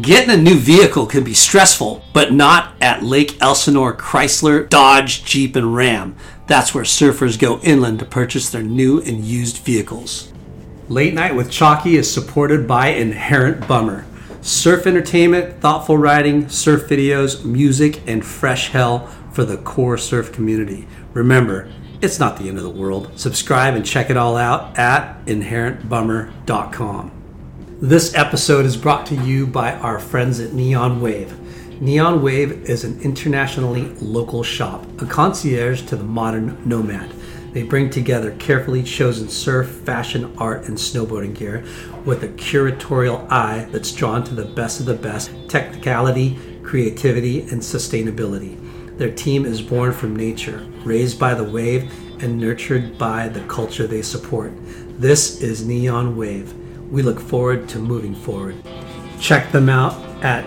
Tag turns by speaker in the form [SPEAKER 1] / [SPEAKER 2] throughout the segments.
[SPEAKER 1] Getting a new vehicle can be stressful, but not at Lake Elsinore Chrysler, Dodge, Jeep, and Ram. That's where surfers go inland to purchase their new and used vehicles. Late Night with Chalky is supported by Inherent Bummer. Surf entertainment, thoughtful writing, surf videos, music, and fresh hell for the core surf community. Remember, it's not the end of the world. Subscribe and check it all out at inherentbummer.com. This episode is brought to you by our friends at Neon Wave. Neon Wave is an internationally local shop, a concierge to the modern nomad. They bring together carefully chosen surf, fashion, art, and snowboarding gear with a curatorial eye that's drawn to the best of the best technicality, creativity, and sustainability. Their team is born from nature, raised by the wave, and nurtured by the culture they support. This is Neon Wave. We look forward to moving forward. Check them out at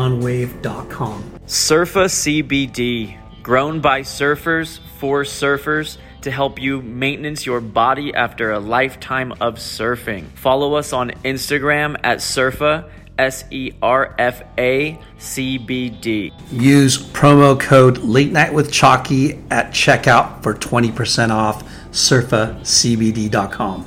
[SPEAKER 1] thisisneonwave.com.
[SPEAKER 2] Surfa CBD, grown by surfers for surfers to help you maintenance your body after a lifetime of surfing. Follow us on Instagram at Surfa, S E R F A C B D.
[SPEAKER 1] Use promo code Late Night with Chalky at checkout for 20% off surfacbd.com.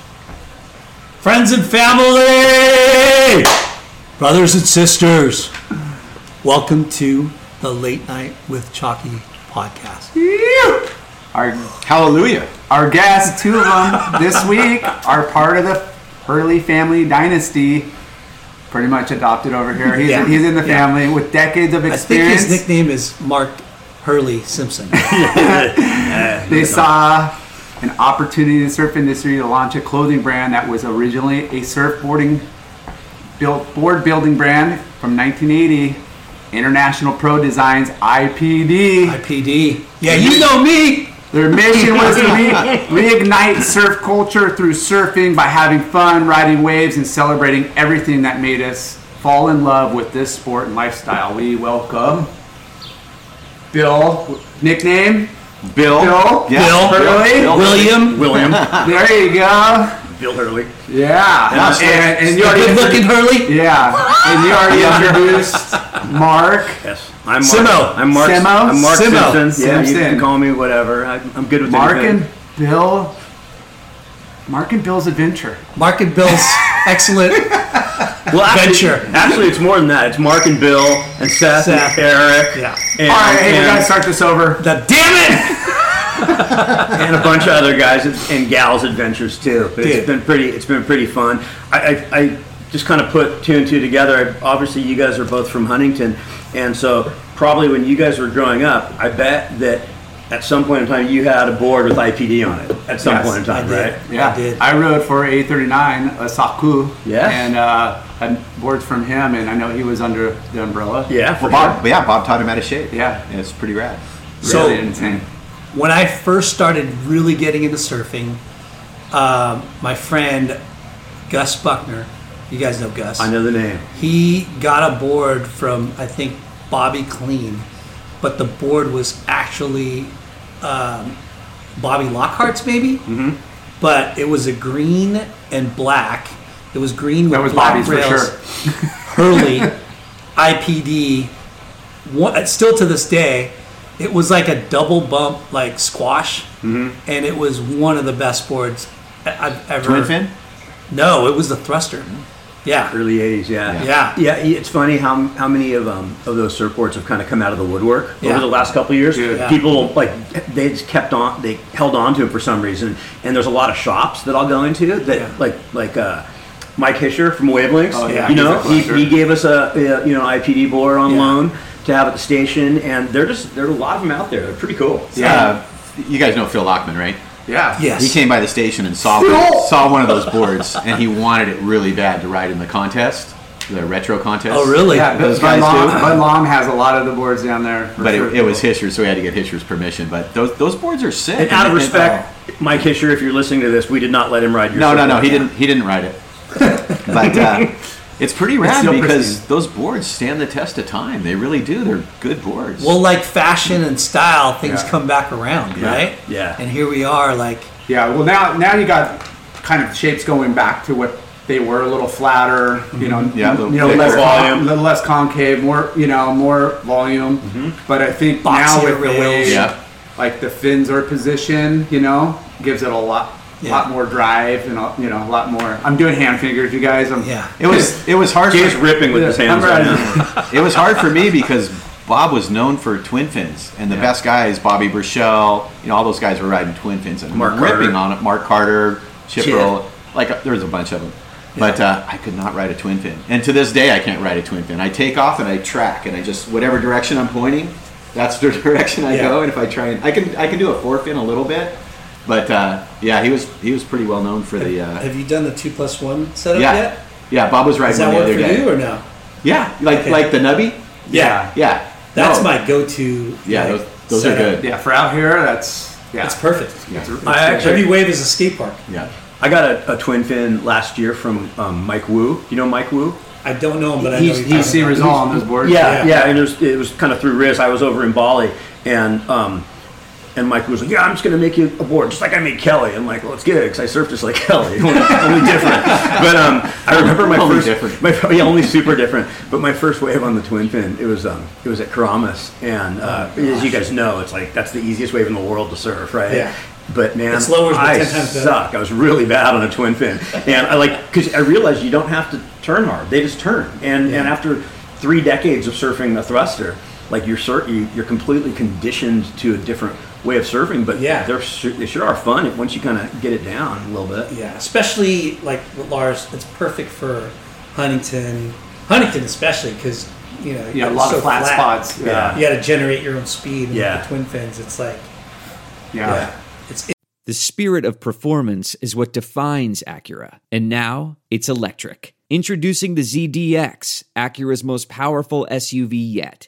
[SPEAKER 1] Friends and family, brothers and sisters, welcome to the Late Night with Chalky podcast.
[SPEAKER 3] Our hallelujah. Our guests, two of them this week, are part of the Hurley family dynasty. Pretty much adopted over here. He's,
[SPEAKER 1] Yeah.
[SPEAKER 3] he's in the family with decades of
[SPEAKER 1] I think
[SPEAKER 3] experience.
[SPEAKER 1] his nickname is Mark Hurley Simpson.
[SPEAKER 3] they saw an opportunity in the surf industry to launch a clothing brand that was originally a surfboarding built board building brand from 1980 international pro designs ipd
[SPEAKER 1] IPD. Yeah, you know me.
[SPEAKER 3] their mission was to re- reignite surf culture through surfing by having fun riding waves and celebrating everything that made us fall in love with this sport and lifestyle we welcome bill nickname
[SPEAKER 4] Bill.
[SPEAKER 3] Bill?
[SPEAKER 4] Yeah.
[SPEAKER 1] Bill.
[SPEAKER 3] Hurley?
[SPEAKER 1] William.
[SPEAKER 4] William.
[SPEAKER 3] there you go
[SPEAKER 4] Bill Hurley.
[SPEAKER 3] Yeah,
[SPEAKER 4] That's
[SPEAKER 3] and, and you already
[SPEAKER 1] Good looking Hurley.
[SPEAKER 3] yeah, and you already introduced Mark.
[SPEAKER 4] Yes. I'm Mark.
[SPEAKER 1] Simo.
[SPEAKER 4] I'm Mark.
[SPEAKER 3] Simo?
[SPEAKER 4] I'm Mark
[SPEAKER 1] Simo.
[SPEAKER 4] Simpson. Yeah, you
[SPEAKER 3] Simpson.
[SPEAKER 4] can call me whatever. I, I'm good with
[SPEAKER 3] Mark
[SPEAKER 4] anything.
[SPEAKER 3] and Bill. Mark and Bill's adventure.
[SPEAKER 1] Mark and Bill's excellent.
[SPEAKER 4] well, actually,
[SPEAKER 1] Venture.
[SPEAKER 4] Actually, it's more than that. It's Mark and Bill and Seth,
[SPEAKER 1] Seth.
[SPEAKER 4] and Eric.
[SPEAKER 1] Yeah.
[SPEAKER 4] And,
[SPEAKER 3] All right, hey, we gotta
[SPEAKER 4] and,
[SPEAKER 3] start this over.
[SPEAKER 1] The damn it.
[SPEAKER 4] and a bunch of other guys and, and gals adventures too. But
[SPEAKER 1] Dude.
[SPEAKER 4] it's been pretty. It's been pretty fun. I, I, I just kind of put two and two together. I, obviously, you guys are both from Huntington, and so probably when you guys were growing up, I bet that at some point in time you had a board with IPD on it. At some
[SPEAKER 3] Yes,
[SPEAKER 4] point in time, right?
[SPEAKER 3] Yeah,
[SPEAKER 1] I did.
[SPEAKER 3] rode for A39 a Saku.
[SPEAKER 4] Yeah.
[SPEAKER 3] and uh, had boards from him, and I know he was under the umbrella.
[SPEAKER 4] Yeah, for
[SPEAKER 5] Well, Bob, yeah, Bob taught him how to shape.
[SPEAKER 3] Yeah.
[SPEAKER 5] and it's pretty rad.
[SPEAKER 3] so
[SPEAKER 1] So-
[SPEAKER 3] really insane.
[SPEAKER 1] when I first started really getting into surfing, um, my friend Gus Buckner, you guys know Gus.
[SPEAKER 4] I know the name.
[SPEAKER 1] He got a board from I think Bobby Clean, but the board was actually um, Bobby Lockhart's maybe. Mm-hmm. But it was a green and black. It was green with
[SPEAKER 3] That was
[SPEAKER 1] black
[SPEAKER 3] Bobby's for
[SPEAKER 1] rails.
[SPEAKER 3] sure.
[SPEAKER 1] Hurley, IPD. One, uh, still to this day, it was like a double bump, like squash, and it was one of the best boards I- I've ever.
[SPEAKER 5] Twin fin.
[SPEAKER 1] No, it was the thruster. Yeah.
[SPEAKER 4] early '80s. Yeah,
[SPEAKER 1] Yeah.
[SPEAKER 4] yeah. It's funny how how many of um of those surfboards have kind of come out of the woodwork
[SPEAKER 1] Yeah.
[SPEAKER 4] over the last couple of years.
[SPEAKER 1] Yeah.
[SPEAKER 4] People like they just kept on, they held on to it for some reason. And there's a lot of shops that I'll go into that
[SPEAKER 1] Yeah.
[SPEAKER 4] like like uh. Mike Hisher from Wavelinks,
[SPEAKER 3] Oh, yeah.
[SPEAKER 4] you know,
[SPEAKER 3] He's a
[SPEAKER 4] he,
[SPEAKER 3] collector.
[SPEAKER 4] he gave us a, a you know IPD board on
[SPEAKER 1] Yeah.
[SPEAKER 4] loan to have at the station, and they're just there are a lot of them out there. They're pretty cool.
[SPEAKER 5] Yeah. Uh, you guys know Phil Lockman, right?
[SPEAKER 3] Yeah.
[SPEAKER 1] Yes.
[SPEAKER 5] He came by the station and saw
[SPEAKER 4] Phil!
[SPEAKER 5] saw one of those boards, and he wanted it really bad to ride in the contest, the retro contest.
[SPEAKER 1] Oh, really?
[SPEAKER 3] Yeah,
[SPEAKER 5] Those
[SPEAKER 3] Bud
[SPEAKER 5] guys
[SPEAKER 3] Lom,
[SPEAKER 5] do.
[SPEAKER 3] Bud Lom has a lot of the boards down there. for
[SPEAKER 5] But
[SPEAKER 3] sure.
[SPEAKER 5] it, it was Hischer's, so we had to get Hischer's permission. But those those boards are sick. Oh.
[SPEAKER 4] And out of respect, Mike Hisher, if you're listening to this, we did not let him ride your.
[SPEAKER 5] No, no, no.
[SPEAKER 4] surfboard.
[SPEAKER 5] He didn't. He didn't write it. But uh, it's pretty rad
[SPEAKER 3] still
[SPEAKER 5] because
[SPEAKER 3] pristine.
[SPEAKER 5] those boards stand the test of time. They really do. They're good boards.
[SPEAKER 1] Well, like fashion and style, things
[SPEAKER 3] Yeah.
[SPEAKER 1] come back around, right?
[SPEAKER 4] Yeah.
[SPEAKER 1] And here we are, like,
[SPEAKER 3] Yeah, well now now you got kind of shapes going back to what they were a little flatter, you know,
[SPEAKER 5] Mm-hmm. Yeah, a little
[SPEAKER 3] you know,
[SPEAKER 5] thicker
[SPEAKER 3] less volume,
[SPEAKER 4] volume.
[SPEAKER 3] little less concave, more you know, more volume. But I think now
[SPEAKER 1] Boxier
[SPEAKER 3] with
[SPEAKER 1] wheels.
[SPEAKER 3] age,
[SPEAKER 5] Yeah.
[SPEAKER 3] like the fins are positioned, you know, gives it a lot
[SPEAKER 1] Yeah.
[SPEAKER 3] lot more drive and a, you know a lot more. I'm doing hand fingers, you guys. I'm,
[SPEAKER 1] yeah.
[SPEAKER 5] it was. It was hard.
[SPEAKER 4] Jay's
[SPEAKER 5] For,
[SPEAKER 4] ripping with his
[SPEAKER 3] Yeah,
[SPEAKER 4] hands
[SPEAKER 3] I'm
[SPEAKER 4] right
[SPEAKER 3] ready.
[SPEAKER 4] now.
[SPEAKER 5] it was hard for me because Bob was known for twin fins, and the best guys, Bobby Burchell, you know, all those guys were riding twin fins and
[SPEAKER 4] Mark
[SPEAKER 5] ripping
[SPEAKER 4] Carter.
[SPEAKER 5] on it. Mark Carter, Chip
[SPEAKER 1] Chip.
[SPEAKER 5] Roll, like uh, there was a bunch of them. But uh, I could not ride a twin fin, and to this day I can't ride a twin fin. I take off and I track, and I just whatever direction I'm pointing, that's the direction I
[SPEAKER 1] Yeah.
[SPEAKER 5] go. And if I try and I can I can do a four fin a little bit, but uh, yeah, he was he was pretty well known for the uh,
[SPEAKER 1] Have you done the two plus one setup
[SPEAKER 5] yeah
[SPEAKER 1] yet?
[SPEAKER 5] yeah. Bob was
[SPEAKER 1] Does
[SPEAKER 5] riding
[SPEAKER 1] that
[SPEAKER 5] one the
[SPEAKER 1] work for
[SPEAKER 5] other day.
[SPEAKER 1] you or no?
[SPEAKER 5] Yeah, like
[SPEAKER 1] Okay.
[SPEAKER 5] like the nubby.
[SPEAKER 1] Yeah.
[SPEAKER 5] Yeah,
[SPEAKER 1] That's
[SPEAKER 5] No.
[SPEAKER 1] my go-to.
[SPEAKER 5] Yeah,
[SPEAKER 1] like,
[SPEAKER 5] those, those are
[SPEAKER 1] setup.
[SPEAKER 5] good.
[SPEAKER 3] Yeah, for out here, that's yeah.
[SPEAKER 1] That's perfect.
[SPEAKER 5] Yeah.
[SPEAKER 4] I
[SPEAKER 1] Every
[SPEAKER 4] actually,
[SPEAKER 1] wave is a skate park.
[SPEAKER 5] Yeah.
[SPEAKER 4] I got a, a twin fin last year from um, Mike Wu. You know Mike Wu?
[SPEAKER 1] I don't know him, but
[SPEAKER 4] He's-
[SPEAKER 1] I know
[SPEAKER 3] you see Rizal on those boards.
[SPEAKER 4] Yeah, yeah.
[SPEAKER 1] Yeah.
[SPEAKER 4] and it was, it was kind of through Riz. I was over in Bali, and um, and Mike was like, "Yeah, I'm just gonna make you a board, just like I made Kelly." I'm like, "Well, it's good because I surfed just like Kelly, only, only different." But um, I remember my
[SPEAKER 5] Only
[SPEAKER 4] first,
[SPEAKER 5] different.
[SPEAKER 4] my yeah, only super different. But my first wave on the twin fin, it was um, it was at Karamas, and uh, as you guys know, it's like that's the easiest wave in the world to surf, right?
[SPEAKER 1] Yeah.
[SPEAKER 4] But man,
[SPEAKER 1] It's lower, but
[SPEAKER 4] I
[SPEAKER 1] 10 times better.
[SPEAKER 4] suck. I was really bad on a twin fin, and I like because I realized you don't have to turn hard; they just turn. And and after three decades of surfing a thruster, like you're sur- you, you're completely conditioned to a different way of surfing. But
[SPEAKER 1] Yeah.
[SPEAKER 4] they're su- they sure are fun if- once you kind of get it down a little bit.
[SPEAKER 1] Yeah, especially like with Lars, it's perfect for Huntington, Huntington especially because you know
[SPEAKER 3] yeah, a
[SPEAKER 1] it's
[SPEAKER 3] lot
[SPEAKER 1] so
[SPEAKER 3] of flat, spots.
[SPEAKER 4] Yeah.
[SPEAKER 1] You got to generate your own speed. And
[SPEAKER 4] Yeah.
[SPEAKER 1] with the twin fins, it's like
[SPEAKER 3] yeah. yeah.
[SPEAKER 1] it's
[SPEAKER 6] The spirit of performance is what defines Acura. And now it's electric. Introducing the ZDX, Acura's most powerful SUV yet.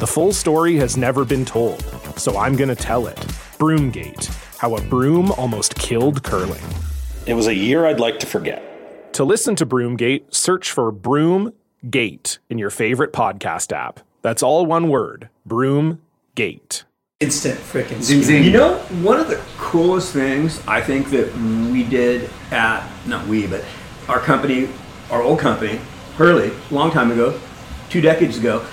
[SPEAKER 7] The full story has never been told, so I'm going to tell it. Broomgate, how a broom almost killed curling.
[SPEAKER 8] It was a year I'd like to forget.
[SPEAKER 7] To listen to Broomgate, search for Broomgate in your favorite podcast app. That's all one word Broomgate.
[SPEAKER 1] instant freaking
[SPEAKER 3] Zing
[SPEAKER 1] speed.
[SPEAKER 3] zing.
[SPEAKER 4] You know, one of the coolest things I think that we did at not we, but our company, our old company, Hurley, a long time ago, two decades ago.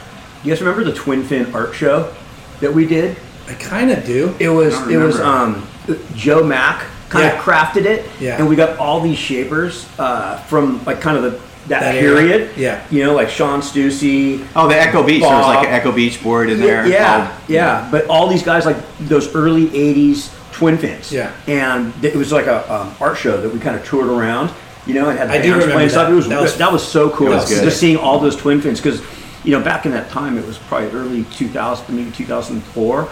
[SPEAKER 4] You guys remember the Twin Fin Art Show that we did?
[SPEAKER 1] I kind of do.
[SPEAKER 4] It was
[SPEAKER 3] don't
[SPEAKER 4] it was
[SPEAKER 3] remember.
[SPEAKER 4] um, Joe Mack kind
[SPEAKER 1] Yeah.
[SPEAKER 4] of crafted it,
[SPEAKER 1] Yeah.
[SPEAKER 4] and we got all these shapers uh, from like kind of the that,
[SPEAKER 1] That era.
[SPEAKER 4] period.
[SPEAKER 1] Yeah.
[SPEAKER 4] you know, like Sean Stussy,
[SPEAKER 5] Oh, the Echo Beach. There was like
[SPEAKER 4] Bob.
[SPEAKER 5] an Echo Beach board in there.
[SPEAKER 4] yeah,
[SPEAKER 5] Oh,
[SPEAKER 4] yeah. But all these guys, like those early '80s twin fins.
[SPEAKER 1] Yeah.
[SPEAKER 4] And th- it was like a um, art show that we kind of toured around, You know, it had
[SPEAKER 9] I do
[SPEAKER 4] bands
[SPEAKER 9] remember
[SPEAKER 4] playing stuff.
[SPEAKER 9] that.
[SPEAKER 4] It was
[SPEAKER 9] That
[SPEAKER 4] that
[SPEAKER 9] was-
[SPEAKER 4] was, that was so cool.
[SPEAKER 5] It was good.
[SPEAKER 4] Just seeing all those twin fins because you know back in that time it was probably early 2000, maybe 2004,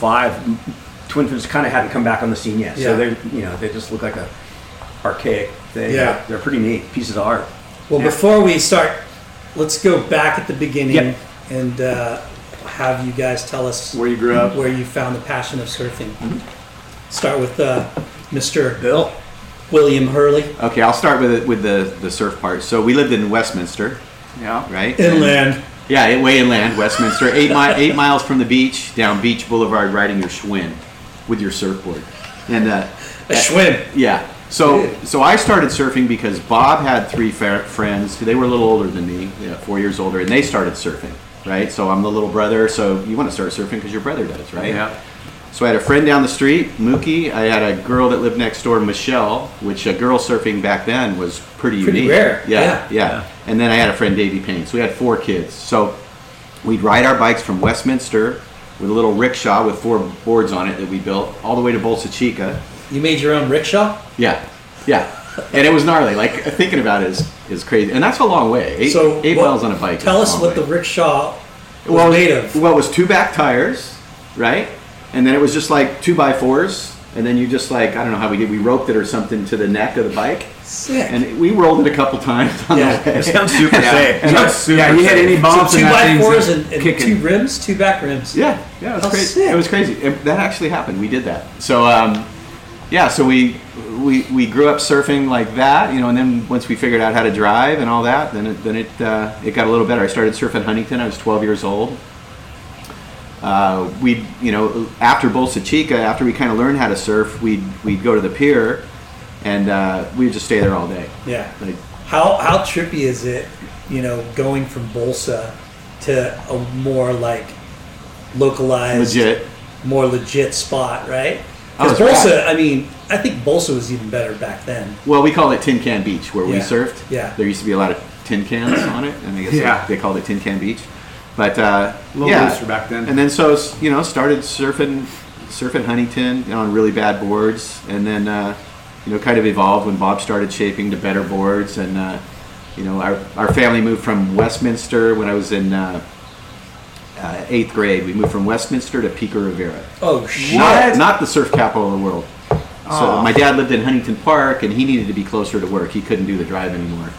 [SPEAKER 4] 2005. Twin fins kind of hadn't come back on the scene yet,
[SPEAKER 9] Yeah.
[SPEAKER 4] so they you know they just look like a archaic thing.
[SPEAKER 9] Yeah.
[SPEAKER 4] they're pretty neat pieces of art.
[SPEAKER 9] Well,
[SPEAKER 4] Yeah.
[SPEAKER 9] before we start, let's go back at the beginning
[SPEAKER 4] Yep.
[SPEAKER 9] and uh, have you guys tell us
[SPEAKER 3] Where you grew up. Mm-hmm.
[SPEAKER 9] where you found the passion of surfing. Start with uh, Mr.
[SPEAKER 4] Bill.
[SPEAKER 9] William Hurley,
[SPEAKER 5] Okay, I'll start with it with the the surf part. So we lived in Westminster,
[SPEAKER 3] Yeah.
[SPEAKER 5] right?
[SPEAKER 9] inland.
[SPEAKER 5] Yeah, it- way inland, Westminster, eight mi- eight miles from the beach, down Beach Boulevard, riding your Schwinn with your surfboard, and uh,
[SPEAKER 9] A Schwinn.
[SPEAKER 5] yeah. So so I started surfing because Bob had three fa- friends. They were a little older than me, you know, four years older, and they started surfing, right? So I'm the little brother. So you want to start surfing because your brother does, right?
[SPEAKER 3] Yeah.
[SPEAKER 5] So I had a friend down the street, Mookie. I had a girl that lived next door, Michelle, which uh, girl surfing back then was pretty,
[SPEAKER 9] Pretty
[SPEAKER 5] unique.
[SPEAKER 9] rare.
[SPEAKER 5] Yeah, yeah,
[SPEAKER 9] Yeah.
[SPEAKER 5] And then I had a friend, Davey Payne. So we had four kids. So we'd ride our bikes from Westminster with a little rickshaw with four boards on it that we built all the way to Bolsa Chica.
[SPEAKER 9] You made your own rickshaw?
[SPEAKER 5] Yeah, yeah. And it was gnarly. Like thinking about it is, is crazy. And that's a long way. Eight,
[SPEAKER 9] so
[SPEAKER 5] eight
[SPEAKER 9] what-
[SPEAKER 5] miles on a bike. is
[SPEAKER 9] Tell
[SPEAKER 5] a
[SPEAKER 9] us
[SPEAKER 5] long
[SPEAKER 9] what
[SPEAKER 5] way.
[SPEAKER 9] the rickshaw was
[SPEAKER 5] Well,
[SPEAKER 9] made of.
[SPEAKER 5] Well, it was two back tires, right? And then it was just like two by fours. And then you just like, I don't know how we did, we roped it or something to the neck of the bike.
[SPEAKER 9] Sick.
[SPEAKER 5] And we rolled it a couple times on
[SPEAKER 9] Yeah.
[SPEAKER 5] the way.
[SPEAKER 4] It sounds super safe.
[SPEAKER 3] And
[SPEAKER 4] Sounds
[SPEAKER 3] yeah,
[SPEAKER 4] super
[SPEAKER 3] yeah, you hit
[SPEAKER 4] safe.
[SPEAKER 3] any bumps
[SPEAKER 9] so two
[SPEAKER 3] and that
[SPEAKER 9] by
[SPEAKER 3] thing's
[SPEAKER 9] fours and, and
[SPEAKER 3] kicking.
[SPEAKER 9] two rims, two back rims.
[SPEAKER 5] Yeah, yeah, it was
[SPEAKER 9] How
[SPEAKER 5] crazy.
[SPEAKER 9] sick.
[SPEAKER 5] It was crazy. It- that actually happened. We did that. So, um, yeah, so we, we we grew up surfing like that, you know, and then once we figured out how to drive and all that, then it, then it uh, it got a little better. I started surfing Huntington. I was 12 years old. Uh, we, you know, after Bolsa Chica, after we kind of learned how to surf, we'd we'd go to the pier, and uh, we'd just stay there all day.
[SPEAKER 9] Yeah.
[SPEAKER 5] Like,
[SPEAKER 9] How how trippy is it, you know, going from Bolsa to a more like localized,
[SPEAKER 5] legit.
[SPEAKER 9] more legit spot, right?
[SPEAKER 5] I
[SPEAKER 9] Because
[SPEAKER 5] was
[SPEAKER 9] Bolsa, I mean, I think Bolsa was even better back then.
[SPEAKER 5] Well, we called it Tin Can Beach where we
[SPEAKER 9] Yeah.
[SPEAKER 5] surfed.
[SPEAKER 9] Yeah.
[SPEAKER 5] There used to be a lot of tin cans on it, and I guess
[SPEAKER 3] Yeah.
[SPEAKER 5] they, they called it Tin Can Beach. But uh,
[SPEAKER 3] A little
[SPEAKER 5] yeah.
[SPEAKER 3] looser back then.
[SPEAKER 5] And then so s- you know started surfing, surfing Huntington on really bad boards, and then uh, you know kind of evolved when Bob started shaping to better boards, and uh, you know our our family moved from Westminster when I was in. Uh, uh, eighth grade, we moved from Westminster to Pico Rivera.
[SPEAKER 9] Oh shit!
[SPEAKER 5] Not, not the surf capital of the world. So my dad lived in Huntington Park, and he needed to be closer to work. He couldn't do the drive anymore.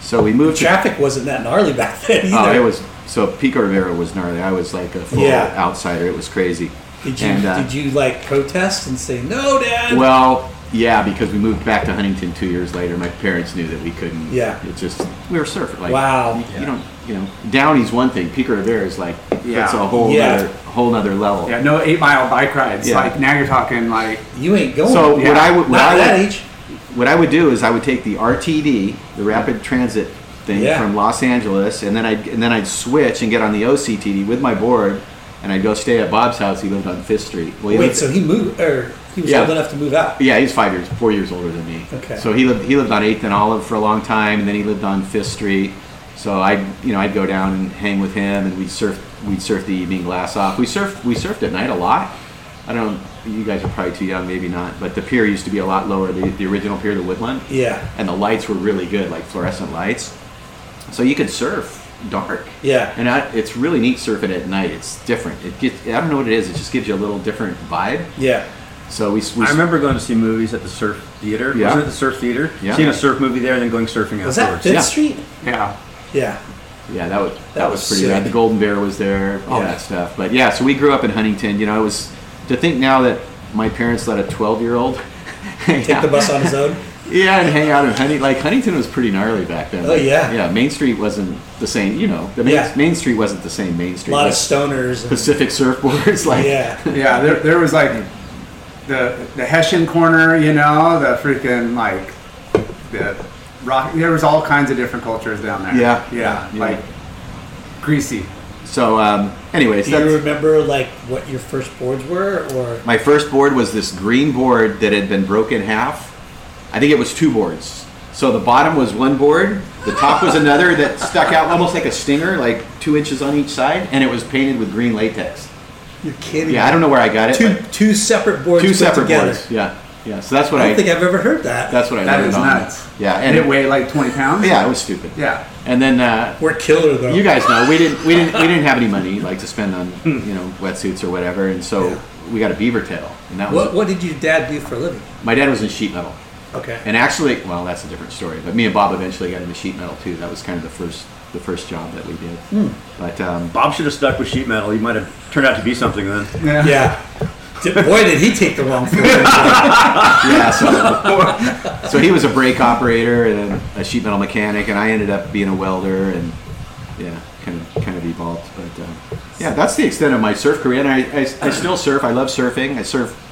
[SPEAKER 5] So we moved. to,
[SPEAKER 9] Traffic wasn't that gnarly back then
[SPEAKER 5] oh,
[SPEAKER 9] either.
[SPEAKER 5] it was so Pico Rivera was gnarly. I was like a full
[SPEAKER 9] Yeah.
[SPEAKER 5] outsider. It was crazy.
[SPEAKER 9] Did you
[SPEAKER 5] And, uh,
[SPEAKER 9] did you like protest and say no, Dad?
[SPEAKER 5] Well, yeah, because we moved back to Huntington two years later. My parents knew that we couldn't.
[SPEAKER 9] Yeah.
[SPEAKER 5] It just we were surfing. Like,
[SPEAKER 9] Wow.
[SPEAKER 5] You, you don't. You know, Downey's one thing. Pico Rivera is like
[SPEAKER 3] Yeah.
[SPEAKER 5] that's a whole
[SPEAKER 9] Yeah.
[SPEAKER 5] other whole other level.
[SPEAKER 3] Yeah, no eight mile bike rides.
[SPEAKER 5] Yeah.
[SPEAKER 3] Like now you're talking like
[SPEAKER 9] you ain't going.
[SPEAKER 5] So
[SPEAKER 3] Yeah.
[SPEAKER 5] what I would what
[SPEAKER 9] not
[SPEAKER 5] I
[SPEAKER 9] at
[SPEAKER 5] would,
[SPEAKER 9] that age.
[SPEAKER 5] what I would do is I would take the RTD, the rapid transit thing
[SPEAKER 9] Yeah.
[SPEAKER 5] from Los Angeles, and then I'd and then I'd switch and get on the OCTD with my board, and I'd go stay at Bob's house. He lived on Fifth Street. Well, he
[SPEAKER 9] Wait,
[SPEAKER 5] lived-
[SPEAKER 9] so he moved, or he was
[SPEAKER 5] Yeah.
[SPEAKER 9] old enough to move out.
[SPEAKER 5] yeah, he's five years, four years older than me.
[SPEAKER 9] Okay.
[SPEAKER 5] So he lived he lived on Eighth and Olive for a long time, and then he lived on Fifth Street. So I, you know, I'd go down and hang with him, and we'd surf we'd surf the evening glass off. We surfed we surfed at night a lot. I don't. You guys are probably too young, maybe not. But the pier used to be a lot lower. The, the original pier, the Woodland
[SPEAKER 9] Yeah,
[SPEAKER 5] and the lights were really good, like fluorescent lights. So you could surf dark.
[SPEAKER 9] Yeah.
[SPEAKER 5] And I, it's really neat surfing at night. It's different. It gets, I don't know what it is. It just gives you a little different vibe.
[SPEAKER 9] yeah.
[SPEAKER 5] So we, we
[SPEAKER 4] I remember going to see movies at the surf theater.
[SPEAKER 5] Yeah.
[SPEAKER 4] Wasn't it the surf theater?
[SPEAKER 5] Yeah.
[SPEAKER 4] Seeing a surf movie there and then going surfing
[SPEAKER 9] Was that
[SPEAKER 4] afterwards.
[SPEAKER 9] Fifth
[SPEAKER 5] Yeah.
[SPEAKER 9] Street?
[SPEAKER 3] yeah.
[SPEAKER 9] Yeah.
[SPEAKER 5] yeah, that was that,
[SPEAKER 9] That
[SPEAKER 5] was,
[SPEAKER 9] was
[SPEAKER 5] pretty
[SPEAKER 9] sick.
[SPEAKER 5] bad. The Golden Bear was there, all
[SPEAKER 9] Yeah.
[SPEAKER 5] that stuff. But yeah, so we grew up in Huntington. You know, it was to think now that my parents let a 12 year old
[SPEAKER 9] Take the bus on his own.
[SPEAKER 5] Yeah, and hang out in Huntington. Like Huntington was pretty gnarly back then.
[SPEAKER 9] Oh, yeah.
[SPEAKER 5] Yeah, Main Street wasn't the same. You know, the main,
[SPEAKER 9] Yeah.
[SPEAKER 5] main Street wasn't the same Main
[SPEAKER 9] A
[SPEAKER 5] Street.
[SPEAKER 9] lot of
[SPEAKER 5] Like,
[SPEAKER 9] stoners. And,
[SPEAKER 5] Pacific surfboards, like
[SPEAKER 9] Yeah.
[SPEAKER 3] Yeah, there, there was like the the Hessian corner, you know, the freaking like the rock. There was all kinds of different cultures down there.
[SPEAKER 5] Yeah.
[SPEAKER 3] yeah,
[SPEAKER 5] Yeah.
[SPEAKER 3] like greasy.
[SPEAKER 5] So, um, anyways,
[SPEAKER 9] Do you
[SPEAKER 5] that's,
[SPEAKER 9] remember like what your first boards were, or
[SPEAKER 5] my first board was this green board that had been broken in half. I think it was two boards. So the bottom was one board, the top was another that stuck out almost like a stinger, like two inches on each side, and it was painted with green latex.
[SPEAKER 9] you're kidding?
[SPEAKER 5] Yeah, I don't know where I got it.
[SPEAKER 9] Two
[SPEAKER 5] but
[SPEAKER 9] two separate boards.
[SPEAKER 5] two
[SPEAKER 9] put
[SPEAKER 5] separate
[SPEAKER 9] together.
[SPEAKER 5] boards. Yeah. Yeah, so that's what
[SPEAKER 9] I
[SPEAKER 5] I.
[SPEAKER 9] don't think I've ever heard that.
[SPEAKER 5] That's what I.
[SPEAKER 3] That
[SPEAKER 5] learned
[SPEAKER 3] is
[SPEAKER 5] on
[SPEAKER 3] nuts.
[SPEAKER 5] Yeah,
[SPEAKER 3] And it weighed like 20 pounds?
[SPEAKER 5] Yeah, it was stupid.
[SPEAKER 3] Yeah.
[SPEAKER 5] And then uh,
[SPEAKER 9] We're killer though.
[SPEAKER 5] you guys know we didn't we didn't we didn't have any money like to spend on
[SPEAKER 9] Hmm.
[SPEAKER 5] you know wetsuits or whatever, and so we got a beaver tail, and that was
[SPEAKER 9] What, what did your dad do for a living?
[SPEAKER 5] my dad was in sheet metal,
[SPEAKER 9] Okay.
[SPEAKER 5] and actually, well, that's a different story. But me and Bob eventually got into sheet metal too. That was kind of the first the first job that we did.
[SPEAKER 9] Hmm.
[SPEAKER 5] But um,
[SPEAKER 4] Bob should have stuck with sheet metal. He might have turned out to be something then.
[SPEAKER 3] Yeah.
[SPEAKER 9] yeah. Di- Boy, did he take the wrong foot.
[SPEAKER 5] yeah, so, so he was a brake operator and then a sheet metal mechanic, and I ended up being a welder, and yeah, kind of kind of evolved. But um, yeah, that's the extent of my surf career, and I, I, I still surf. I love surfing. I surf.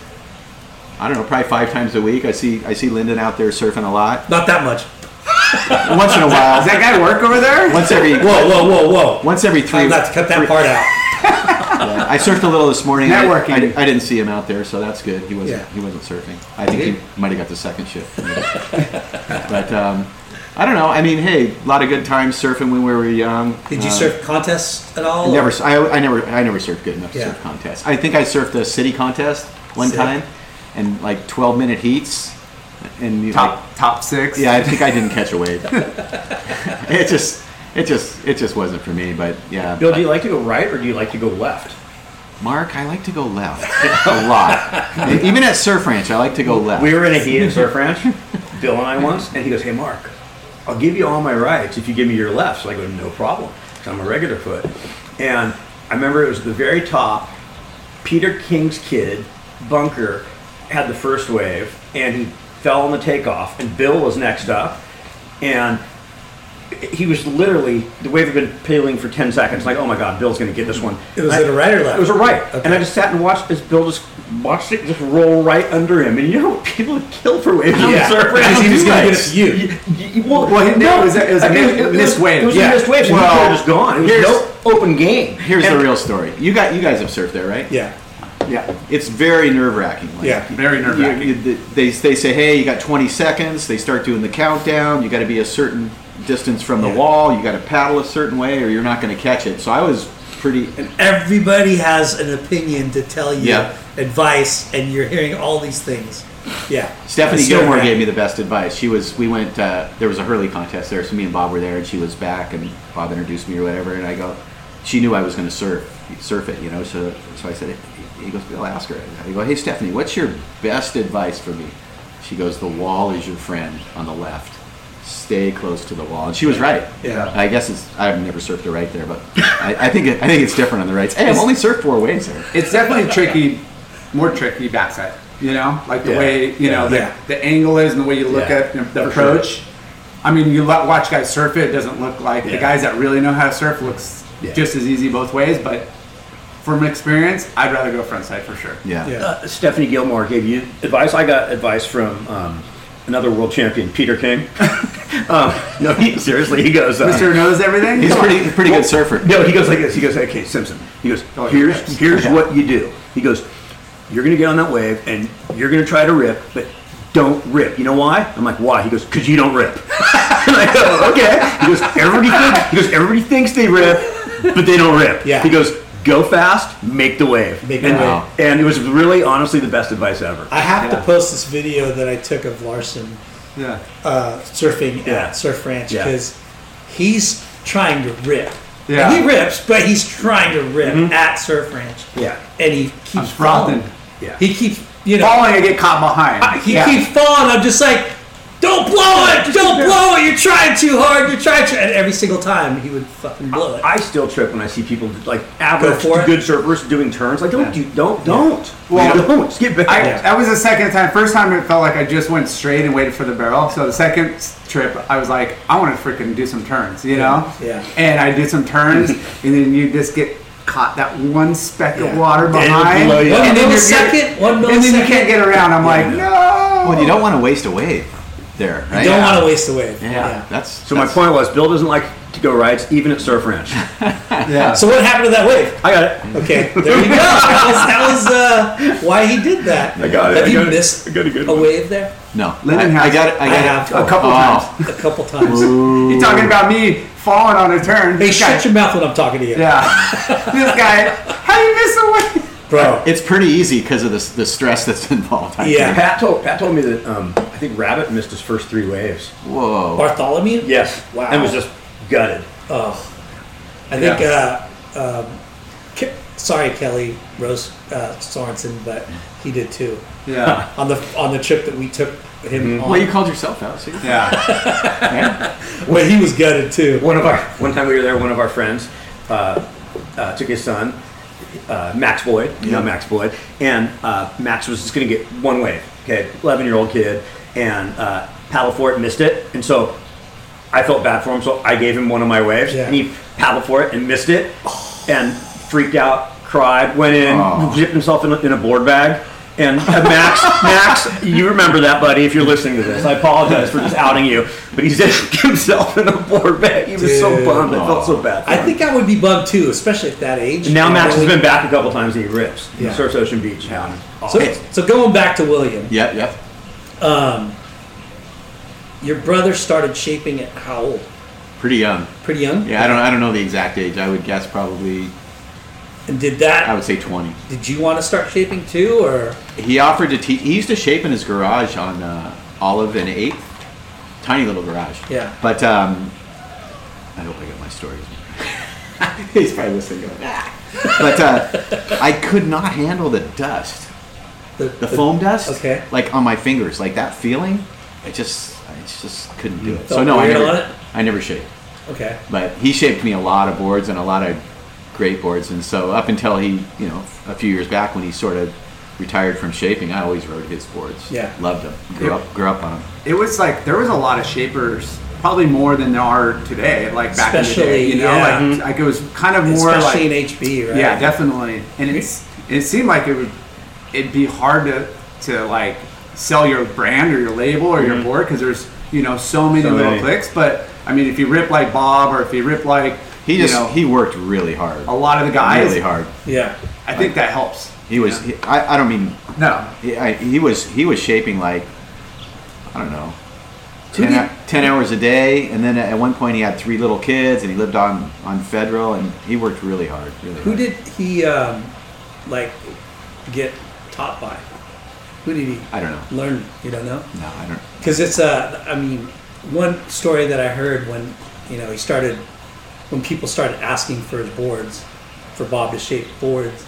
[SPEAKER 5] I don't know, probably five times a week. I see I see Lyndon out there surfing a lot.
[SPEAKER 9] Not that much.
[SPEAKER 5] Once in a
[SPEAKER 3] Does
[SPEAKER 5] while,
[SPEAKER 3] that guy work over there?
[SPEAKER 5] once every
[SPEAKER 9] Whoa, whoa, whoa, whoa.
[SPEAKER 5] once every three.
[SPEAKER 9] I'm about to cut that part out.
[SPEAKER 5] Yeah, I surfed a little this morning. I-
[SPEAKER 3] Networking.
[SPEAKER 5] I, I didn't see him out there, so that's good. He wasn't.
[SPEAKER 9] Yeah.
[SPEAKER 5] He wasn't surfing. I think he might have got the second shift. but um, I don't know. I mean, hey, a lot of good times surfing when we were young.
[SPEAKER 9] Did you
[SPEAKER 5] Uh,
[SPEAKER 9] surf contests at all?
[SPEAKER 5] I never. I, I never. I never surfed good enough to
[SPEAKER 9] Yeah.
[SPEAKER 5] surf contests. I think I surfed a city contest one
[SPEAKER 9] Sick.
[SPEAKER 5] time, and like twelve minute heats, and you, like,
[SPEAKER 3] Top top six.
[SPEAKER 5] yeah, I think I didn't catch a wave. it just. It just. It just wasn't for me. But yeah.
[SPEAKER 4] Bill, do you like to go right or do you like to go left?
[SPEAKER 5] Mark, I like to go left a lot. Even at Surf Ranch, I like to go left.
[SPEAKER 4] We were in a heat at Surf Ranch, Bill and I once, and he goes, "Hey, Mark, I'll give you all my rights if you give me your left." So I go, "No problem, 'cause I'm a regular foot." And I remember it was the very top. Peter King's kid, Bunker, had the first wave, and he fell on the takeoff, and Bill was next up, and he was literally the wave had been peeling for ten seconds. Like, oh my God, Bill's going to get this one.
[SPEAKER 9] It was
[SPEAKER 4] And I-
[SPEAKER 9] at a right or left?
[SPEAKER 4] It was a right,
[SPEAKER 9] Okay.
[SPEAKER 4] and I just sat and watched as Bill just watched it just roll right under him. And you know, people kill for waves on the
[SPEAKER 9] Yeah.
[SPEAKER 4] surf
[SPEAKER 9] Because he was gonna get it to you.
[SPEAKER 4] you. Well,
[SPEAKER 3] Well, he- no, it was a- it was a
[SPEAKER 4] I mean,
[SPEAKER 3] mi- missed wave.
[SPEAKER 4] It was
[SPEAKER 3] Yeah.
[SPEAKER 4] a missed wave. So
[SPEAKER 3] Well,
[SPEAKER 4] well, could have just gone. It was
[SPEAKER 5] here's-
[SPEAKER 4] no open game.
[SPEAKER 5] Here's
[SPEAKER 4] And
[SPEAKER 5] the real story. You got you guys have surfed there, right?
[SPEAKER 9] Yeah.
[SPEAKER 3] Yeah.
[SPEAKER 5] It's very nerve wracking. Like,
[SPEAKER 9] Yeah,
[SPEAKER 3] very
[SPEAKER 5] you-
[SPEAKER 3] nerve-wracking.
[SPEAKER 5] you- They, they say, hey, you got 20 seconds. They start doing the countdown. You got to be a certain distance from the wall. You got to paddle a certain way, or you're not going to catch it. So I was pretty.
[SPEAKER 9] Everybody has an opinion to tell you
[SPEAKER 5] Yeah.
[SPEAKER 9] advice, and you're hearing all these things. Yeah.
[SPEAKER 5] Stephanie
[SPEAKER 9] It's so
[SPEAKER 5] Gilmore
[SPEAKER 9] rad.
[SPEAKER 5] gave me the best advice. She was, we went, uh, there was a Hurley contest there, so me and Bob were there, and she was back, and Bob introduced me or whatever, and I go, she knew I was going to surf, surf it, you know, so, so I said, he goes, Bill, ask her. I go, hey, Stephanie, what's your best advice for me? She goes, the wall is your friend on the left. Stay close to the wall, and she was right.
[SPEAKER 9] Yeah.
[SPEAKER 5] I guess it's. I've never surfed a right there, but I, I think it, I think it's different on the rights. Hey, I've only surfed four waves there.
[SPEAKER 3] It's definitely tricky, more tricky backside. You know, like the
[SPEAKER 5] Yeah.
[SPEAKER 3] way you know the,
[SPEAKER 9] Yeah.
[SPEAKER 3] the angle is and the way you look
[SPEAKER 5] Yeah.
[SPEAKER 3] at the, the approach. I mean, you lo- watch guys surf it; it doesn't look like the
[SPEAKER 5] Yeah.
[SPEAKER 3] guys that really know how to surf looks
[SPEAKER 5] Yeah.
[SPEAKER 3] just as easy both ways. But from experience, I'd rather go frontside for sure.
[SPEAKER 5] Yeah.
[SPEAKER 9] Yeah.
[SPEAKER 4] uh, Stephanie Gilmore gave you advice. I got advice from um, another world champion, Peter King. um, no, he, seriously, he goes, uh,
[SPEAKER 3] Mister knows everything.
[SPEAKER 5] He's
[SPEAKER 3] Come on.
[SPEAKER 5] pretty pretty good surfer.
[SPEAKER 4] No, he goes like this. He goes, okay, Simpson. He goes,
[SPEAKER 3] Oh,
[SPEAKER 4] here's
[SPEAKER 3] yes.
[SPEAKER 4] here's
[SPEAKER 5] Yeah.
[SPEAKER 4] what you do. He goes, you're gonna get on that wave and you're gonna try to rip, but don't rip. You know why? I'm like, why? He goes, cause you don't rip. and I go, okay. He goes, everybody thinks, he goes, everybody thinks they rip, but they don't rip.
[SPEAKER 9] Yeah.
[SPEAKER 4] He goes, go fast, make the wave.
[SPEAKER 9] Make the
[SPEAKER 4] and,
[SPEAKER 5] wave.
[SPEAKER 4] And it was really, honestly, the best advice ever.
[SPEAKER 9] I have to
[SPEAKER 3] Yeah.
[SPEAKER 9] post this video that I took of Larson
[SPEAKER 3] Yeah.
[SPEAKER 9] uh, surfing
[SPEAKER 4] Yeah.
[SPEAKER 9] at Surf Ranch
[SPEAKER 4] Yeah.
[SPEAKER 9] because he's trying to rip.
[SPEAKER 3] Yeah.
[SPEAKER 9] And he rips, but he's trying to rip at Surf Ranch.
[SPEAKER 4] Yeah.
[SPEAKER 9] And he keeps falling.
[SPEAKER 3] frothing. Uh,
[SPEAKER 4] Yeah.
[SPEAKER 9] He keeps, you know,
[SPEAKER 3] Falling, I get caught behind.
[SPEAKER 9] he
[SPEAKER 3] Yeah.
[SPEAKER 9] keeps falling. I'm just like, don't blow it! Don't blow it! You're trying too hard. You're trying too. And every single time he would fucking blow it.
[SPEAKER 4] I still trip when I see people like average
[SPEAKER 9] for it.
[SPEAKER 4] good surfers doing turns. Like, don't do, don't, don't.
[SPEAKER 3] Well,
[SPEAKER 4] don't. Get back.
[SPEAKER 3] I, That was the second time. First time it felt like I just went straight and waited for the barrel. So the second s- trip, I was like, I want to freaking do some turns, you know?
[SPEAKER 9] yeah.
[SPEAKER 3] And I did some turns, and then you just get caught that one speck
[SPEAKER 9] Yeah.
[SPEAKER 3] of water
[SPEAKER 4] it'll
[SPEAKER 3] behind.
[SPEAKER 4] blow you
[SPEAKER 9] One
[SPEAKER 4] up.
[SPEAKER 3] and then you're-
[SPEAKER 9] millisecond, one millisecond.
[SPEAKER 3] And then you can't get around. I'm like, no.
[SPEAKER 5] Well, you don't want to waste a wave there, right?
[SPEAKER 9] You don't want to waste the wave.
[SPEAKER 5] Yeah, that's
[SPEAKER 4] So my
[SPEAKER 5] that's-
[SPEAKER 4] point was, Bill doesn't like to go rides, even at Surf Ranch.
[SPEAKER 3] Yeah.
[SPEAKER 9] So what happened to that wave?
[SPEAKER 4] I got it.
[SPEAKER 9] Okay, there you go. That was, that was uh, why he did that. I
[SPEAKER 4] got it.
[SPEAKER 9] Have
[SPEAKER 4] I
[SPEAKER 9] you
[SPEAKER 4] got it.
[SPEAKER 9] missed
[SPEAKER 4] I got a good
[SPEAKER 9] a
[SPEAKER 4] one.
[SPEAKER 9] wave there?
[SPEAKER 5] No,
[SPEAKER 3] Lyndon
[SPEAKER 5] I, I
[SPEAKER 3] has-
[SPEAKER 5] got it. I got
[SPEAKER 9] I
[SPEAKER 5] it. Oh.
[SPEAKER 9] have
[SPEAKER 3] a couple
[SPEAKER 4] Uh,
[SPEAKER 3] times.
[SPEAKER 9] a couple times.
[SPEAKER 3] You're talking about me falling on a turn.
[SPEAKER 9] Hey,
[SPEAKER 3] This guy-
[SPEAKER 9] shut your mouth when I'm talking to you.
[SPEAKER 3] Yeah. this guy, how do you miss a wave?
[SPEAKER 9] Bro.
[SPEAKER 5] It's pretty easy because of the, s- the stress that's involved. I
[SPEAKER 4] Yeah,
[SPEAKER 5] think.
[SPEAKER 4] Pat told Pat told me that um, I think Rabbit missed his first three waves.
[SPEAKER 5] Whoa,
[SPEAKER 9] Bartholomew?
[SPEAKER 4] Yes,
[SPEAKER 9] Wow.
[SPEAKER 4] and was just gutted.
[SPEAKER 9] Oh, I think.
[SPEAKER 4] Yeah.
[SPEAKER 9] Uh, um, Ke- sorry, Kelly Rose uh, Sorensen, but he did too.
[SPEAKER 5] Yeah.
[SPEAKER 9] on the on the trip that we took
[SPEAKER 4] Mm-hmm.
[SPEAKER 9] him. on.
[SPEAKER 5] Well, you called yourself out. So
[SPEAKER 3] yeah.
[SPEAKER 9] Well, he was gutted too.
[SPEAKER 4] One of our one time we were there, one of our friends uh, uh, took his son, uh, Max Boyd, you know
[SPEAKER 5] Yeah.
[SPEAKER 4] Max Boyd, and uh, Max was just going to get one wave. Okay, eleven year old kid, and uh, paddle for it, missed it, and so I felt bad for him, so I gave him one of my waves,
[SPEAKER 9] Yeah.
[SPEAKER 4] and he paddled for it and missed it, and freaked out, cried, went in,
[SPEAKER 5] Oh.
[SPEAKER 4] zipped himself in a, in a board bag. And uh, Max, Max, you remember that, buddy? If you're listening to this, I apologize for just outing you, but he zipped himself in a board bag. He was so
[SPEAKER 9] Dude.
[SPEAKER 4] bummed. I felt so bad. for
[SPEAKER 9] I
[SPEAKER 4] him.
[SPEAKER 9] think I would be bummed too, especially at that age.
[SPEAKER 4] And now
[SPEAKER 9] And
[SPEAKER 4] Max has
[SPEAKER 9] really-
[SPEAKER 4] been back a couple times. and He rips. He
[SPEAKER 9] Yeah.
[SPEAKER 4] Surfs Ocean Beach. Oh, Yeah.
[SPEAKER 9] So, so going back to William,
[SPEAKER 5] Yep, yep.
[SPEAKER 9] your brother started shaping at how old?
[SPEAKER 5] Pretty young.
[SPEAKER 9] Pretty young.
[SPEAKER 5] Yeah, I don't. I don't know the exact age. I would guess probably.
[SPEAKER 9] And did
[SPEAKER 5] I
[SPEAKER 9] that?
[SPEAKER 5] would say twenty.
[SPEAKER 9] Did you want to start shaping too, or
[SPEAKER 5] He offered to teach. He used to shape in his garage on uh, Olive and Eighth, tiny little garage.
[SPEAKER 9] Yeah.
[SPEAKER 5] But um, I hope I get my stories. He's probably listening. Going, "Ah." but uh, I could not handle the dust, the foam dust.
[SPEAKER 9] Okay.
[SPEAKER 5] Like on my fingers, like that feeling. I just, I just couldn't do it. So
[SPEAKER 9] felt
[SPEAKER 5] no, I
[SPEAKER 9] weird
[SPEAKER 5] never,
[SPEAKER 9] on it?
[SPEAKER 5] I never shaped.
[SPEAKER 9] Okay.
[SPEAKER 5] but he shaped me a lot of boards and a lot of great boards and so up until he you know a few years back when he sort of retired from shaping i always rode his boards
[SPEAKER 9] Yeah.
[SPEAKER 5] loved them grew up grew up on them
[SPEAKER 3] It was like there was a lot of shapers, probably more than there are today. Like back in the day,
[SPEAKER 9] Especially,
[SPEAKER 3] you know,
[SPEAKER 9] yeah.
[SPEAKER 3] like, like it was kind of more like
[SPEAKER 9] especially in HB, right?
[SPEAKER 3] Yeah, definitely. And it's it seemed like it would it'd be hard to to like sell your brand or your label or your board because there's you know so many
[SPEAKER 4] So
[SPEAKER 3] little
[SPEAKER 4] many.
[SPEAKER 3] clicks. But I mean, if you rip like Bob or if you rip like
[SPEAKER 5] he
[SPEAKER 3] you
[SPEAKER 5] just
[SPEAKER 3] know,
[SPEAKER 5] he worked really hard
[SPEAKER 3] a lot of the guys,
[SPEAKER 5] really hard
[SPEAKER 9] Yeah.
[SPEAKER 3] I think that helps.
[SPEAKER 5] he was he, I, I don't mean
[SPEAKER 3] No,
[SPEAKER 5] he, I, he was he was shaping like i don't know 10,
[SPEAKER 4] did-
[SPEAKER 5] hou- 10 hours a day and then at one point he had three little kids and he lived on on federal and he worked really hard really
[SPEAKER 9] Who
[SPEAKER 5] hard.
[SPEAKER 9] did he um, like get taught by? Who did he
[SPEAKER 5] i don't know
[SPEAKER 9] learn? You don't know.
[SPEAKER 5] no i don't
[SPEAKER 9] Because it's uh, I mean, one story that I heard when you know he started, when people started asking for his boards, for Bob to shape boards,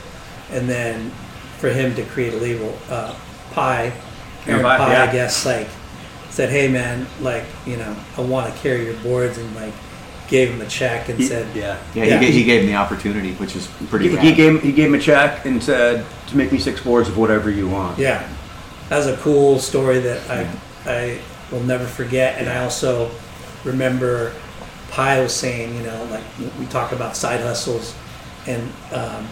[SPEAKER 9] and then for him to create a label, uh, Pie, Aaron
[SPEAKER 4] Pye,
[SPEAKER 9] Pie,
[SPEAKER 4] yeah.
[SPEAKER 9] I guess, like said, hey man, like you know, I want to carry your boards, and like gave him a check and said,
[SPEAKER 4] yeah.
[SPEAKER 5] Yeah,
[SPEAKER 9] Yeah.
[SPEAKER 5] He, gave, he gave him the opportunity, which is pretty.
[SPEAKER 4] He,
[SPEAKER 5] rad.
[SPEAKER 4] he gave he gave him a check and said to make me six boards of whatever you want.
[SPEAKER 9] Yeah, that was a cool story that I I will never forget, and I also remember Pi was saying, you know, like we talk about side hustles, and um,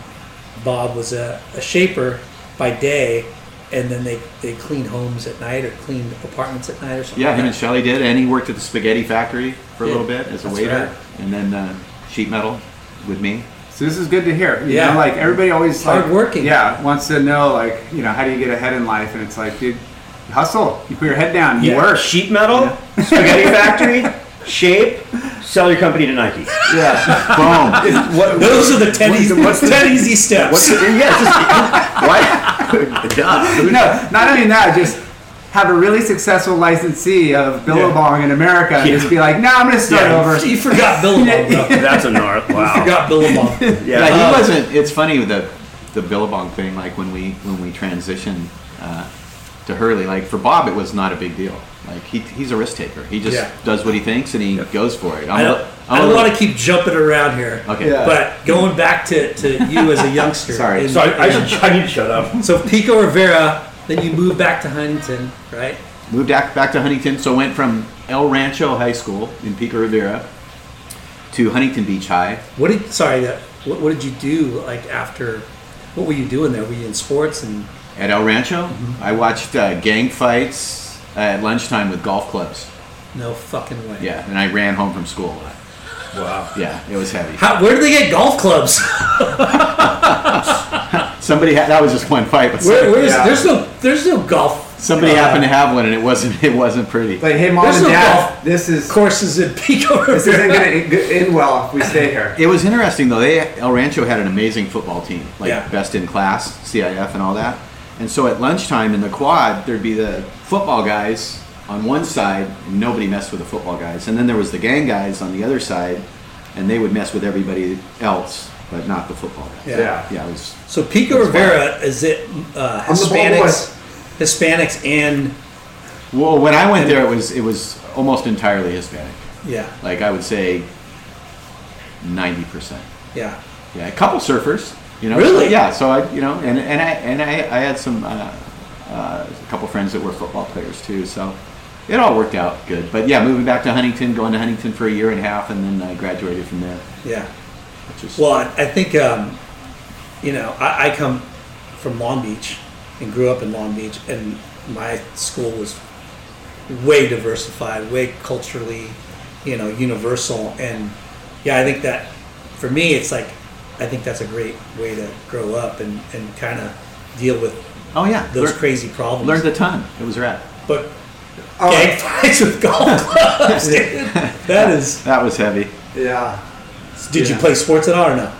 [SPEAKER 9] Bob was a, a shaper by day, and then they they cleaned homes at night or cleaned apartments at night or something.
[SPEAKER 5] yeah,
[SPEAKER 9] like
[SPEAKER 5] him
[SPEAKER 9] that.
[SPEAKER 5] and Shelly did, and he worked at the spaghetti factory for a
[SPEAKER 9] Yeah,
[SPEAKER 5] little bit as a
[SPEAKER 9] that's
[SPEAKER 5] waiter,
[SPEAKER 9] right.
[SPEAKER 5] and then uh, sheet metal with me.
[SPEAKER 3] so this is good to hear. You
[SPEAKER 9] Yeah.
[SPEAKER 3] know, like everybody always like,
[SPEAKER 9] Hardworking.
[SPEAKER 3] Yeah, wants to know like you know how do you get ahead in life, and it's like dude, you hustle. You put your head down. You work.
[SPEAKER 4] Sheet metal, spaghetti factory, shape, sell your company to Nike.
[SPEAKER 5] Yeah, boom.
[SPEAKER 4] What?
[SPEAKER 9] Those are the ten
[SPEAKER 4] What's
[SPEAKER 9] easy,
[SPEAKER 4] the- what's the-
[SPEAKER 9] ten easy steps.
[SPEAKER 4] What's the, yeah, it's just, what? Duh.
[SPEAKER 3] no, not only that, just have a really successful licensee of Billabong in America and
[SPEAKER 4] Yeah.
[SPEAKER 3] just be like, no, I'm going to start
[SPEAKER 4] Yeah.
[SPEAKER 3] over.
[SPEAKER 9] you forgot Billabong. Bro. You
[SPEAKER 4] That's a narc. Wow.
[SPEAKER 9] forgot Billabong.
[SPEAKER 5] yeah,
[SPEAKER 4] Yeah.
[SPEAKER 5] he wasn't. It's funny with the the Billabong thing. Like when we when we transitioned uh, to Hurley, like for Bob, it was not a big deal. Like he, he's a risk taker. He just
[SPEAKER 9] Yeah.
[SPEAKER 5] does what he thinks and he goes for it. I'm
[SPEAKER 9] I
[SPEAKER 5] a-
[SPEAKER 9] don't,
[SPEAKER 5] I'm
[SPEAKER 9] I
[SPEAKER 5] a
[SPEAKER 9] don't
[SPEAKER 5] little-
[SPEAKER 9] want to keep jumping around here.
[SPEAKER 5] Okay.
[SPEAKER 3] Yeah.
[SPEAKER 9] But going back to, to you as a youngster.
[SPEAKER 5] Sorry.
[SPEAKER 9] in-
[SPEAKER 4] So I, I, should, I need to shut up.
[SPEAKER 9] so Pico Rivera, then you move back to Huntington, right?
[SPEAKER 5] Moved back, back to Huntington, so went from El Rancho High School in Pico Rivera to Huntington Beach High.
[SPEAKER 9] What did sorry that what, what did you do like after? What were you doing there? Were you in sports and
[SPEAKER 5] At El Rancho,
[SPEAKER 9] Mm-hmm.
[SPEAKER 5] I watched uh, gang fights at lunchtime with golf clubs.
[SPEAKER 9] no fucking way?
[SPEAKER 5] Yeah, and I ran home from school. a lot.
[SPEAKER 4] Wow.
[SPEAKER 5] Yeah, it was heavy.
[SPEAKER 9] How, where do they get golf clubs?
[SPEAKER 5] Somebody had that was just one fight, but
[SPEAKER 9] Where, where's,
[SPEAKER 5] yeah.
[SPEAKER 9] There's no there's no golf
[SPEAKER 5] Somebody
[SPEAKER 3] Uh,
[SPEAKER 5] happened to have one, and it wasn't it wasn't pretty.
[SPEAKER 3] Like, hey, mom
[SPEAKER 9] There's
[SPEAKER 3] and
[SPEAKER 9] no
[SPEAKER 3] dad, this is
[SPEAKER 9] courses in Pico
[SPEAKER 3] this isn't gonna end good- end well if we stay here.
[SPEAKER 5] It was interesting though. They El Rancho had an amazing football team, like
[SPEAKER 3] Yeah.
[SPEAKER 5] best in class, CIF and all that. And so at lunchtime in the quad, there'd be the football guys on one side, and nobody messed with the football guys. And then there was the gang guys on the other side, and they would mess with everybody else, but not the football guys.
[SPEAKER 9] Yeah. Yeah.
[SPEAKER 5] yeah. It was
[SPEAKER 1] So Pico
[SPEAKER 5] That's
[SPEAKER 1] Rivera is it uh,
[SPEAKER 3] I'm the ball
[SPEAKER 1] Hispanics, Hispanics and
[SPEAKER 5] well when I went there. It was it was almost entirely Hispanic.
[SPEAKER 9] Yeah,
[SPEAKER 5] Like I would say, ninety percent.
[SPEAKER 9] yeah.
[SPEAKER 5] Yeah, a couple surfers. You know,
[SPEAKER 9] Really?
[SPEAKER 5] So, yeah. So I, you know, and, and I and I, I had some uh, uh, a couple friends that were football players too. So it all worked out good. But yeah, moving back to Huntington, going to Huntington for a year and a half, and then I graduated from there.
[SPEAKER 9] Yeah.
[SPEAKER 5] Which is,
[SPEAKER 9] Well, I I think um, you know I, I come from Long Beach and grew up in Long Beach, and my school was way diversified, way culturally, you know, universal. And yeah, I think that for me, it's like I think that's a great way to grow up and, and kind of deal with
[SPEAKER 5] oh yeah,
[SPEAKER 9] those
[SPEAKER 5] learned,
[SPEAKER 9] crazy problems.
[SPEAKER 5] learned a ton. It was rad.
[SPEAKER 9] but gang fights with golf clubs, dude. That is.
[SPEAKER 5] That was heavy.
[SPEAKER 3] Yeah.
[SPEAKER 9] Did you
[SPEAKER 3] Yeah.
[SPEAKER 9] play sports at all or no?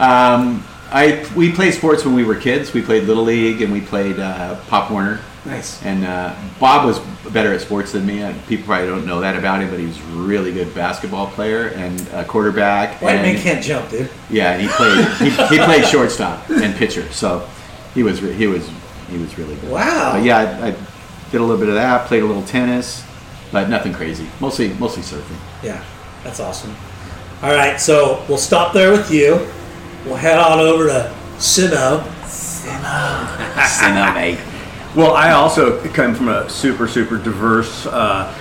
[SPEAKER 5] Um, I we played sports when we were kids. We played little league and we played uh, Pop Warner.
[SPEAKER 9] Nice.
[SPEAKER 5] And uh, Bob was better at sports than me. Uh, People probably don't know that about him, but he was a really good basketball player and a quarterback.
[SPEAKER 9] White
[SPEAKER 5] and,
[SPEAKER 9] man can't jump, dude.
[SPEAKER 5] Yeah, and he played he, he played shortstop and pitcher. So he was re- he was he was really good.
[SPEAKER 9] Wow.
[SPEAKER 5] But yeah, I, I did a little bit of that. Played a little tennis, but nothing crazy. Mostly mostly surfing.
[SPEAKER 9] Yeah, that's awesome. All right, so we'll stop there with you. We'll head on over to Sino.
[SPEAKER 4] Well, I also come from a super, super diverse, uh,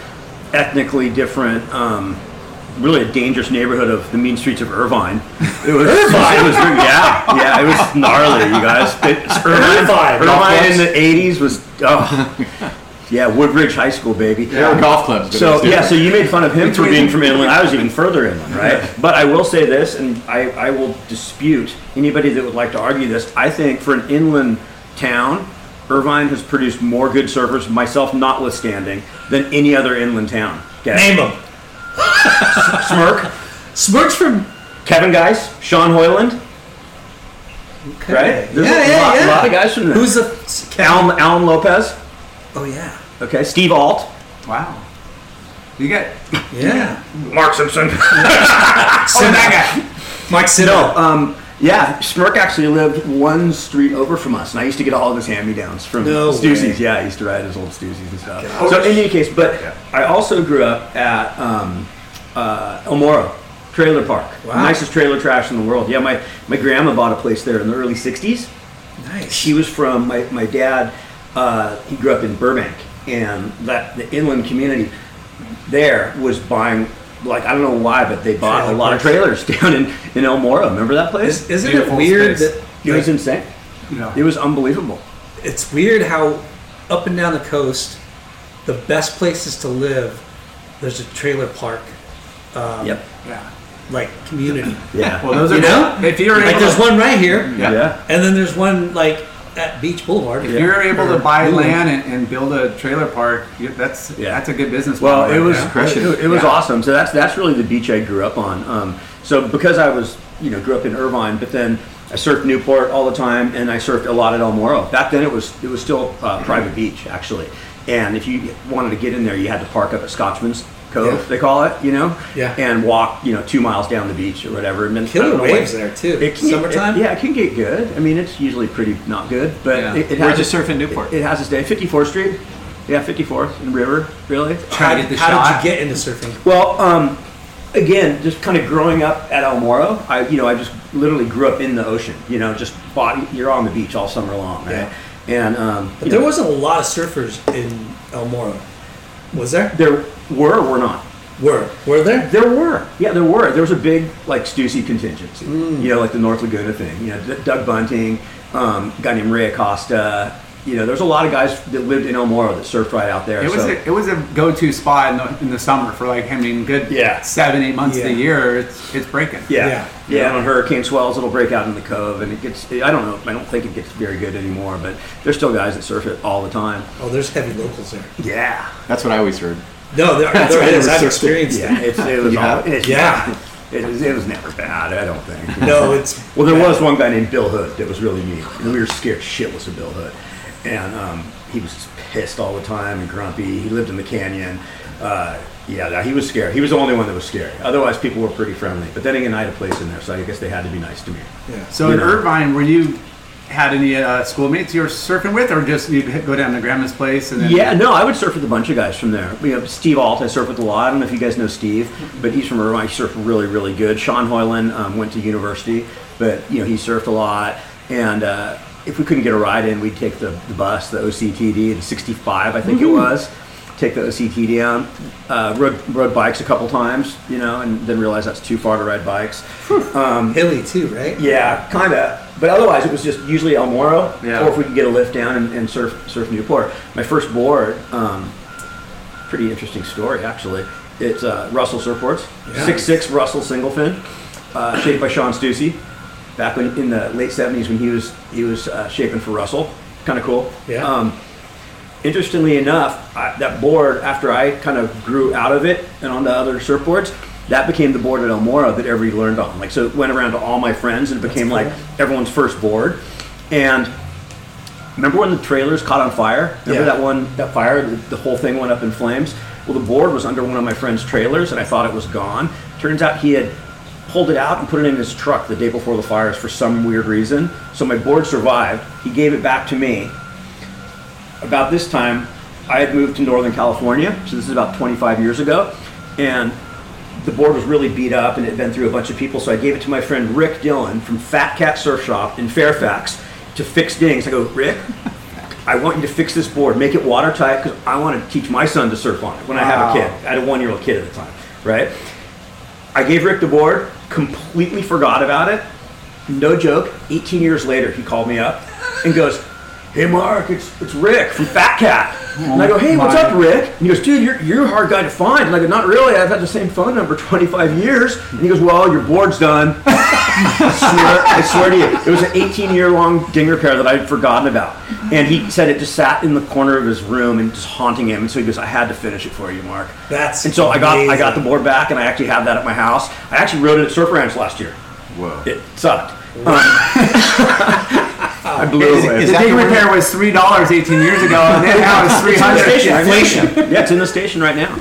[SPEAKER 4] ethnically different, um, really a dangerous neighborhood of the mean streets of Irvine. It was, Irvine? It was, yeah, yeah, it was gnarly, you guys. It- it's Irvine,
[SPEAKER 9] Irvine.
[SPEAKER 4] Irvine in the 80s was, oh, yeah, Woodbridge High School, baby.
[SPEAKER 5] There were golf clubs. but it was
[SPEAKER 4] So yeah,
[SPEAKER 5] different.
[SPEAKER 4] so you made fun of him for being from inland. I was even further inland, right? But I will say this, and I, I will dispute anybody that would like to argue this. I think for an inland town, Irvine has produced more good surfers, myself notwithstanding, than any other inland town. Okay.
[SPEAKER 9] Name them.
[SPEAKER 4] Smirk,
[SPEAKER 9] Smirks from.
[SPEAKER 4] Kevin Geis, Sean Hoyland, right? There's
[SPEAKER 9] Yeah,
[SPEAKER 4] a
[SPEAKER 9] yeah,
[SPEAKER 4] lot,
[SPEAKER 9] yeah.
[SPEAKER 4] lot of guys from there.
[SPEAKER 9] Who's the.
[SPEAKER 4] Alan, Alan Lopez?
[SPEAKER 9] Oh, yeah.
[SPEAKER 4] Okay, Steve Alt,
[SPEAKER 3] Wow. You got
[SPEAKER 9] Yeah.
[SPEAKER 4] Mark Simpson.
[SPEAKER 9] Mike Sino.
[SPEAKER 4] No, um, yeah, Smirk actually lived one street over from us, and I used to get all of his hand-me-downs from
[SPEAKER 9] No
[SPEAKER 4] Stussy's.
[SPEAKER 9] way.
[SPEAKER 4] Yeah, I used to ride his old Stussy's and stuff. So in any case, but I also grew up at um, uh, El Moro Trailer Park,
[SPEAKER 9] Wow.
[SPEAKER 4] nicest trailer trash in the world. Yeah, my my grandma bought a place there in the early '60s
[SPEAKER 9] Nice.
[SPEAKER 4] she was from my, my dad uh, he grew up in burbank and that the inland community there was buying like i don't know why but they bought a
[SPEAKER 9] Trailer
[SPEAKER 4] lot of trailers down in, in el moro remember that place
[SPEAKER 9] Is, isn't it
[SPEAKER 3] Beautiful
[SPEAKER 9] weird
[SPEAKER 3] space.
[SPEAKER 9] that.
[SPEAKER 4] it was insane
[SPEAKER 3] you know
[SPEAKER 4] it was unbelievable
[SPEAKER 9] It's weird how up and down the coast, the best places to live, there's a trailer park,
[SPEAKER 4] yep
[SPEAKER 3] yeah.
[SPEAKER 9] like community.
[SPEAKER 4] yeah
[SPEAKER 3] Well, those are
[SPEAKER 9] You know?
[SPEAKER 3] if you're
[SPEAKER 9] Like
[SPEAKER 3] able
[SPEAKER 9] there's
[SPEAKER 3] to,
[SPEAKER 9] one right here,
[SPEAKER 4] yeah,
[SPEAKER 9] and then there's one like at Beach Boulevard.
[SPEAKER 3] if you're able to buy
[SPEAKER 9] Or-
[SPEAKER 3] land and, and build a trailer park, you, that's
[SPEAKER 4] Yeah.
[SPEAKER 3] that's a good business.
[SPEAKER 4] Well,
[SPEAKER 3] model
[SPEAKER 4] it
[SPEAKER 3] right
[SPEAKER 4] was
[SPEAKER 3] there.
[SPEAKER 5] Impressive.
[SPEAKER 4] it, it was
[SPEAKER 3] Yeah.
[SPEAKER 4] awesome. So that's that's really the beach I grew up on. Um, so because I was you know grew up in Irvine, but then I surfed Newport all the time, and I surfed a lot at El Moro. Back then, it was it was still uh, private beach actually, and if you wanted to get in there, you had to park up at Scotchman's Cove,
[SPEAKER 9] Yeah.
[SPEAKER 4] they call it, you know,
[SPEAKER 9] Yeah.
[SPEAKER 4] and walk you know two miles down the beach or whatever. And then I
[SPEAKER 9] Killer
[SPEAKER 4] don't know
[SPEAKER 9] waves
[SPEAKER 4] why-
[SPEAKER 9] there, too.
[SPEAKER 4] It can-
[SPEAKER 9] Summertime?
[SPEAKER 4] it- yeah, it can get good. I mean, it's usually pretty not good, but
[SPEAKER 3] Yeah.
[SPEAKER 4] it, it
[SPEAKER 5] Where'd
[SPEAKER 4] has
[SPEAKER 5] you
[SPEAKER 4] its-
[SPEAKER 5] surf in Newport?
[SPEAKER 4] It, it has its day. 54th Street. Yeah, 54th and River, really.
[SPEAKER 3] Try to
[SPEAKER 9] How-
[SPEAKER 3] get the
[SPEAKER 9] how
[SPEAKER 3] shot.
[SPEAKER 9] did you get into surfing?
[SPEAKER 4] Well, um, again, just kind of growing up at El Moro, I you know I just literally grew up in the ocean. You know, just body. You're on the beach all summer long, right? And um,
[SPEAKER 9] But
[SPEAKER 4] you
[SPEAKER 9] there
[SPEAKER 4] know,
[SPEAKER 9] wasn't a lot of surfers in El Moro, was there?
[SPEAKER 4] there were or were not.
[SPEAKER 9] Were were there?
[SPEAKER 4] There were, yeah, there were. There was a big like Stussy contingency,
[SPEAKER 3] Mm.
[SPEAKER 4] you know, like the North Laguna thing. You know, D- Doug Bunting, um, a guy named Ray Acosta, you know, there's a lot of guys that lived in El Moro that surfed right out there.
[SPEAKER 3] It was
[SPEAKER 4] so-
[SPEAKER 3] a, it was a go to spot in the, in the summer for like I mean good
[SPEAKER 4] Yeah.
[SPEAKER 3] seven eight months of
[SPEAKER 4] Yeah.
[SPEAKER 3] the year. It's it's breaking.
[SPEAKER 4] Yeah. Yeah. and on hurricane swells, it'll break out in the cove, and it gets. I don't know. I don't think it gets very good anymore, but there's still guys that surf it all the time.
[SPEAKER 9] Oh, there's heavy locals there.
[SPEAKER 4] Yeah.
[SPEAKER 5] That's what I always heard.
[SPEAKER 9] No, there,
[SPEAKER 5] That's
[SPEAKER 9] there
[SPEAKER 5] right, it
[SPEAKER 9] is.
[SPEAKER 5] was
[SPEAKER 9] I've
[SPEAKER 5] so-
[SPEAKER 9] experienced
[SPEAKER 4] Yeah,
[SPEAKER 9] that.
[SPEAKER 4] it's, it was
[SPEAKER 5] You
[SPEAKER 4] all,
[SPEAKER 5] have?
[SPEAKER 4] it's,
[SPEAKER 9] Yeah.
[SPEAKER 4] It was, it was never bad, I don't think.
[SPEAKER 9] No, it's-
[SPEAKER 4] Well, there was one guy named Bill Hood that was really mean, and we were scared shitless of Bill Hood, and um, he was pissed all the time and grumpy. He lived in the canyon. Uh, yeah, no, he was scared. He was the only one that was scared. Otherwise, people were pretty friendly. But then again, I had a place in there, so I guess they had to be nice to me.
[SPEAKER 9] Yeah.
[SPEAKER 3] So
[SPEAKER 4] You
[SPEAKER 3] in
[SPEAKER 4] know.
[SPEAKER 3] Irvine, were you had any uh, schoolmates you were surfing with, or just you would go down to grandma's place and then
[SPEAKER 4] Yeah, no, I would surf with a bunch of guys from there. You know, Steve Alt, I surf with a lot. I don't know if you guys know Steve, but he's from Irvine. He surfed really, really good. Sean Hoyland um, went to university, but you know he surfed a lot. And uh, if we couldn't get a ride in, we'd take the, the bus, the OCTD, and 65, I think it was. Take the OCTD down. Uh, rode, rode bikes a couple times, you know, and then realized that's too far to ride bikes.
[SPEAKER 9] Hilly too, right?
[SPEAKER 4] Yeah, kind of. But otherwise, it was just usually El Moro,
[SPEAKER 3] Yeah.
[SPEAKER 4] or if we could get a lift down and, and surf surf Newport. My first board, um, pretty interesting story actually. It's uh, Russell surfboards, six six Russell single fin, uh, shaped by Sean Stussy. Back when, in the late seventies, when he was he was uh, shaping for Russell, kind of cool.
[SPEAKER 9] Yeah.
[SPEAKER 4] Um, interestingly enough, I, that board after I kind of grew out of it and on the other surfboards, that became the board at El Moro that everybody learned on. Like so, it went around to all my friends and it became like everyone's first board. And remember when the trailers caught on fire? Remember
[SPEAKER 9] Yeah.
[SPEAKER 4] that one that fire? The, the whole thing went up in flames. Well, the board was under one of my friend's trailers, and I thought it was gone. Turns out he had pulled it out and put it in his truck the day before the fires for some weird reason. So my board survived. He gave it back to me about this time, I had moved to Northern California, so this is about 25 years ago, and the board was really beat up and it had been through a bunch of people. So I gave it to my friend Rick Dillon from Fat Cat Surf Shop in Fairfax to fix dings. I go, Rick, I want you to fix this board, make it watertight, because I want to teach my son to surf on it when I have a kid. I had a one-year-old kid at the time, right? I gave Rick the board, completely forgot about it. No joke. 18 years later, he called me up and goes, "Hey Mark, it's it's Rick from Fat Cat." and I go, "Hey, what's
[SPEAKER 3] my.
[SPEAKER 4] up, Rick?" And he goes, "Dude, you're you're a hard guy to find." And I go, "Not really. I've had the same phone number 25 years." And he goes, "Well, your board's done." I swear, I swear to you, it was an 18 year long ding repair that I'd forgotten about. And he said it just sat in the corner of his room and just haunting him. And so he goes, I had to finish it for you, Mark.
[SPEAKER 9] That's
[SPEAKER 4] and so I got I got the
[SPEAKER 9] amazing.
[SPEAKER 4] board back, and I actually have that at my house. I actually rode it at Surf Ranch last year.
[SPEAKER 5] Whoa.
[SPEAKER 4] It sucked. Um, I blew
[SPEAKER 3] Is,
[SPEAKER 4] away.
[SPEAKER 3] the
[SPEAKER 5] that
[SPEAKER 3] big
[SPEAKER 5] the one-
[SPEAKER 3] repair was three dollars eighteen years ago, and then now it's three
[SPEAKER 4] It's in the
[SPEAKER 3] hundred.
[SPEAKER 4] station. yeah, it's in the station right now.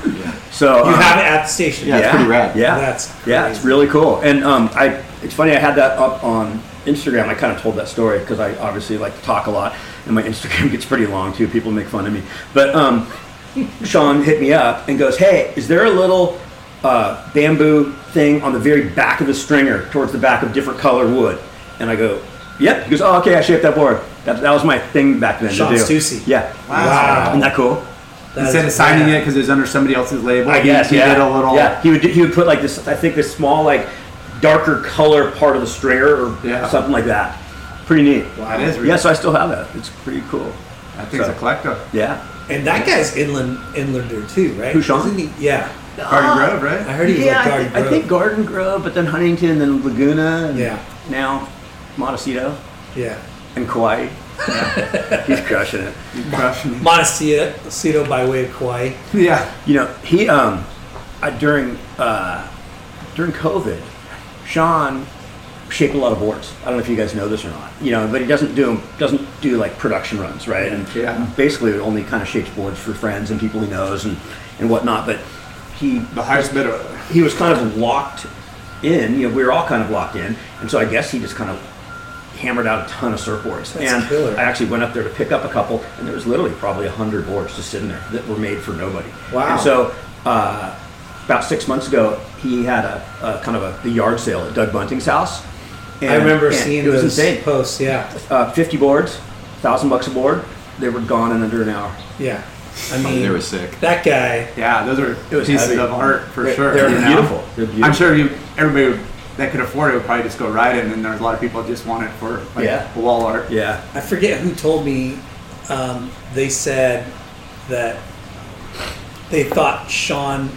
[SPEAKER 4] So
[SPEAKER 9] You
[SPEAKER 4] um,
[SPEAKER 9] have it at the station.
[SPEAKER 5] Yeah. That's pretty rad.
[SPEAKER 4] Yeah,
[SPEAKER 9] That's
[SPEAKER 4] yeah, it's
[SPEAKER 9] crazy.
[SPEAKER 4] really cool. And um, I, it's funny I had that up on Instagram. I kind of told that story because I obviously like to talk a lot, and my Instagram gets pretty long too. People make fun of me, but um, Sean hit me up and goes, "Hey, is there a little uh, bamboo thing on the very back of the stringer towards the back of different colored wood?" And I go, "Yep." He goes, "Oh, okay, I shaped that board. That, that was my thing back then."
[SPEAKER 9] Sean
[SPEAKER 4] to do.
[SPEAKER 9] Stussy.
[SPEAKER 4] Yeah.
[SPEAKER 9] Wow.
[SPEAKER 4] Isn't that cool?
[SPEAKER 9] That
[SPEAKER 3] Instead
[SPEAKER 9] is
[SPEAKER 3] of signing
[SPEAKER 9] rad.
[SPEAKER 3] it because it was under somebody else's label,
[SPEAKER 4] I
[SPEAKER 3] he-
[SPEAKER 4] guess
[SPEAKER 3] he
[SPEAKER 4] yeah.
[SPEAKER 3] did a little.
[SPEAKER 4] Yeah, he would do- he would put like this. I think this small like darker color part of the stringer or
[SPEAKER 3] Yeah.
[SPEAKER 4] something like that. Pretty neat.
[SPEAKER 3] Wow, that is really-
[SPEAKER 4] Yeah, so I still have that. It's pretty cool.
[SPEAKER 3] That thing's a collector.
[SPEAKER 4] Yeah.
[SPEAKER 9] And that guy's inland inlander too, right?
[SPEAKER 4] Who, Sean?
[SPEAKER 9] Isn't he? Yeah.
[SPEAKER 3] Garden Grove,
[SPEAKER 9] I
[SPEAKER 3] right?
[SPEAKER 9] heard he was
[SPEAKER 4] yeah,
[SPEAKER 9] like
[SPEAKER 4] I,
[SPEAKER 9] Garden
[SPEAKER 4] thi- I think Garden Grove, but then Huntington, then Laguna, and
[SPEAKER 9] Yeah.
[SPEAKER 4] now Montecito
[SPEAKER 9] yeah.
[SPEAKER 4] and Kauai. Yeah. He's crushing it.
[SPEAKER 3] Crushing.
[SPEAKER 9] Montecito by way of Kauai.
[SPEAKER 3] Yeah.
[SPEAKER 4] You know, he um, I, during uh, during COVID, Sean shaped a lot of boards. I don't know if you guys know this or not. You know, but he doesn't do doesn't do like production runs, right? And
[SPEAKER 3] Yeah.
[SPEAKER 4] basically only kind of shapes boards for friends and people he knows and and whatnot. But he
[SPEAKER 3] The highest bidder.
[SPEAKER 4] he was kind of locked in. You know, we were all kind of locked in, and so I guess he just kind of hammered out a ton of surfboards.
[SPEAKER 9] That's
[SPEAKER 4] and
[SPEAKER 9] killer.
[SPEAKER 4] I actually went up there to pick up a couple, and there was literally probably a hundred boards just sitting there that were made for nobody.
[SPEAKER 9] Wow.
[SPEAKER 4] And so uh, about six months ago, he had a, a kind of a, the yard sale at Doug Bunting's house. And,
[SPEAKER 9] I remember
[SPEAKER 4] and
[SPEAKER 9] seeing
[SPEAKER 4] it was
[SPEAKER 9] those
[SPEAKER 4] insane.
[SPEAKER 9] posts. Yeah.
[SPEAKER 4] Uh, Fifty boards, thousand bucks a board. They were gone in under an hour.
[SPEAKER 9] Yeah.
[SPEAKER 4] Oh,
[SPEAKER 9] I mean,
[SPEAKER 5] They were sick.
[SPEAKER 9] that guy.
[SPEAKER 3] Yeah, those are
[SPEAKER 4] It was
[SPEAKER 3] pieces
[SPEAKER 4] heavy.
[SPEAKER 3] of art for
[SPEAKER 4] They're-
[SPEAKER 3] sure.
[SPEAKER 4] they're
[SPEAKER 3] you know?
[SPEAKER 4] beautiful. They're beautiful.
[SPEAKER 3] I'm sure you everybody would, that could afford it would probably just go ride it, and then there's a lot of people that just want it for like
[SPEAKER 4] Yeah.
[SPEAKER 3] wall art.
[SPEAKER 4] Yeah.
[SPEAKER 9] I forget who told me um, they said that they thought Sean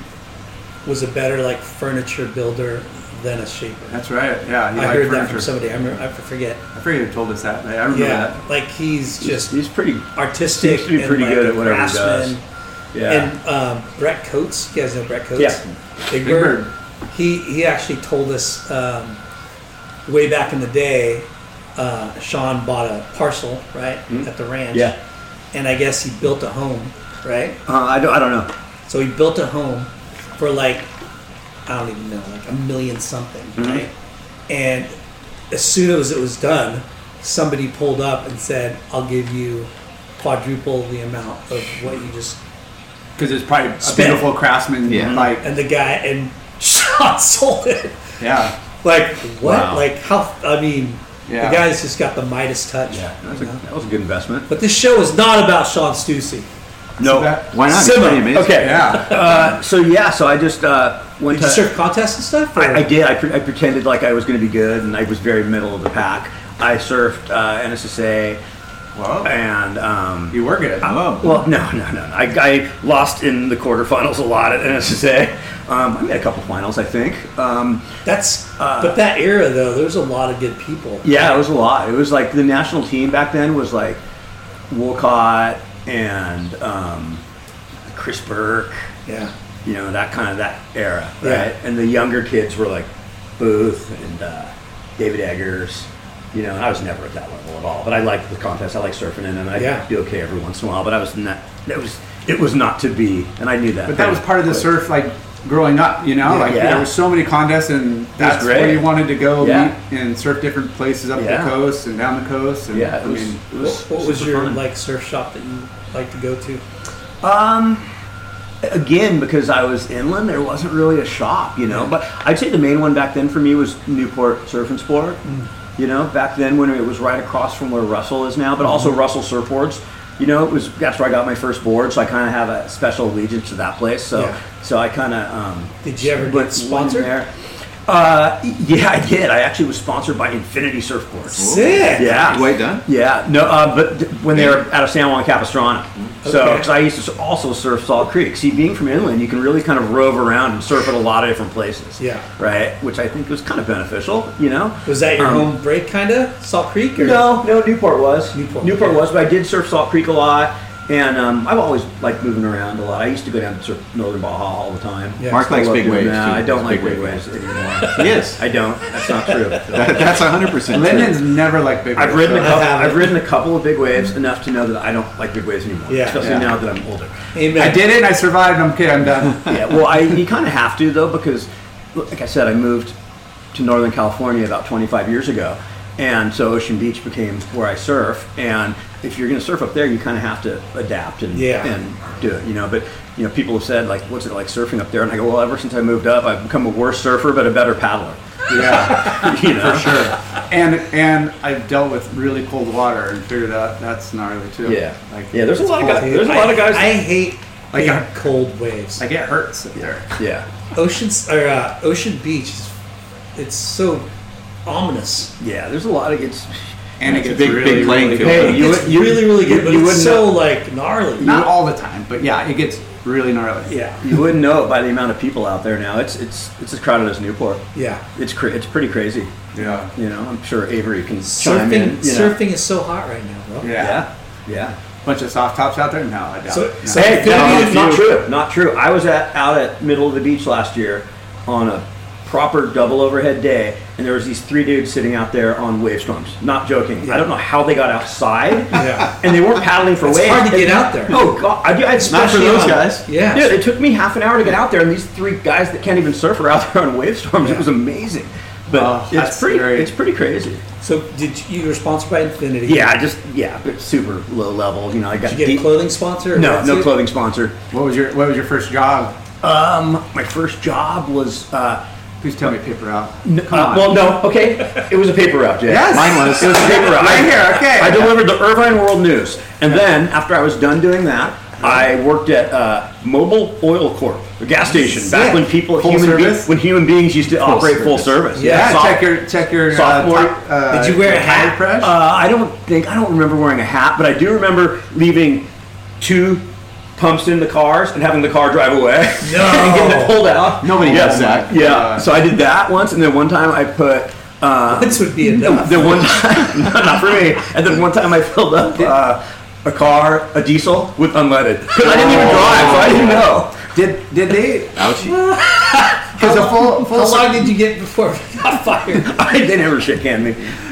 [SPEAKER 9] was a better like furniture builder than a shaper.
[SPEAKER 3] That's right. Yeah, he
[SPEAKER 9] I
[SPEAKER 3] liked
[SPEAKER 9] heard that
[SPEAKER 3] furniture.
[SPEAKER 9] from somebody. I, remember, I forget.
[SPEAKER 3] I forget who told us that. but I remember
[SPEAKER 9] yeah,
[SPEAKER 3] that.
[SPEAKER 9] like he's just
[SPEAKER 4] he's pretty
[SPEAKER 9] artistic.
[SPEAKER 4] seems to be
[SPEAKER 9] and,
[SPEAKER 4] pretty
[SPEAKER 9] like,
[SPEAKER 4] good
[SPEAKER 9] a
[SPEAKER 4] at whatever he does.
[SPEAKER 9] craftsman.
[SPEAKER 4] Yeah.
[SPEAKER 9] And um, Brett Coates, you guys know Brett Coates.
[SPEAKER 4] Yeah.
[SPEAKER 9] Big
[SPEAKER 4] Big
[SPEAKER 9] Bird.
[SPEAKER 4] Bird.
[SPEAKER 9] He he actually told us um, way back in the day. Uh, Sean bought a parcel right
[SPEAKER 4] Mm.
[SPEAKER 9] at the ranch.
[SPEAKER 4] Yeah.
[SPEAKER 9] And I guess he built a home, right?
[SPEAKER 4] Uh, I don't. I don't know.
[SPEAKER 9] So he built a home for like I don't even know, like a million something,
[SPEAKER 4] Mhm.
[SPEAKER 9] right? And as soon as it was done, somebody pulled up and said, "I'll give you quadruple the amount of what you just."
[SPEAKER 3] Because it's probably a
[SPEAKER 9] Spin.
[SPEAKER 3] beautiful craftsman.
[SPEAKER 5] Yeah.
[SPEAKER 3] Like,
[SPEAKER 9] And the guy and Sean sold it.
[SPEAKER 3] yeah.
[SPEAKER 9] Like what?
[SPEAKER 4] Wow.
[SPEAKER 9] Like how? I mean,
[SPEAKER 3] Yeah.
[SPEAKER 9] the guy's just got the Midas touch.
[SPEAKER 4] That was,
[SPEAKER 9] you
[SPEAKER 4] a,
[SPEAKER 9] know?
[SPEAKER 4] that was a good investment.
[SPEAKER 9] But this show is not about Sean Stussy.
[SPEAKER 4] No.
[SPEAKER 3] That-
[SPEAKER 5] Why not? He's
[SPEAKER 9] Simba.
[SPEAKER 5] pretty amazing.
[SPEAKER 4] Okay.
[SPEAKER 3] Yeah.
[SPEAKER 4] Uh, so yeah. So I just uh, one
[SPEAKER 9] Did you
[SPEAKER 4] time.
[SPEAKER 9] serve contests and stuff? or-
[SPEAKER 4] I, I did. I, pre- I pretended like I was going to be good, and I was very middle of the pack. I surfed uh, NSSA,
[SPEAKER 3] Whoa.
[SPEAKER 4] and um,
[SPEAKER 3] You were good.
[SPEAKER 5] Whoa.
[SPEAKER 4] well, no, no, no. I, I lost in the quarterfinals a lot at NSSA. Um, I made a couple finals, I think. Um,
[SPEAKER 9] That's but that era though. There's a lot of good people.
[SPEAKER 4] yeah, it was a lot. It was like the national team back then was like Wolcott and um, Chris Burke.
[SPEAKER 9] Yeah.
[SPEAKER 4] you know that kind of that era, right?
[SPEAKER 9] Yeah.
[SPEAKER 4] And the younger kids were like Booth and uh, David Eggers. You know, and I was never at that level at all, but I liked the contest. I like surfing in, and I
[SPEAKER 9] Yeah.
[SPEAKER 4] do okay every once in a while. But I was not. It was it was not to be, and I knew that.
[SPEAKER 3] But that was part of the
[SPEAKER 4] But-
[SPEAKER 3] surf, like growing up, you know,
[SPEAKER 4] Yeah.
[SPEAKER 3] like
[SPEAKER 4] Yeah.
[SPEAKER 3] there were so many contests, and that's
[SPEAKER 4] great.
[SPEAKER 3] where you wanted to go
[SPEAKER 4] Yeah.
[SPEAKER 3] meet and surf different places up
[SPEAKER 4] Yeah.
[SPEAKER 3] the coast and down the coast. And,
[SPEAKER 4] Yeah,
[SPEAKER 3] I
[SPEAKER 4] it was.
[SPEAKER 3] mean,
[SPEAKER 4] it
[SPEAKER 9] What,
[SPEAKER 4] was
[SPEAKER 9] what was
[SPEAKER 4] super
[SPEAKER 9] your
[SPEAKER 4] fun.
[SPEAKER 9] like surf shop that you like to go to?
[SPEAKER 4] Um, again, because I was inland, there wasn't really a shop, you know. But I'd say the main one back then for me was Newport Surf and Sport.
[SPEAKER 9] Mm.
[SPEAKER 4] You know, back then when it was right across from where Russell is now, but also
[SPEAKER 9] Mm-hmm.
[SPEAKER 4] Russell Surfboards. You know, it was that's where I got my first board, so I kind of have a special allegiance to that place. So,
[SPEAKER 9] Yeah.
[SPEAKER 4] so I kind of um,
[SPEAKER 9] Did you ever
[SPEAKER 4] went-
[SPEAKER 9] get
[SPEAKER 4] went in
[SPEAKER 9] sponsored?
[SPEAKER 4] there. Uh, yeah, I did. I actually was sponsored by Infinity Surfboards.
[SPEAKER 9] Sick.
[SPEAKER 4] Yeah.
[SPEAKER 5] Wait done.
[SPEAKER 4] Yeah, no, uh, but th- when they were out of San Juan Capistrano. So,
[SPEAKER 9] Mm-hmm. Okay.
[SPEAKER 4] because I used to s- also surf Salt Creek. See, being from inland, you can really kind of rove around and surf at a lot of different places.
[SPEAKER 9] Yeah.
[SPEAKER 4] Right? Which I think was kind of beneficial, you know?
[SPEAKER 9] Was that your
[SPEAKER 4] Um,
[SPEAKER 9] home break kind of Salt Creek or
[SPEAKER 4] No, no, Newport was.
[SPEAKER 9] Newport,
[SPEAKER 4] Newport
[SPEAKER 9] yeah.
[SPEAKER 4] was, but I did surf Salt Creek a lot. And um, I've always liked moving around a lot. I used to go down to surf Northern Baja all the time.
[SPEAKER 9] Yeah.
[SPEAKER 5] Mark
[SPEAKER 4] I
[SPEAKER 5] likes
[SPEAKER 4] love
[SPEAKER 5] big
[SPEAKER 4] doing
[SPEAKER 5] waves.
[SPEAKER 4] that.
[SPEAKER 5] too.
[SPEAKER 4] I don't
[SPEAKER 5] He's a
[SPEAKER 4] like
[SPEAKER 5] big
[SPEAKER 4] big
[SPEAKER 5] wave
[SPEAKER 4] waves anymore.
[SPEAKER 5] Yes.
[SPEAKER 4] I don't. That's not true.
[SPEAKER 5] That, that's 100%
[SPEAKER 3] Linden's
[SPEAKER 5] true.
[SPEAKER 3] never liked big.
[SPEAKER 4] I've
[SPEAKER 3] waves,
[SPEAKER 4] ridden a
[SPEAKER 3] so-
[SPEAKER 4] couple,
[SPEAKER 9] haven't.
[SPEAKER 4] I've ridden a couple of big waves enough to know that I don't like big waves anymore.
[SPEAKER 9] Yeah.
[SPEAKER 4] especially
[SPEAKER 3] Yeah.
[SPEAKER 4] now that I'm older.
[SPEAKER 9] Amen.
[SPEAKER 3] I did it. and I survived. I'm okay. I'm done.
[SPEAKER 4] yeah, well, I, you kind of have to though because, like I said, I moved to Northern California about 25 years ago, and so Ocean Beach became where I surf. And if you're going to surf up there, you kind of have to adapt and
[SPEAKER 9] Yeah.
[SPEAKER 4] and do it, you know. But you know, people have said like, "What's it like surfing up there?" And I go, "Well, ever since I moved up, I've become a worse surfer, but a better paddler." Yeah, you know,
[SPEAKER 3] for sure. And and I've dealt with really cold water and figured out that's gnarly too.
[SPEAKER 4] Yeah,
[SPEAKER 3] Like
[SPEAKER 4] yeah. There's a lot of
[SPEAKER 3] cold.
[SPEAKER 4] guys. There's a lot of guys.
[SPEAKER 9] I, I hate
[SPEAKER 3] Like
[SPEAKER 9] like
[SPEAKER 3] a-
[SPEAKER 9] cold waves.
[SPEAKER 3] Like it hurts up there.
[SPEAKER 4] yeah,
[SPEAKER 9] Oceans or uh, Ocean Beach, is- it's so ominous.
[SPEAKER 4] yeah. There's a lot of it's.
[SPEAKER 3] And it
[SPEAKER 5] It's a
[SPEAKER 3] gets
[SPEAKER 5] big-
[SPEAKER 3] really,
[SPEAKER 5] big playing
[SPEAKER 3] really
[SPEAKER 5] field.
[SPEAKER 3] cold.
[SPEAKER 4] Hey, you
[SPEAKER 9] it's
[SPEAKER 4] would- you-
[SPEAKER 9] really really good,
[SPEAKER 4] you-
[SPEAKER 9] but
[SPEAKER 4] you
[SPEAKER 9] it's
[SPEAKER 4] wouldn't
[SPEAKER 9] so like gnarly.
[SPEAKER 3] Not all the time, but yeah, it gets really gnarly.
[SPEAKER 9] yeah,
[SPEAKER 4] You wouldn't know it by the amount of people out there now. It's it's it's as crowded as Newport.
[SPEAKER 9] yeah.
[SPEAKER 4] It's cra- it's pretty crazy.
[SPEAKER 3] Yeah.
[SPEAKER 4] You know, I'm sure Avery can chime
[SPEAKER 9] Surfing
[SPEAKER 4] in. you know.
[SPEAKER 9] surfing is so hot right now, bro.
[SPEAKER 3] Yeah.
[SPEAKER 4] Yeah. Yeah.
[SPEAKER 3] Bunch of soft tops out there? No, I doubt
[SPEAKER 9] So-
[SPEAKER 3] it. No.
[SPEAKER 9] so- Hey,
[SPEAKER 4] no,
[SPEAKER 9] Infinity
[SPEAKER 4] it's
[SPEAKER 9] is
[SPEAKER 4] not
[SPEAKER 9] you.
[SPEAKER 4] true. Not true. I was at, out at middle of the beach last year on a proper double overhead day, and there was these three dudes sitting out there on wave storms. Not joking. I don't know how they got outside.
[SPEAKER 9] Yeah.
[SPEAKER 4] And they weren't paddling for
[SPEAKER 9] It's
[SPEAKER 4] waves.
[SPEAKER 9] hard to
[SPEAKER 4] And-
[SPEAKER 9] get out there.
[SPEAKER 4] Oh god! I, I,
[SPEAKER 5] Not for
[SPEAKER 4] especially
[SPEAKER 5] those
[SPEAKER 4] on-
[SPEAKER 5] guys.
[SPEAKER 9] Yeah.
[SPEAKER 4] Dude, it took me half an hour to get out there, and these three guys that can't even surf are out there on wave storms. It was amazing. But
[SPEAKER 3] Oh,
[SPEAKER 4] it's
[SPEAKER 3] that's
[SPEAKER 4] pretty.
[SPEAKER 3] great.
[SPEAKER 4] It's pretty crazy.
[SPEAKER 9] So did you, you were sponsored by Infinity?
[SPEAKER 4] Yeah, I just yeah, but super low level. You know, I
[SPEAKER 9] Did
[SPEAKER 4] got
[SPEAKER 9] you get
[SPEAKER 4] deep-
[SPEAKER 9] a clothing sponsor? or
[SPEAKER 4] No,
[SPEAKER 9] that's
[SPEAKER 4] no
[SPEAKER 9] it?
[SPEAKER 4] clothing sponsor.
[SPEAKER 3] What was your what was your first job?
[SPEAKER 4] Um, my first job was uh,
[SPEAKER 3] Please tell me paper out.
[SPEAKER 4] n-
[SPEAKER 3] Come
[SPEAKER 4] uh,
[SPEAKER 3] on.
[SPEAKER 4] well, no, okay, it was a paper route. Yeah,
[SPEAKER 3] Yes.
[SPEAKER 5] Mine was.
[SPEAKER 4] it was a paper route.
[SPEAKER 3] Right here, okay.
[SPEAKER 4] I delivered the Irvine World News, and then after I was done doing that, I worked at uh, Mobile Oil Corp, a gas station, back when people
[SPEAKER 3] Full
[SPEAKER 4] human be-
[SPEAKER 3] service?
[SPEAKER 4] when human beings used to
[SPEAKER 3] Full
[SPEAKER 4] operate full
[SPEAKER 3] service.
[SPEAKER 4] service.
[SPEAKER 3] Yeah,
[SPEAKER 4] soft-
[SPEAKER 3] check your- check your, uh,
[SPEAKER 4] sophomore-
[SPEAKER 3] top- uh, Did you wear a hat? tire press?
[SPEAKER 4] Uh, I don't think I don't remember wearing a hat, but I do remember leaving two pumps in the cars and having the car drive away. No, and getting it pulled out.
[SPEAKER 5] Nobody
[SPEAKER 4] Yes.
[SPEAKER 5] does that.
[SPEAKER 4] Yeah.
[SPEAKER 3] Uh,
[SPEAKER 4] so I did that once, and then one time I put. Uh,
[SPEAKER 9] Once would be enough.
[SPEAKER 4] Then one time, not for me. And then one time I filled up uh, a car, a diesel, with unleaded. 'Cause I didn't even drive, so I didn't
[SPEAKER 3] Oh.
[SPEAKER 4] know.
[SPEAKER 3] Did did they?
[SPEAKER 5] Ouchie.
[SPEAKER 3] Because a full full
[SPEAKER 9] How long
[SPEAKER 3] service,
[SPEAKER 9] did you get before we got fired?
[SPEAKER 4] I, they never shit canned me.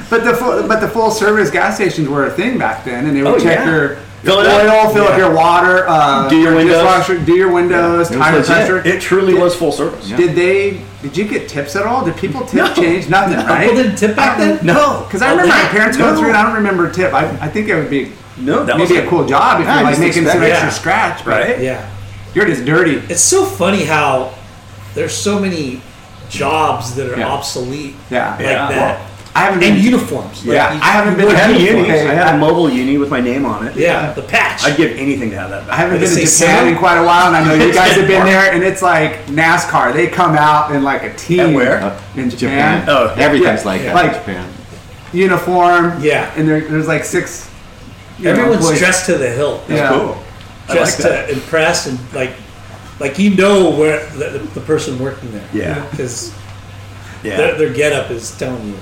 [SPEAKER 3] but the full, but the full service gas stations were a thing back then, and they would
[SPEAKER 4] Oh,
[SPEAKER 3] check
[SPEAKER 4] yeah.
[SPEAKER 3] your,
[SPEAKER 4] Fill
[SPEAKER 3] your
[SPEAKER 4] it up.
[SPEAKER 3] oil, fill up
[SPEAKER 4] Yeah.
[SPEAKER 3] your water, uh,
[SPEAKER 4] Do your windows.
[SPEAKER 3] dishwasher, do your windows,
[SPEAKER 5] It was
[SPEAKER 3] tire
[SPEAKER 5] legit.
[SPEAKER 3] pressure.
[SPEAKER 4] It truly was full service.
[SPEAKER 3] Uh, Did they? Did you get tips at all? Did people tip change? Nothing, right?
[SPEAKER 9] People didn't tip back then?
[SPEAKER 3] No, because I remember my parents going
[SPEAKER 4] No.
[SPEAKER 3] through, and I don't remember tip. I, I think it would be
[SPEAKER 4] No, that
[SPEAKER 3] maybe
[SPEAKER 4] was
[SPEAKER 3] a cool job if
[SPEAKER 5] Yeah,
[SPEAKER 3] you're like
[SPEAKER 5] just
[SPEAKER 3] making some
[SPEAKER 5] expect-
[SPEAKER 3] extra
[SPEAKER 4] yeah.
[SPEAKER 3] scratch, but
[SPEAKER 4] right?
[SPEAKER 9] Yeah.
[SPEAKER 3] You're just dirty.
[SPEAKER 9] It's so funny how there's so many jobs that are
[SPEAKER 3] Yeah.
[SPEAKER 9] obsolete
[SPEAKER 3] Yeah.
[SPEAKER 9] like
[SPEAKER 4] Yeah.
[SPEAKER 9] that.
[SPEAKER 3] I haven't been.
[SPEAKER 9] and uniforms. Like,
[SPEAKER 3] yeah,
[SPEAKER 9] you-
[SPEAKER 3] I haven't been.
[SPEAKER 4] I had a
[SPEAKER 3] Japan.
[SPEAKER 4] uni. I had a mobile uni with my name on it.
[SPEAKER 9] yeah, the patch.
[SPEAKER 4] I'd give anything to have that. Back.
[SPEAKER 3] I haven't been
[SPEAKER 9] Did
[SPEAKER 3] to
[SPEAKER 9] it
[SPEAKER 3] Japan
[SPEAKER 9] say Sam?
[SPEAKER 3] in quite a while, and I know you guys have been
[SPEAKER 4] Mark.
[SPEAKER 3] there, and it's like NASCAR. They come out in like a team.
[SPEAKER 4] At where?
[SPEAKER 3] In Japan.
[SPEAKER 5] Japan.
[SPEAKER 4] Oh, yeah.
[SPEAKER 5] Everything's like
[SPEAKER 3] Yeah.
[SPEAKER 5] that
[SPEAKER 3] Like-
[SPEAKER 5] in Japan.
[SPEAKER 3] Uniform.
[SPEAKER 9] Yeah.
[SPEAKER 3] And there, there's like six. you know,
[SPEAKER 9] Everyone's
[SPEAKER 3] employees.
[SPEAKER 9] dressed to the hilt.
[SPEAKER 3] Yeah.
[SPEAKER 4] Cool. I like
[SPEAKER 9] Just
[SPEAKER 4] that.
[SPEAKER 9] to impress and like, like you know where the, the person working there.
[SPEAKER 4] Yeah.
[SPEAKER 9] Because
[SPEAKER 4] Yeah.
[SPEAKER 9] their, their getup is telling you.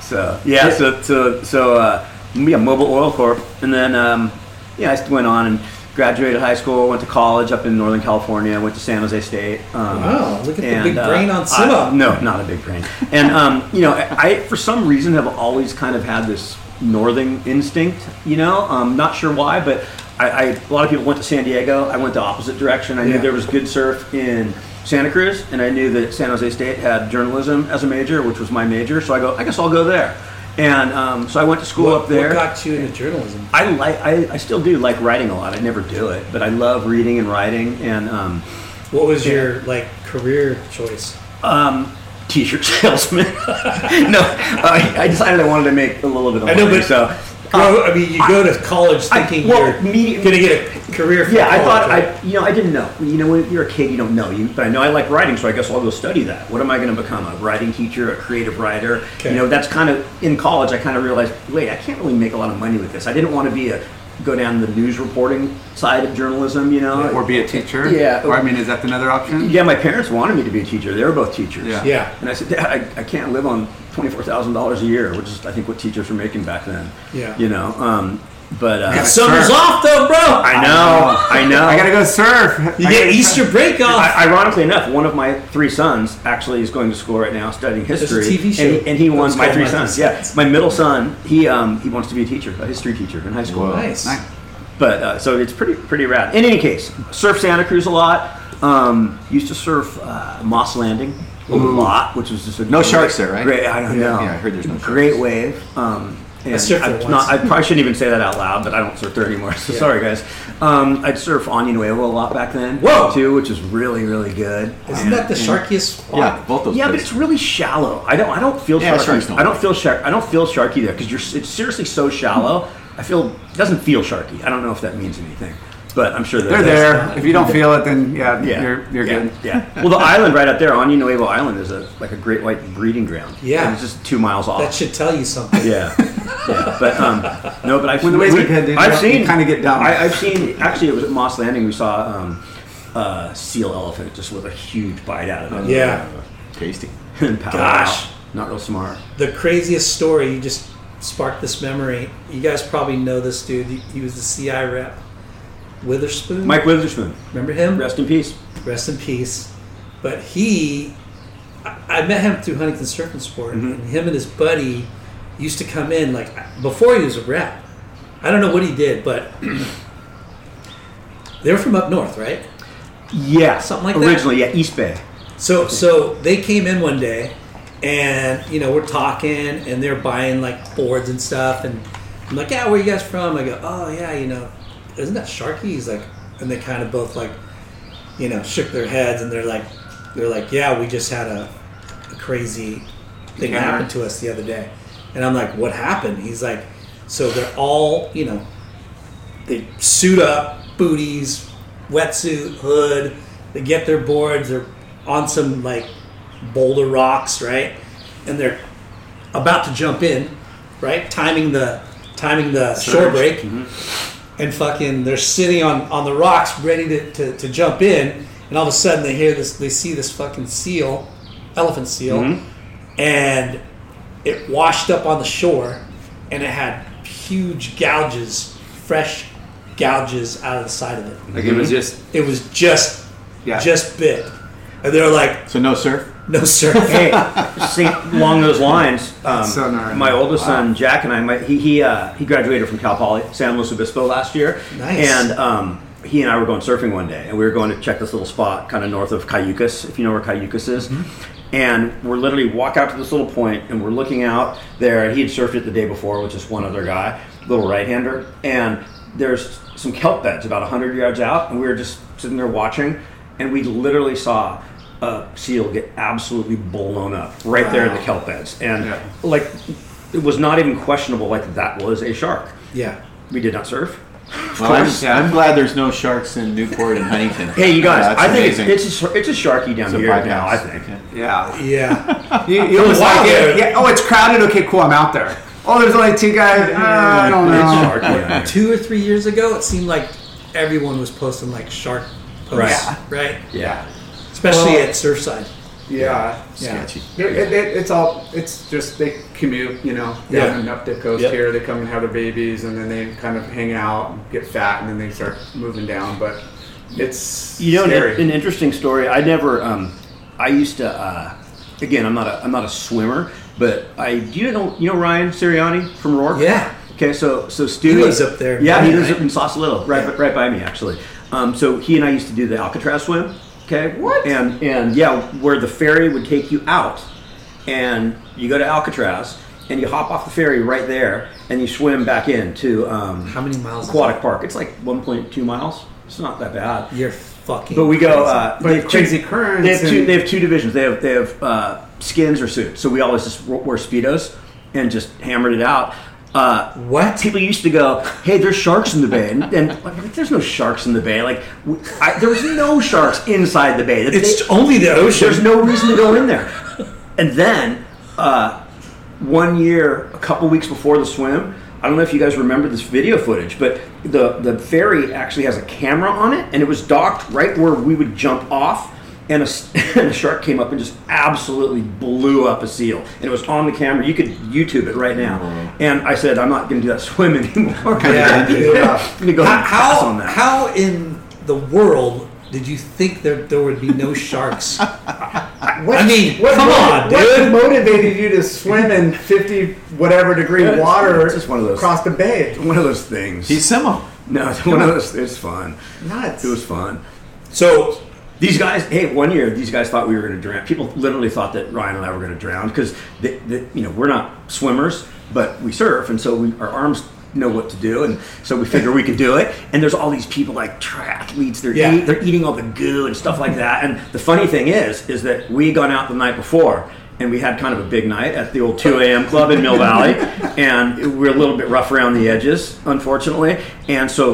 [SPEAKER 4] So yeah, so so so uh, yeah, Mobile Oil Corp, and then um, yeah, I went on and graduated high school, went to college up in Northern California, went to San Jose State. Um,
[SPEAKER 9] Wow, look at the
[SPEAKER 4] and, uh,
[SPEAKER 9] big brain on
[SPEAKER 4] I-
[SPEAKER 9] Simo.
[SPEAKER 4] No, not a big brain. And um, you know, I, I for some reason have always kind of had this northern instinct. You know, um, not sure why, but I, I a lot of people went to San Diego. I went the opposite direction. I knew
[SPEAKER 9] Yeah.
[SPEAKER 4] there was good surf in Santa Cruz, and I knew that San Jose State had journalism as a major, which was my major. So I go, I guess I'll go there. And um, so I went to school up there.
[SPEAKER 9] What got you into journalism?
[SPEAKER 4] I like I, I still do like writing a lot. I never do it, but I love reading and writing and um,
[SPEAKER 9] What was your like career choice?
[SPEAKER 4] t-shirt salesman. no, I, I decided I wanted to make a little bit of
[SPEAKER 9] I
[SPEAKER 4] money.
[SPEAKER 9] know, but Uh,
[SPEAKER 4] so
[SPEAKER 9] Grow- I mean, you go to college
[SPEAKER 4] I-
[SPEAKER 9] thinking
[SPEAKER 4] well,
[SPEAKER 9] you're
[SPEAKER 4] medi-
[SPEAKER 9] going to get a career. From
[SPEAKER 4] yeah, I
[SPEAKER 9] college,
[SPEAKER 4] thought
[SPEAKER 9] right?
[SPEAKER 4] I you know I didn't know. You know, when you're a kid, you don't know. You, but I know I like writing, so I guess I'll go study that. What am I going to become? A writing teacher, a creative writer?
[SPEAKER 9] Okay.
[SPEAKER 4] You know, that's kind of in college. I kind of realized, wait, I can't really make a lot of money with this. I didn't want to be a go down the news reporting side of journalism. You know,
[SPEAKER 3] Or be a teacher.
[SPEAKER 4] Yeah.
[SPEAKER 3] Or I mean, is that another option?
[SPEAKER 4] Yeah, my parents wanted me to be a teacher. They were both teachers.
[SPEAKER 3] Yeah.
[SPEAKER 9] Yeah.
[SPEAKER 4] And I said, Dad, I, I can't live on twenty-four thousand dollars a year, which is I think what teachers were making back then.
[SPEAKER 9] Yeah.
[SPEAKER 4] You know, um, but uh,
[SPEAKER 9] Summer's
[SPEAKER 3] Sure.
[SPEAKER 9] off though, bro.
[SPEAKER 4] I know, I know.
[SPEAKER 3] I gotta go surf.
[SPEAKER 9] You
[SPEAKER 3] I
[SPEAKER 9] get
[SPEAKER 3] gotta-
[SPEAKER 9] Easter break off.
[SPEAKER 4] I, ironically enough, one of my three sons actually is going to school right now studying
[SPEAKER 9] a
[SPEAKER 4] history.
[SPEAKER 9] TV show
[SPEAKER 4] And he, and he
[SPEAKER 9] that
[SPEAKER 4] wants
[SPEAKER 9] was
[SPEAKER 4] my
[SPEAKER 9] called
[SPEAKER 4] three
[SPEAKER 9] My Three
[SPEAKER 4] sons. Yeah.
[SPEAKER 9] Sons.
[SPEAKER 4] My middle son, he um, he wants to be a teacher, a history teacher in high school.
[SPEAKER 9] nice.
[SPEAKER 3] Nice.
[SPEAKER 4] But uh, so it's pretty pretty rad. In any case, surf Santa Cruz a lot. Um, used to surf uh, Moss Landing a lot, which was just a
[SPEAKER 5] No sharks there, right?
[SPEAKER 4] Great, I don't
[SPEAKER 5] Yeah,
[SPEAKER 4] know.
[SPEAKER 5] yeah, I heard there's no
[SPEAKER 4] great
[SPEAKER 5] sharks.
[SPEAKER 4] wave. Um, and
[SPEAKER 9] surfed there
[SPEAKER 4] I'm
[SPEAKER 9] once.
[SPEAKER 4] not- I probably shouldn't even say that out loud, but I don't surf there anymore. So sorry, guys. Um, I'd surf Onion Nuevo a lot back then,
[SPEAKER 9] Whoa!
[SPEAKER 4] too, which is really really good.
[SPEAKER 9] Isn't that the sharkiest spot?
[SPEAKER 5] Yeah, both those
[SPEAKER 4] Yeah, but
[SPEAKER 5] places.
[SPEAKER 4] it's really shallow. I don't. I don't feel.
[SPEAKER 5] Yeah,
[SPEAKER 4] shark,
[SPEAKER 5] sharks don't
[SPEAKER 4] I don't
[SPEAKER 5] like
[SPEAKER 4] feel shark. I don't feel sharky there because you're. It's seriously so shallow. I feel it doesn't feel sharky. I don't know if that means anything, but I'm sure that
[SPEAKER 3] They're
[SPEAKER 4] that's-
[SPEAKER 3] there. If you don't feel it, then yeah,
[SPEAKER 4] Yeah,
[SPEAKER 3] you're you're
[SPEAKER 4] yeah,
[SPEAKER 3] good.
[SPEAKER 4] Yeah. Well, the island right out there, Onion Nuevo Island, is a like a great white breeding ground.
[SPEAKER 9] Yeah.
[SPEAKER 4] And it's just two miles off.
[SPEAKER 9] That should tell you something.
[SPEAKER 4] Yeah. yeah. But um, no, but I've
[SPEAKER 3] When the waves get heavy,
[SPEAKER 4] I've
[SPEAKER 3] you
[SPEAKER 4] seen
[SPEAKER 3] kinda get down.
[SPEAKER 4] I, I've seen actually it was at Moss Landing we saw um, uh, seal elephant just with a huge bite out of it.
[SPEAKER 9] Yeah.
[SPEAKER 5] Tasty.
[SPEAKER 4] And pow-
[SPEAKER 9] Gosh.
[SPEAKER 4] not real smart.
[SPEAKER 9] The craziest story, you just sparked this memory. You guys probably know this dude. He, he was the CI rep. Witherspoon.
[SPEAKER 4] Mike Witherspoon,
[SPEAKER 9] Remember him?
[SPEAKER 4] rest in peace.
[SPEAKER 9] Rest in peace. But he, I, I met him through Huntington Surf and Sport,
[SPEAKER 4] Mm-hmm.
[SPEAKER 9] and him and his buddy used to come in like before he was a rep. I don't know what he did, but they were from up north, right?
[SPEAKER 4] Yeah,
[SPEAKER 9] Something like that?
[SPEAKER 4] originally, yeah, East Bay.
[SPEAKER 9] So so they came in one day, and you know we're talking, and they're buying like boards and stuff, and I'm like, yeah, where you guys from? I go, oh yeah, you know, isn't that Sharky? He's like, and they kind of both like, you know, shook their heads, and they're like, they're like, yeah, we just had a, a crazy thing
[SPEAKER 3] Yeah.
[SPEAKER 9] happen to us the other day, and I'm like, what happened? He's like, so they're all you know they suit up, booties, wetsuit, hood. They get their boards. They're on some like boulder rocks, right? And they're about to jump in, right? Timing the timing the shore
[SPEAKER 4] Surge.
[SPEAKER 9] break, and fucking they're sitting on on the rocks, ready to, to, to jump in. And all of a sudden, they hear this. They see this fucking seal, elephant seal,
[SPEAKER 4] Mhm.
[SPEAKER 9] and it washed up on the shore, and it had huge gouges, fresh gouges out of the side of it.
[SPEAKER 3] Like it was just-
[SPEAKER 9] It was just.
[SPEAKER 3] Yeah.
[SPEAKER 9] Just bit, and they're like,
[SPEAKER 5] so no surf.
[SPEAKER 9] no surf.
[SPEAKER 4] hey, see, along those lines, um,
[SPEAKER 3] So gnarly.
[SPEAKER 4] my oldest
[SPEAKER 3] Wow.
[SPEAKER 4] son Jack and I, my, he he, uh, he graduated from Cal Poly San Luis Obispo last year,
[SPEAKER 9] Nice.
[SPEAKER 4] and um, he and I were going surfing one day, and we were going to check this little spot kind of north of Cayucas, if you know where Cayucas is.
[SPEAKER 3] Mm-hmm.
[SPEAKER 4] And we're literally walk out to this little point, and we're looking out there. And he had surfed it the day before with just one other guy, little right-hander. And there's some kelp beds about hundred yards out, and we were just sitting there watching, and we literally saw a seal get absolutely blown up right there in the kelp beds, and
[SPEAKER 3] Yeah.
[SPEAKER 4] like it was not even questionable. Like that was a shark.
[SPEAKER 9] Yeah.
[SPEAKER 4] We did not surf.
[SPEAKER 5] Well, I'm,
[SPEAKER 4] course.
[SPEAKER 5] I'm glad there's no sharks in Newport and Huntington.
[SPEAKER 4] Hey, you guys!
[SPEAKER 5] Yeah, that's
[SPEAKER 4] I think
[SPEAKER 5] amazing.
[SPEAKER 4] it's it's a, it's a sharky down
[SPEAKER 5] a
[SPEAKER 4] here
[SPEAKER 5] bypass.
[SPEAKER 4] now. I think.
[SPEAKER 3] Yeah.
[SPEAKER 9] Yeah.
[SPEAKER 3] You, you almost
[SPEAKER 9] Wow.
[SPEAKER 3] like it. Yeah. Oh, it's crowded. Okay, cool. I'm out there. Oh, there's only two guys. Uh, I don't
[SPEAKER 4] It's
[SPEAKER 3] know.
[SPEAKER 4] sharky down here.
[SPEAKER 9] Two or three years ago, it seemed like everyone was posting like shark posts, right?
[SPEAKER 4] Yeah.
[SPEAKER 9] Especially
[SPEAKER 3] Well-
[SPEAKER 9] at Surfside.
[SPEAKER 3] Yeah.
[SPEAKER 5] Sketchy.
[SPEAKER 3] They're- It, it, it's all. It's just they commute. You know,
[SPEAKER 9] Yeah.
[SPEAKER 3] down and up the coast
[SPEAKER 4] Yep.
[SPEAKER 3] here. They come and have their babies, and then they kind of hang out, and get fat, and then they start moving down. But it's
[SPEAKER 4] You know,
[SPEAKER 3] scary.
[SPEAKER 4] an, an interesting story. I never. Um, I used to. Uh, again, I'm not a I'm not a swimmer, but I do you know you know Ryan Sirianni from Rourke?
[SPEAKER 9] Yeah.
[SPEAKER 4] Okay, so so Stu
[SPEAKER 9] He lives up there.
[SPEAKER 4] Yeah, he
[SPEAKER 9] Yeah,
[SPEAKER 4] lives
[SPEAKER 9] right?
[SPEAKER 4] up in Sausalito, right
[SPEAKER 9] Yeah.
[SPEAKER 4] right by me actually. Um, so he and I used to do the Alcatraz swim. Okay.
[SPEAKER 3] What?
[SPEAKER 4] And and yeah, where the ferry would take you out, and you go to Alcatraz. And you hop off the ferry right there, and you swim back in to um,
[SPEAKER 9] How many miles is
[SPEAKER 4] Aquatic park. It's like 1.2 miles. It's not that bad.
[SPEAKER 9] You're fucking.
[SPEAKER 4] But we go. Uh,
[SPEAKER 3] But
[SPEAKER 4] they have two-
[SPEAKER 3] crazy currents
[SPEAKER 4] They have, two,
[SPEAKER 3] and-
[SPEAKER 4] they have two divisions. They have they have uh, skins or suits. So we always just w- wore speedos and just hammered it out. Uh,
[SPEAKER 9] What?
[SPEAKER 4] people used to go? Hey, there's sharks in the bay, and, and I'm like, there's no sharks in the bay. Like w I there was no sharks inside the bay. The
[SPEAKER 9] It's
[SPEAKER 4] bay-
[SPEAKER 9] only the ocean.
[SPEAKER 4] there's no reason to go in there. And then, uh, one year, a couple weeks before the swim, I don't know if you guys remember this video footage, but the, the ferry actually has a camera on it, and it was docked right where we would jump off. And a, s- and a shark came up and just absolutely blew up a seal. And it was on the camera. You could YouTube it right now. And I said, I'm not going to do that swim anymore.
[SPEAKER 3] Mm-hmm. Yeah.
[SPEAKER 4] I'm going to go
[SPEAKER 9] how,
[SPEAKER 4] pass
[SPEAKER 9] how,
[SPEAKER 4] on that.
[SPEAKER 9] how in the world did you think there, there would be no sharks?
[SPEAKER 3] What,
[SPEAKER 9] I mean,
[SPEAKER 3] what
[SPEAKER 9] come
[SPEAKER 3] mo-
[SPEAKER 9] on,
[SPEAKER 3] what
[SPEAKER 9] dude.
[SPEAKER 3] motivated you to swim in 50 whatever degree
[SPEAKER 4] Yeah, it's-
[SPEAKER 3] water
[SPEAKER 4] it's just one of those-
[SPEAKER 3] across the bay?
[SPEAKER 4] One of those things.
[SPEAKER 5] He's Simo.
[SPEAKER 4] no, it's one of those. It's fun.
[SPEAKER 3] Nuts.
[SPEAKER 4] It was fun.
[SPEAKER 9] so
[SPEAKER 4] These guys, hey, one year these guys thought we were going to drown. People literally thought that Ryan and I were going to drown because, the, the, you know, we're not swimmers, but we surf, and so we, our arms know what to do, and so we figure we can do it. And there's all these people like triathletes; they're
[SPEAKER 9] Yeah.
[SPEAKER 4] eat, they're eating all the goo and stuff like that. And the funny thing is, is that we had gone out the night before. And we had kind of a big night at the old 2 a.m. club in Mill Valley, and we we're a little bit rough around the edges, unfortunately. And so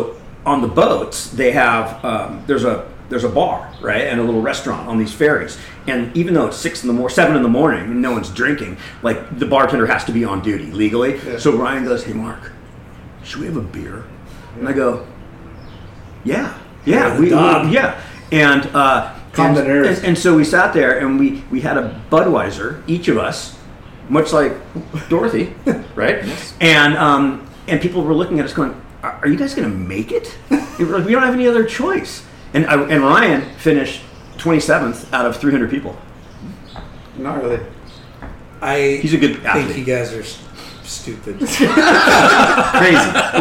[SPEAKER 4] on the boats they have um, there's a there's a bar right and a little restaurant on these ferries and even though it's six in the morning seven in the morning and no one's drinking like the bartender has to be on duty legally so ryan goes hey mark should we have a beer and i go yeah yeah we, we- yeah and uh
[SPEAKER 3] Calm the
[SPEAKER 4] and-
[SPEAKER 3] nerves.
[SPEAKER 4] and- and so we sat there and we we had a budweiser each of us much like Dorothy, right? And um, and people were looking at us going, "Are are you guys going to make it?" And we're like, "We don't have any other choice." And I, and Ryan finished 27th out of 300 people.
[SPEAKER 3] Not really.
[SPEAKER 9] I
[SPEAKER 4] He's a good
[SPEAKER 9] think you
[SPEAKER 4] athlete.
[SPEAKER 9] guys are s- stupid.
[SPEAKER 5] Crazy.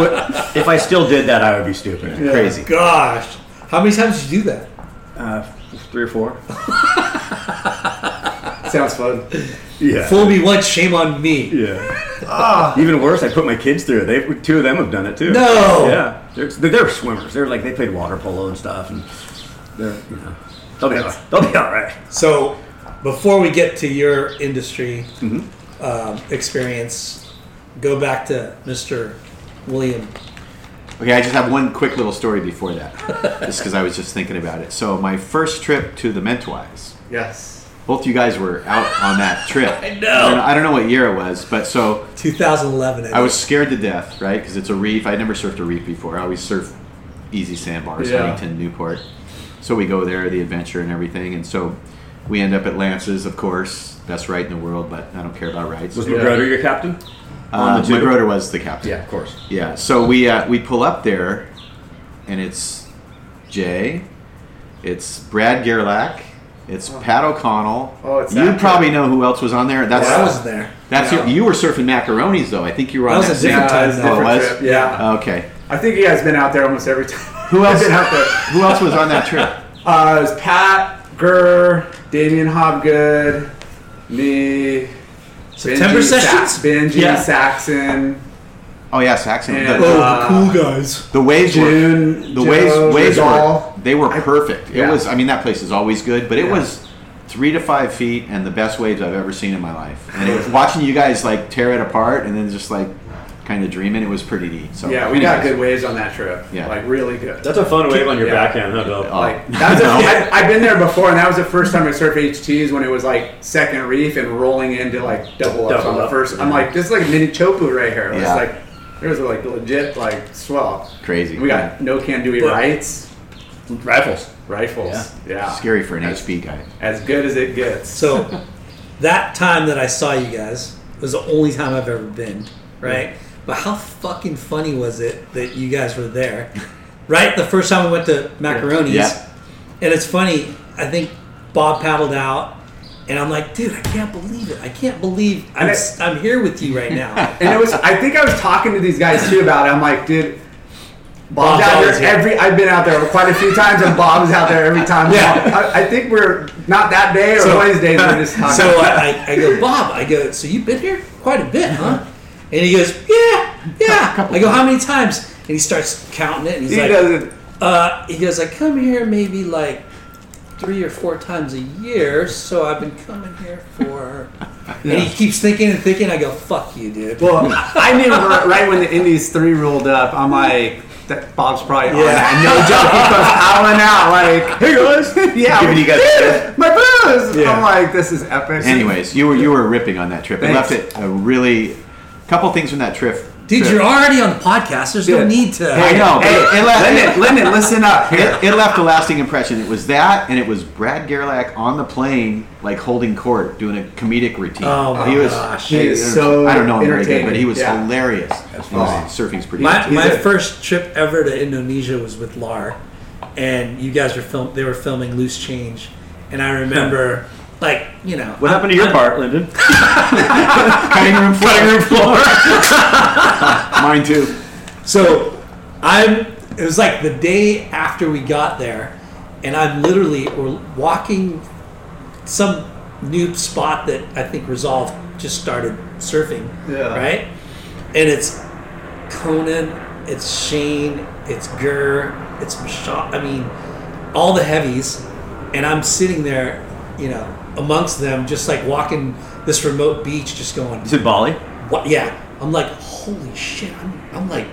[SPEAKER 4] What- if I still did that, I would be stupid.
[SPEAKER 5] Crazy.
[SPEAKER 9] Gosh, how many times did you do that?
[SPEAKER 4] Uh, three or four.
[SPEAKER 3] Sounds fun.
[SPEAKER 4] Yeah.
[SPEAKER 9] Fool me once, shame on me.
[SPEAKER 4] Yeah.
[SPEAKER 3] Ah.
[SPEAKER 4] Even worse, I put my kids through it. They two of them have done it too.
[SPEAKER 9] No.
[SPEAKER 4] Yeah. They're, they're swimmers. They're like they played water polo and stuff, and they're you know they'll be all right. they'll be all right.
[SPEAKER 9] So, before we get to your industry
[SPEAKER 4] Mm-hmm.
[SPEAKER 9] um, experience, go back to Mr. William
[SPEAKER 5] Okay, I just have one quick little story before that, just because I was just thinking about it. So my first trip to the Mentwise.
[SPEAKER 9] Yes.
[SPEAKER 5] Both you guys were out on that trip. I
[SPEAKER 9] know.
[SPEAKER 5] don't, I don't know what year it was, but so
[SPEAKER 9] 2011.
[SPEAKER 5] I was scared to death, right? Because it's a reef. I never surfed a reef before. I always surf easy sandbars,
[SPEAKER 9] Yeah.
[SPEAKER 5] Huntington, Newport. So we go there, the adventure and everything, and so we end up at Lance's, of course, best right in the world, but I don't care about rights.
[SPEAKER 4] Was McGroder your captain?
[SPEAKER 5] Uh,
[SPEAKER 4] On the tube?
[SPEAKER 5] McGroder was the captain.
[SPEAKER 4] Yeah, of course.
[SPEAKER 5] Yeah. So we uh, we pull up there, and it's Jay, it's Brad Gerlach, it's Pat O'Connell.
[SPEAKER 3] Oh, it's
[SPEAKER 5] you
[SPEAKER 3] that
[SPEAKER 5] probably know who else was on there. That's
[SPEAKER 3] Yeah, I was there.
[SPEAKER 5] That's
[SPEAKER 3] Yeah.
[SPEAKER 5] your, you were surfing macaronis though. I think you were on
[SPEAKER 3] That was Uh, a
[SPEAKER 5] same
[SPEAKER 3] different
[SPEAKER 5] time.
[SPEAKER 3] time, though.
[SPEAKER 5] Oh, it was?
[SPEAKER 3] Different trip, yeah.
[SPEAKER 5] Okay.
[SPEAKER 3] I think you guys been out there almost every time.
[SPEAKER 5] Who else-
[SPEAKER 3] been out there?
[SPEAKER 5] who else was on that trip?
[SPEAKER 3] Uh, it was Pat, Gurr, Damien Hobgood, me.
[SPEAKER 5] September
[SPEAKER 3] Benji
[SPEAKER 5] sessions?
[SPEAKER 3] Sa- Benji
[SPEAKER 5] Yeah.
[SPEAKER 3] Saxon.
[SPEAKER 5] Oh yeah, Saxon.
[SPEAKER 3] And,
[SPEAKER 5] The-
[SPEAKER 3] uh, Oh, the cool
[SPEAKER 9] guys.
[SPEAKER 5] The waves were
[SPEAKER 3] June,
[SPEAKER 5] the
[SPEAKER 3] Joe,
[SPEAKER 5] waves waves were
[SPEAKER 3] Rizal.
[SPEAKER 5] they were perfect. It
[SPEAKER 3] yeah.
[SPEAKER 5] was I mean that place is always good, but it
[SPEAKER 3] Yeah.
[SPEAKER 5] was three to five feet and the best waves I've ever seen in my life. And it was watching you guys like tear it apart and then just like kind of dreaming. It was pretty neat. So
[SPEAKER 3] yeah, we got
[SPEAKER 5] anyways.
[SPEAKER 3] good waves on that trip.
[SPEAKER 5] Yeah. Oh.
[SPEAKER 3] Like, really good.
[SPEAKER 4] That's a fun wave on your
[SPEAKER 3] Yeah.
[SPEAKER 4] backhand, huh, Bill?
[SPEAKER 3] Like that was a, I, I've been there before, and that was the first time I surfed HTs when it was like second reef and rolling into like double ups
[SPEAKER 4] Double
[SPEAKER 3] on the
[SPEAKER 4] up.
[SPEAKER 3] first. I'm
[SPEAKER 4] Yeah.
[SPEAKER 3] like, this is like a mini chopu right here. It's
[SPEAKER 5] Yeah.
[SPEAKER 3] like there was like legit like swell.
[SPEAKER 5] Crazy.
[SPEAKER 3] We got no can do
[SPEAKER 5] But-
[SPEAKER 3] rights.
[SPEAKER 4] Rifles.
[SPEAKER 3] Rifles. Yeah.
[SPEAKER 5] Scary for an HB guy.
[SPEAKER 3] As good as it gets.
[SPEAKER 9] So that time that I saw you guys was the only time I've ever been, right? But how fucking funny was it that you guys were there, right? The first time we went to Macaroni's,
[SPEAKER 5] Yeah.
[SPEAKER 9] and it's funny. I think Bob paddled out, and I'm like, dude, I can't believe it. I can't believe I'm,
[SPEAKER 3] And it-
[SPEAKER 9] s am here with you right now.
[SPEAKER 3] and it was I think I was talking to these guys too about it. I'm like, dude. Bob's
[SPEAKER 9] Bob's
[SPEAKER 3] out there
[SPEAKER 9] always here.
[SPEAKER 3] every. I've been out there quite a few times, and Bob's out there every time.
[SPEAKER 9] Yeah.
[SPEAKER 3] I, I think we're not that day or Wednesdays. We're just talking.
[SPEAKER 9] So I, I, I go, Bob, I go, so you've been here quite a bit, huh? And he goes, yeah, yeah. I go, how many times? And he starts counting it, and he's
[SPEAKER 3] He
[SPEAKER 9] like,
[SPEAKER 3] doesn't-
[SPEAKER 9] Uh, he goes, I come here maybe like three or four times a year, so I've been coming here for. And he keeps thinking and thinking. I go, fuck you, dude.
[SPEAKER 3] Well, I knew right- right when the Indies three rolled up, I'm like, that Bob's probably on
[SPEAKER 9] Yeah.
[SPEAKER 3] that. No joke, he goes howling out like, "Hey guys, yeah,
[SPEAKER 5] Giving you guys
[SPEAKER 3] "Yeah, my booze."
[SPEAKER 5] Yeah.
[SPEAKER 3] I'm like, this is epic.
[SPEAKER 5] Anyways, you were you were ripping on that trip. I
[SPEAKER 3] Thanks.
[SPEAKER 5] left it a really couple things from that trip.
[SPEAKER 9] dude,
[SPEAKER 5] trip.
[SPEAKER 9] you're already on the podcast. There's no
[SPEAKER 5] Dude.
[SPEAKER 9] need to.
[SPEAKER 5] I know. but it, it left,
[SPEAKER 3] Lyndon, Lyndon, listen up.
[SPEAKER 5] It, it left a lasting impression. It was that, and it was Brad Gerlach on the plane, like holding court, doing a comedic routine.
[SPEAKER 9] Oh my
[SPEAKER 5] he was,
[SPEAKER 9] gosh.
[SPEAKER 3] He is so
[SPEAKER 5] I don't know him very good, but he was
[SPEAKER 3] entertaining,
[SPEAKER 5] hilarious. He was- Surfing's pretty.
[SPEAKER 9] My,
[SPEAKER 5] good.
[SPEAKER 9] my first trip ever to Indonesia was with Lar, and you guys were film. They were filming Loose Change, and I remember, like, you know,
[SPEAKER 4] What happened to your part, Lyndon?
[SPEAKER 5] cutting room floor. Cutting room floor. Mine too.
[SPEAKER 9] So I'm. It was like the day after we got there, and I'm literally we're walking some new spot that I think Resolve just started surfing.
[SPEAKER 3] Yeah.
[SPEAKER 9] Right. And it's Conan, it's Shane, it's Gurr, it's Michelle. I mean, all the heavies, and I'm sitting there, you know, amongst them, just like walking this remote beach, just going.
[SPEAKER 4] Is it Bali?
[SPEAKER 9] What? Yeah. I'm like, holy shit! I'm, I'm like,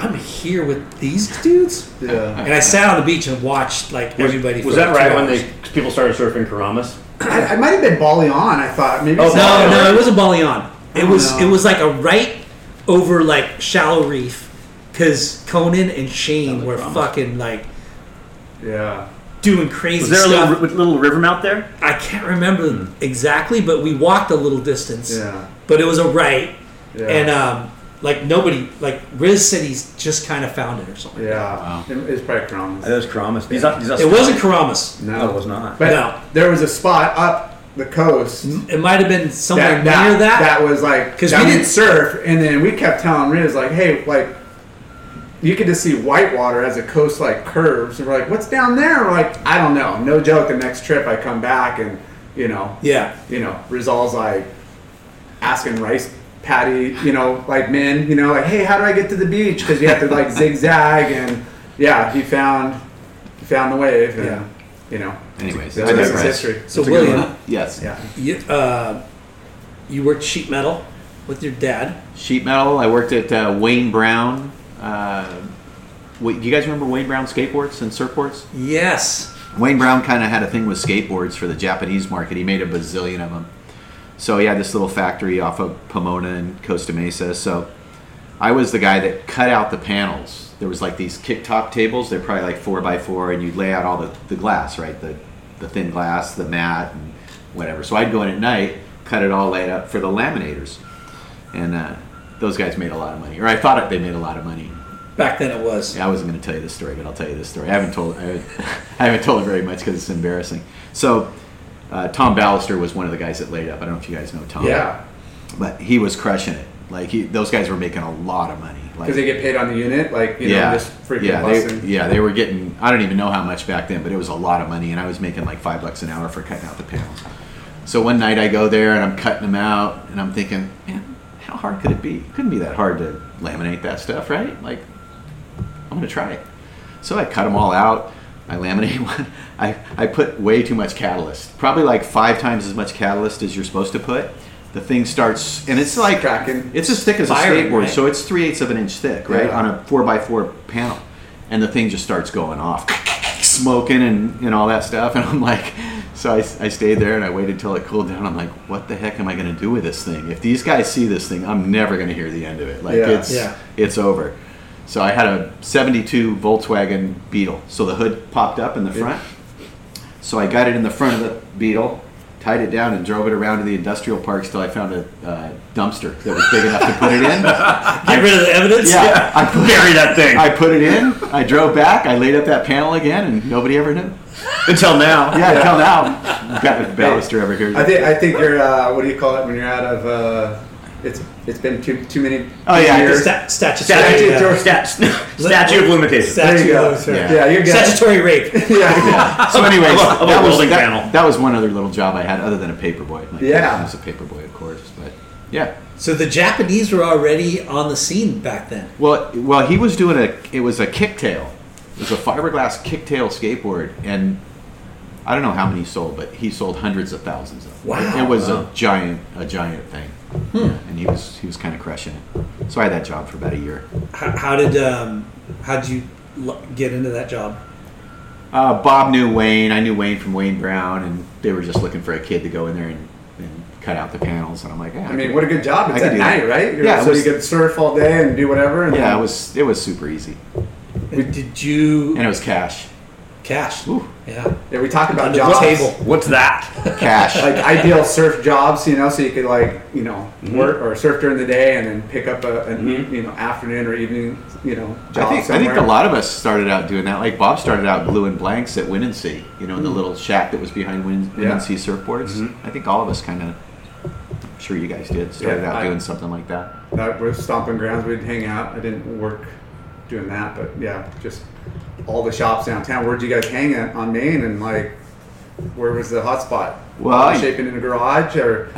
[SPEAKER 9] I'm here with these dudes.
[SPEAKER 3] Yeah.
[SPEAKER 9] And I sat on the beach and watched like everybody.
[SPEAKER 4] Was
[SPEAKER 9] for
[SPEAKER 4] that
[SPEAKER 9] two
[SPEAKER 4] right when
[SPEAKER 9] hours.
[SPEAKER 4] they people started surfing Karamas?
[SPEAKER 3] I, I might have been Bali on. I thought maybe.
[SPEAKER 4] Oh,
[SPEAKER 3] it's
[SPEAKER 9] No,
[SPEAKER 3] not-
[SPEAKER 9] no, it wasn't Balian. It
[SPEAKER 3] Oh,
[SPEAKER 9] was
[SPEAKER 3] no.
[SPEAKER 9] it was like a right over like shallow reef because Conan and Shane were fucking like
[SPEAKER 3] Yeah.
[SPEAKER 9] doing crazy
[SPEAKER 4] Was there a
[SPEAKER 9] stuff.
[SPEAKER 4] little, little river mount there?
[SPEAKER 9] I can't remember exactly, but we walked a little distance.
[SPEAKER 3] Yeah.
[SPEAKER 9] But it was a right,
[SPEAKER 3] Yeah.
[SPEAKER 9] and um, like nobody like Riz said he's just kind of found it or something.
[SPEAKER 3] Yeah. It, it's probably Kronos.
[SPEAKER 4] was Karamas. These are, these are
[SPEAKER 9] It wasn't Karamas.
[SPEAKER 3] No,
[SPEAKER 4] it was not.
[SPEAKER 3] But
[SPEAKER 9] No.
[SPEAKER 3] there was a spot up the coast.
[SPEAKER 9] It might have been somewhere near that.
[SPEAKER 3] that was like
[SPEAKER 9] 'Cause
[SPEAKER 3] that
[SPEAKER 9] we
[SPEAKER 3] we
[SPEAKER 9] didn't-
[SPEAKER 3] didn't surf, and then we kept telling Riz like, "Hey, like, you could just see whitewater as the coast like curves." And we're like, "What's down there?" We're like, "I don't know." No joke. The next trip, I come back and you know,
[SPEAKER 9] Yeah.
[SPEAKER 3] you know, Rizal's like asking Rice Patty, you know, like men, you know, like, "Hey, how do I get to the beach?" Because you have to like zigzag, and yeah, he found he found the wave. And,
[SPEAKER 9] Yeah.
[SPEAKER 3] you know,
[SPEAKER 5] Anyways,
[SPEAKER 3] the
[SPEAKER 5] I
[SPEAKER 3] rest is
[SPEAKER 5] digress.
[SPEAKER 3] history.
[SPEAKER 9] So
[SPEAKER 5] It's a good
[SPEAKER 9] William-
[SPEAKER 5] one. yes,
[SPEAKER 3] Yeah.
[SPEAKER 9] You, uh, you worked sheet metal with your dad.
[SPEAKER 5] sheet metal. I worked at uh, Wayne Brown uh, Wait, do you guys remember Wayne Brown skateboards and surfboards?
[SPEAKER 9] Yes.
[SPEAKER 5] Wayne Brown kind of had a thing with skateboards for the Japanese market. He made a bazillion of them. So he had this little factory off of Pomona and Costa Mesa. So I was the guy that cut out the panels. There was like these kick top tables. They're probably like four by four, and you'd lay out all the, the glass, right? The the thin glass, the mat, and whatever. So I'd go in at night, cut it all, laid up for the laminators, and uh, those guys made a lot of money, or I thought they made a lot of money.
[SPEAKER 9] Back then it was.
[SPEAKER 5] Yeah, I wasn't going to tell you this story, but I'll tell you this story. I haven't told I haven't, I haven't told it very much because it's embarrassing. So uh, Tom Ballister was one of the guys that laid up. I don't know if you guys know Tom.
[SPEAKER 3] Yeah.
[SPEAKER 5] But he was crushing it. Like he, those guys were making a lot of money. Like
[SPEAKER 3] Because they get paid on the unit, like, you know, this freaking
[SPEAKER 5] yeah,
[SPEAKER 3] busing.
[SPEAKER 5] they, yeah, they were getting. I don't even know how much back then, but it was a lot of money, and I was making like five bucks an hour for cutting out the panels. So one night I go there and I'm cutting them out, and I'm thinking, man, how hard could it be? It couldn't be that hard to laminate that stuff, right? Like, I'm gonna try it. So I cut them all out. I laminate one. I, I put way too much catalyst, probably like five times as much catalyst as you're supposed to put. The thing starts, and it's like it's as thick as a
[SPEAKER 3] Firing,
[SPEAKER 5] skateboard,
[SPEAKER 3] right?
[SPEAKER 5] so it's three eighths of an inch thick, right,
[SPEAKER 3] Yeah.
[SPEAKER 5] on a four by four panel, and the thing just starts going off, smoking and, and all that stuff, and I'm like, so I, I stayed there and I waited till it cooled down. I'm like, what the heck am I going to do with this thing? If these guys see this thing, I'm never going to hear the end of it. Like
[SPEAKER 3] Yeah.
[SPEAKER 5] it's
[SPEAKER 3] Yeah.
[SPEAKER 5] it's over. So I had a 72 Volkswagen Beetle. So the hood popped up in the front. So I got it in the front of the Beetle, tied it down, and drove it around to the industrial parks till I found a uh, dumpster that was big enough to put it in.
[SPEAKER 1] Get rid of the evidence?
[SPEAKER 5] Yeah,
[SPEAKER 1] Yeah.
[SPEAKER 5] I put,
[SPEAKER 4] bury that thing.
[SPEAKER 5] I put it in. I drove back. I laid up that panel again, and nobody ever knew.
[SPEAKER 4] Until now.
[SPEAKER 5] Yeah, until now. Got Ballister ever here.
[SPEAKER 3] I think I think you're. Uh, what do you call it when you're out of? Uh, it's it's been too too many.
[SPEAKER 5] Oh, yeah, I
[SPEAKER 3] years.
[SPEAKER 5] just-
[SPEAKER 9] Sta- statute.
[SPEAKER 4] Statute,
[SPEAKER 9] yeah.
[SPEAKER 4] or stat- statute of limitations.
[SPEAKER 3] There you
[SPEAKER 9] Statute
[SPEAKER 3] go.
[SPEAKER 9] of
[SPEAKER 5] Yeah.
[SPEAKER 9] limitations.
[SPEAKER 3] Yeah, you're good.
[SPEAKER 9] Statutory rape.
[SPEAKER 5] Yeah. So, anyways,
[SPEAKER 4] Of a- of a
[SPEAKER 5] that, was,
[SPEAKER 4] welding
[SPEAKER 5] that-
[SPEAKER 4] panel.
[SPEAKER 5] that was one other little job I had, other than a paperboy. Like,
[SPEAKER 3] Yeah.
[SPEAKER 5] I was a paperboy, of course, but yeah.
[SPEAKER 1] So the Japanese were already on the scene back then.
[SPEAKER 5] Well, well, he was doing a. It was a kicktail. It was a fiberglass kicktail skateboard, and I don't know how many he sold, but he sold hundreds of thousands of. them.
[SPEAKER 9] Wow.
[SPEAKER 5] It was a giant, a giant thing, and he was he was kind of crushing it. So I had that job for about a year.
[SPEAKER 9] How, how did um, how did you l- get into that job?
[SPEAKER 5] Uh, Bob knew Wayne. I knew Wayne from Wayne Brown, and they were just looking for a kid to go in there and, and cut out the panels. And I'm like, yeah,
[SPEAKER 3] I mean, what a good job! It's
[SPEAKER 5] I could
[SPEAKER 3] at
[SPEAKER 5] do
[SPEAKER 3] night,
[SPEAKER 5] that.
[SPEAKER 3] right? You're-
[SPEAKER 5] Yeah, it
[SPEAKER 3] So
[SPEAKER 5] was-
[SPEAKER 3] you could surf all day and do whatever. And
[SPEAKER 5] Yeah, it was it was super easy,
[SPEAKER 9] And did you
[SPEAKER 5] and it was cash.
[SPEAKER 9] cash?
[SPEAKER 5] Ooh.
[SPEAKER 9] Yeah.
[SPEAKER 3] Yeah, we talked about
[SPEAKER 9] Under the
[SPEAKER 3] jobs.
[SPEAKER 9] table.
[SPEAKER 4] What's that?
[SPEAKER 5] Cash.
[SPEAKER 3] Like ideal surf jobs, you know, so you could like you know work or surf during the day and then pick up a an you know afternoon or evening you know job
[SPEAKER 5] I think, I
[SPEAKER 3] somewhere.
[SPEAKER 5] think a lot of us started out doing that. Like Bob started out gluing blanks at Winnensee, you know, in the little shack that was behind Win-
[SPEAKER 3] Mm. Yeah. Mm-hmm.
[SPEAKER 5] Winnensee surfboards. I think all of us kind of, I'm sure you guys did, started
[SPEAKER 3] Yeah,
[SPEAKER 5] out
[SPEAKER 3] I-
[SPEAKER 5] doing something like that.
[SPEAKER 3] that was stomping grounds. We'd hang out. I didn't work doing that, but yeah, just all the shops downtown. Where'd you guys hang at on Main and like where was the hot spot?
[SPEAKER 5] Well,
[SPEAKER 3] Uh,
[SPEAKER 5] I-
[SPEAKER 3] shaping in a garage or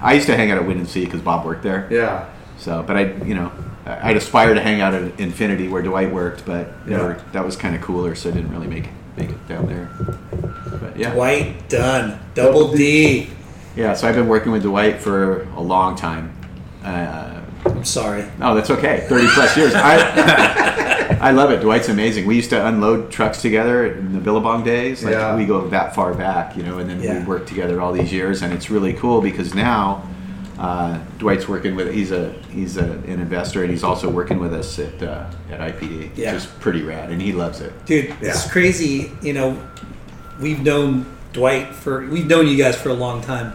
[SPEAKER 5] I used to hang out at Winnensee because Bob worked there.
[SPEAKER 3] yeah,
[SPEAKER 5] So, but I, you know, I- I'd aspire to hang out at Infinity where Dwight worked, but
[SPEAKER 3] Yeah.
[SPEAKER 5] never, that was kind of cooler, so I didn't really make it, make it down there. But yeah.
[SPEAKER 1] White done. Double D.
[SPEAKER 5] Yeah, so I've been working with Dwight for a long time. Uh,
[SPEAKER 1] I'm sorry.
[SPEAKER 5] No, that's okay. Thirty plus years. I, I love it. Dwight's amazing. We used to unload trucks together in the Billabong days. Like
[SPEAKER 3] Yeah.
[SPEAKER 5] we go that far back, you know, and then
[SPEAKER 1] Yeah.
[SPEAKER 5] we worked together all these years, and it's really cool because now uh, Dwight's working with. He's a he's a, an investor, and he's also working with us at uh, at IPD,
[SPEAKER 1] Yeah.
[SPEAKER 5] which is pretty rad, and he loves it.
[SPEAKER 1] Dude, it's crazy. You know, we've known Dwight for we've known you guys for a long time,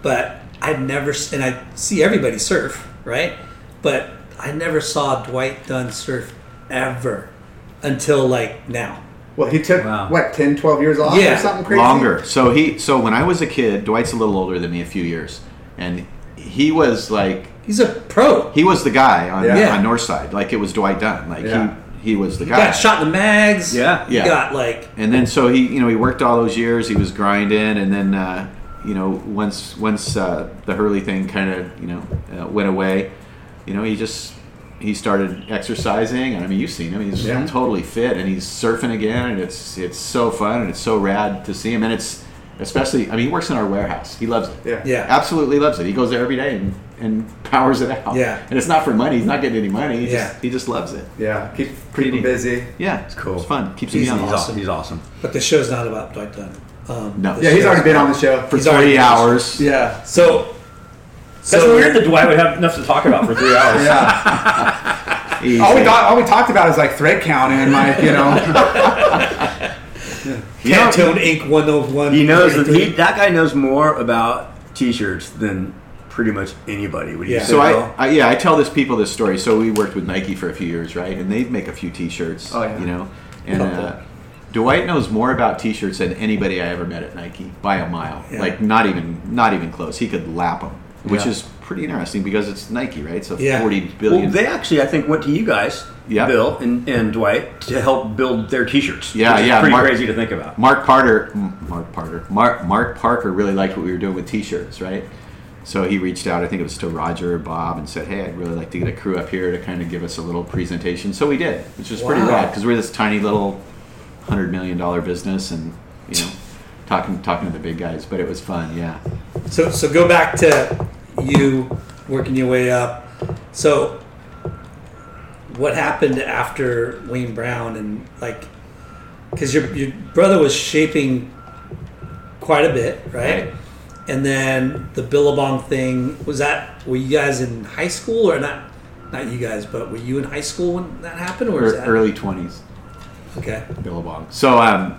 [SPEAKER 1] but I never s- and I see everybody surf, right? But I never saw Dwight Dunn surf ever until like now.
[SPEAKER 3] well he took what 10, 12 years off
[SPEAKER 1] Yeah.
[SPEAKER 3] or something crazy
[SPEAKER 5] Longer. So he so when I was a kid, Dwight's a little older than me, a few years, and he was like
[SPEAKER 1] He's a pro.
[SPEAKER 5] he was the guy on,
[SPEAKER 3] Yeah.
[SPEAKER 5] on Northside. Like it was Dwight Dunn. Like
[SPEAKER 3] Yeah.
[SPEAKER 5] he he was the
[SPEAKER 1] He
[SPEAKER 5] guy.
[SPEAKER 1] got shot in the mags.
[SPEAKER 4] Yeah.
[SPEAKER 1] He
[SPEAKER 5] Yeah.
[SPEAKER 1] got like
[SPEAKER 5] And then so he, you know, he worked all those years. He was grinding, and then uh, you know, once once uh, the Hurley thing kind of you know uh, went away, you know, he just he started exercising. And I mean, you've seen him; he's
[SPEAKER 3] Yeah.
[SPEAKER 5] totally fit, and he's surfing again, and it's it's so fun and it's so rad to see him. And it's Especially, I mean, he works in our warehouse. He loves it.
[SPEAKER 3] Yeah.
[SPEAKER 9] Yeah.
[SPEAKER 5] Absolutely loves it. He goes there every day and, and powers it out.
[SPEAKER 3] Yeah.
[SPEAKER 5] And it's not for money. He's not getting any money. He
[SPEAKER 9] Yeah.
[SPEAKER 5] just he just loves it.
[SPEAKER 3] Yeah, keep
[SPEAKER 5] Pretty
[SPEAKER 3] pretty
[SPEAKER 5] neat.
[SPEAKER 3] busy.
[SPEAKER 5] Yeah. It's
[SPEAKER 4] cool.
[SPEAKER 5] It's fun. Keeps
[SPEAKER 4] He's,
[SPEAKER 5] me on.
[SPEAKER 4] he's awesome. He's awesome.
[SPEAKER 9] But the show's not about Dwight Dunn. Um,
[SPEAKER 5] No.
[SPEAKER 9] the
[SPEAKER 3] Yeah, he's
[SPEAKER 9] show's
[SPEAKER 3] already been
[SPEAKER 9] about-
[SPEAKER 3] on the show
[SPEAKER 5] For
[SPEAKER 9] He's already-
[SPEAKER 5] three hours.
[SPEAKER 3] Yeah,
[SPEAKER 9] So,
[SPEAKER 4] That's
[SPEAKER 9] so
[SPEAKER 4] weird that Dwight would have enough to talk about for three hours.
[SPEAKER 3] yeah.
[SPEAKER 5] Easy.
[SPEAKER 3] all Oh, we thought, all we talked about is like thread count and like you know.
[SPEAKER 9] Pantone Inc. 101.
[SPEAKER 4] He knows that he, that guy knows more about t-shirts than pretty much anybody. Would you
[SPEAKER 9] Yeah.
[SPEAKER 4] say?
[SPEAKER 5] So
[SPEAKER 4] Bill?
[SPEAKER 5] I, I, yeah, I tell this people this story. So we worked with Nike for a few years, right? And they make a few T-shirts,
[SPEAKER 3] Oh, yeah.
[SPEAKER 5] you know. And uh, Dwight knows more about T-shirts than anybody I ever met at Nike by a mile.
[SPEAKER 9] Yeah.
[SPEAKER 5] Like not even not even close. He could lap them, which
[SPEAKER 4] Yeah.
[SPEAKER 5] is pretty interesting because it's Nike, right? So
[SPEAKER 9] Yeah.
[SPEAKER 5] forty
[SPEAKER 4] well,
[SPEAKER 5] billion.
[SPEAKER 4] they actually, I think, went to you guys,
[SPEAKER 5] Yeah.
[SPEAKER 4] Bill and, and Dwight, to help build their t-shirts.
[SPEAKER 5] Yeah,
[SPEAKER 4] which is
[SPEAKER 5] yeah,
[SPEAKER 4] Pretty
[SPEAKER 5] Mark-
[SPEAKER 4] crazy to think about.
[SPEAKER 5] Mark Parter, M- Mark Parter, Mark Mark Parker really liked what we were doing with T-shirts, right? So he reached out. I think it was to Roger or Bob and said, "Hey, I'd really like to get a crew up here to kind of give us a little presentation." So we did, which was pretty
[SPEAKER 9] Wow.
[SPEAKER 5] rad because we're this tiny little hundred million dollar business, and you know, talking talking to the big guys. But it was fun, yeah.
[SPEAKER 9] So, so go back to you working your way up. So, what happened after Wayne Brown and like, because your your brother was shaping quite a bit, right?
[SPEAKER 5] Right.
[SPEAKER 9] And then the Billabong thing was that were you guys in high school or not? Not you guys, but were you in high school when that happened, or is
[SPEAKER 5] Ear-
[SPEAKER 9] that
[SPEAKER 5] Early twenties.
[SPEAKER 9] Okay,
[SPEAKER 5] Billabong. So, um,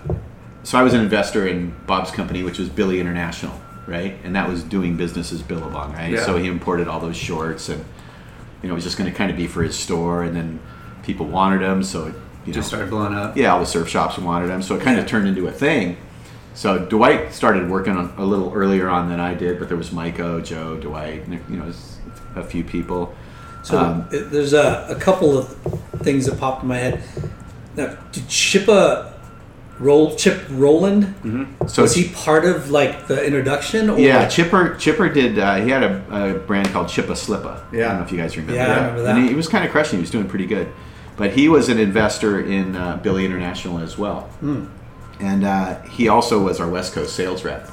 [SPEAKER 5] so I was an investor in Bob's company, which was Billy International, right? And that was doing business as Billabong, right?
[SPEAKER 3] Yeah.
[SPEAKER 5] So he imported all those shorts, and you know, it was just going to kind of be for his store, and then people wanted them, so it, you
[SPEAKER 3] Just
[SPEAKER 5] know,
[SPEAKER 3] started blowing up.
[SPEAKER 5] yeah, all the surf shops wanted them, so it kind of turned into a thing. So Dwight started working on a little earlier on than I did, but there was Maiko, Joe, Dwight, and, you know, s- a few people.
[SPEAKER 9] so
[SPEAKER 5] Um,
[SPEAKER 9] it- there's a, a couple of things that popped in my head. Now, did Chippa roll Chip Roland?
[SPEAKER 5] So
[SPEAKER 9] was he part of like the introduction? Or?
[SPEAKER 5] Mm-hmm. Yeah, Chipper. Chipper did. Uh, he had a, a brand called Chippa Slippa. I
[SPEAKER 3] Yeah.
[SPEAKER 5] don't know if you guys remember.
[SPEAKER 9] Yeah, I
[SPEAKER 5] that.
[SPEAKER 9] remember that.
[SPEAKER 5] And he, he was kind of crushing. He was doing pretty good, but he was an investor in uh, Billy International as well,
[SPEAKER 9] Hmm.
[SPEAKER 5] and uh, he also was our West Coast sales rep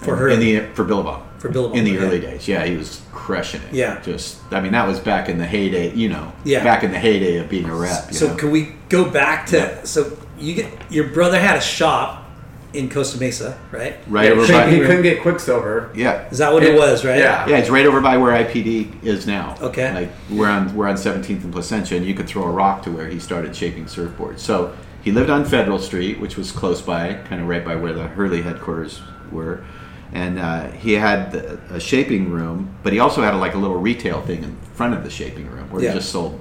[SPEAKER 9] for her.
[SPEAKER 5] in the for Billabong.
[SPEAKER 9] For Billabong,
[SPEAKER 5] in the
[SPEAKER 9] okay.
[SPEAKER 5] early days, yeah, he was crushing it.
[SPEAKER 9] Yeah.
[SPEAKER 5] just I mean that was back in the heyday, you know.
[SPEAKER 9] Yeah.
[SPEAKER 5] back in the heyday of being a rep. you
[SPEAKER 9] so
[SPEAKER 5] know.
[SPEAKER 9] can we go back to so you get your brother had a shop in Costa Mesa, right?
[SPEAKER 5] right over
[SPEAKER 3] He, he
[SPEAKER 5] by
[SPEAKER 3] couldn't get Quicksilver.
[SPEAKER 5] yeah.
[SPEAKER 9] Is that what it,
[SPEAKER 3] It-
[SPEAKER 9] was? Right?
[SPEAKER 3] yeah.
[SPEAKER 5] Yeah, it's right over by where IPD is now.
[SPEAKER 9] Okay.
[SPEAKER 5] Like we're on we're on 17th and Placentia, and you could throw a rock to where he started shaping surfboards. So he lived on Federal Street, which was close by, kind of right by where the Hurley headquarters were, and uh, he had the, a shaping room, but he also had a, like a little retail thing in front of the shaping room where
[SPEAKER 9] Yeah.
[SPEAKER 5] he just sold,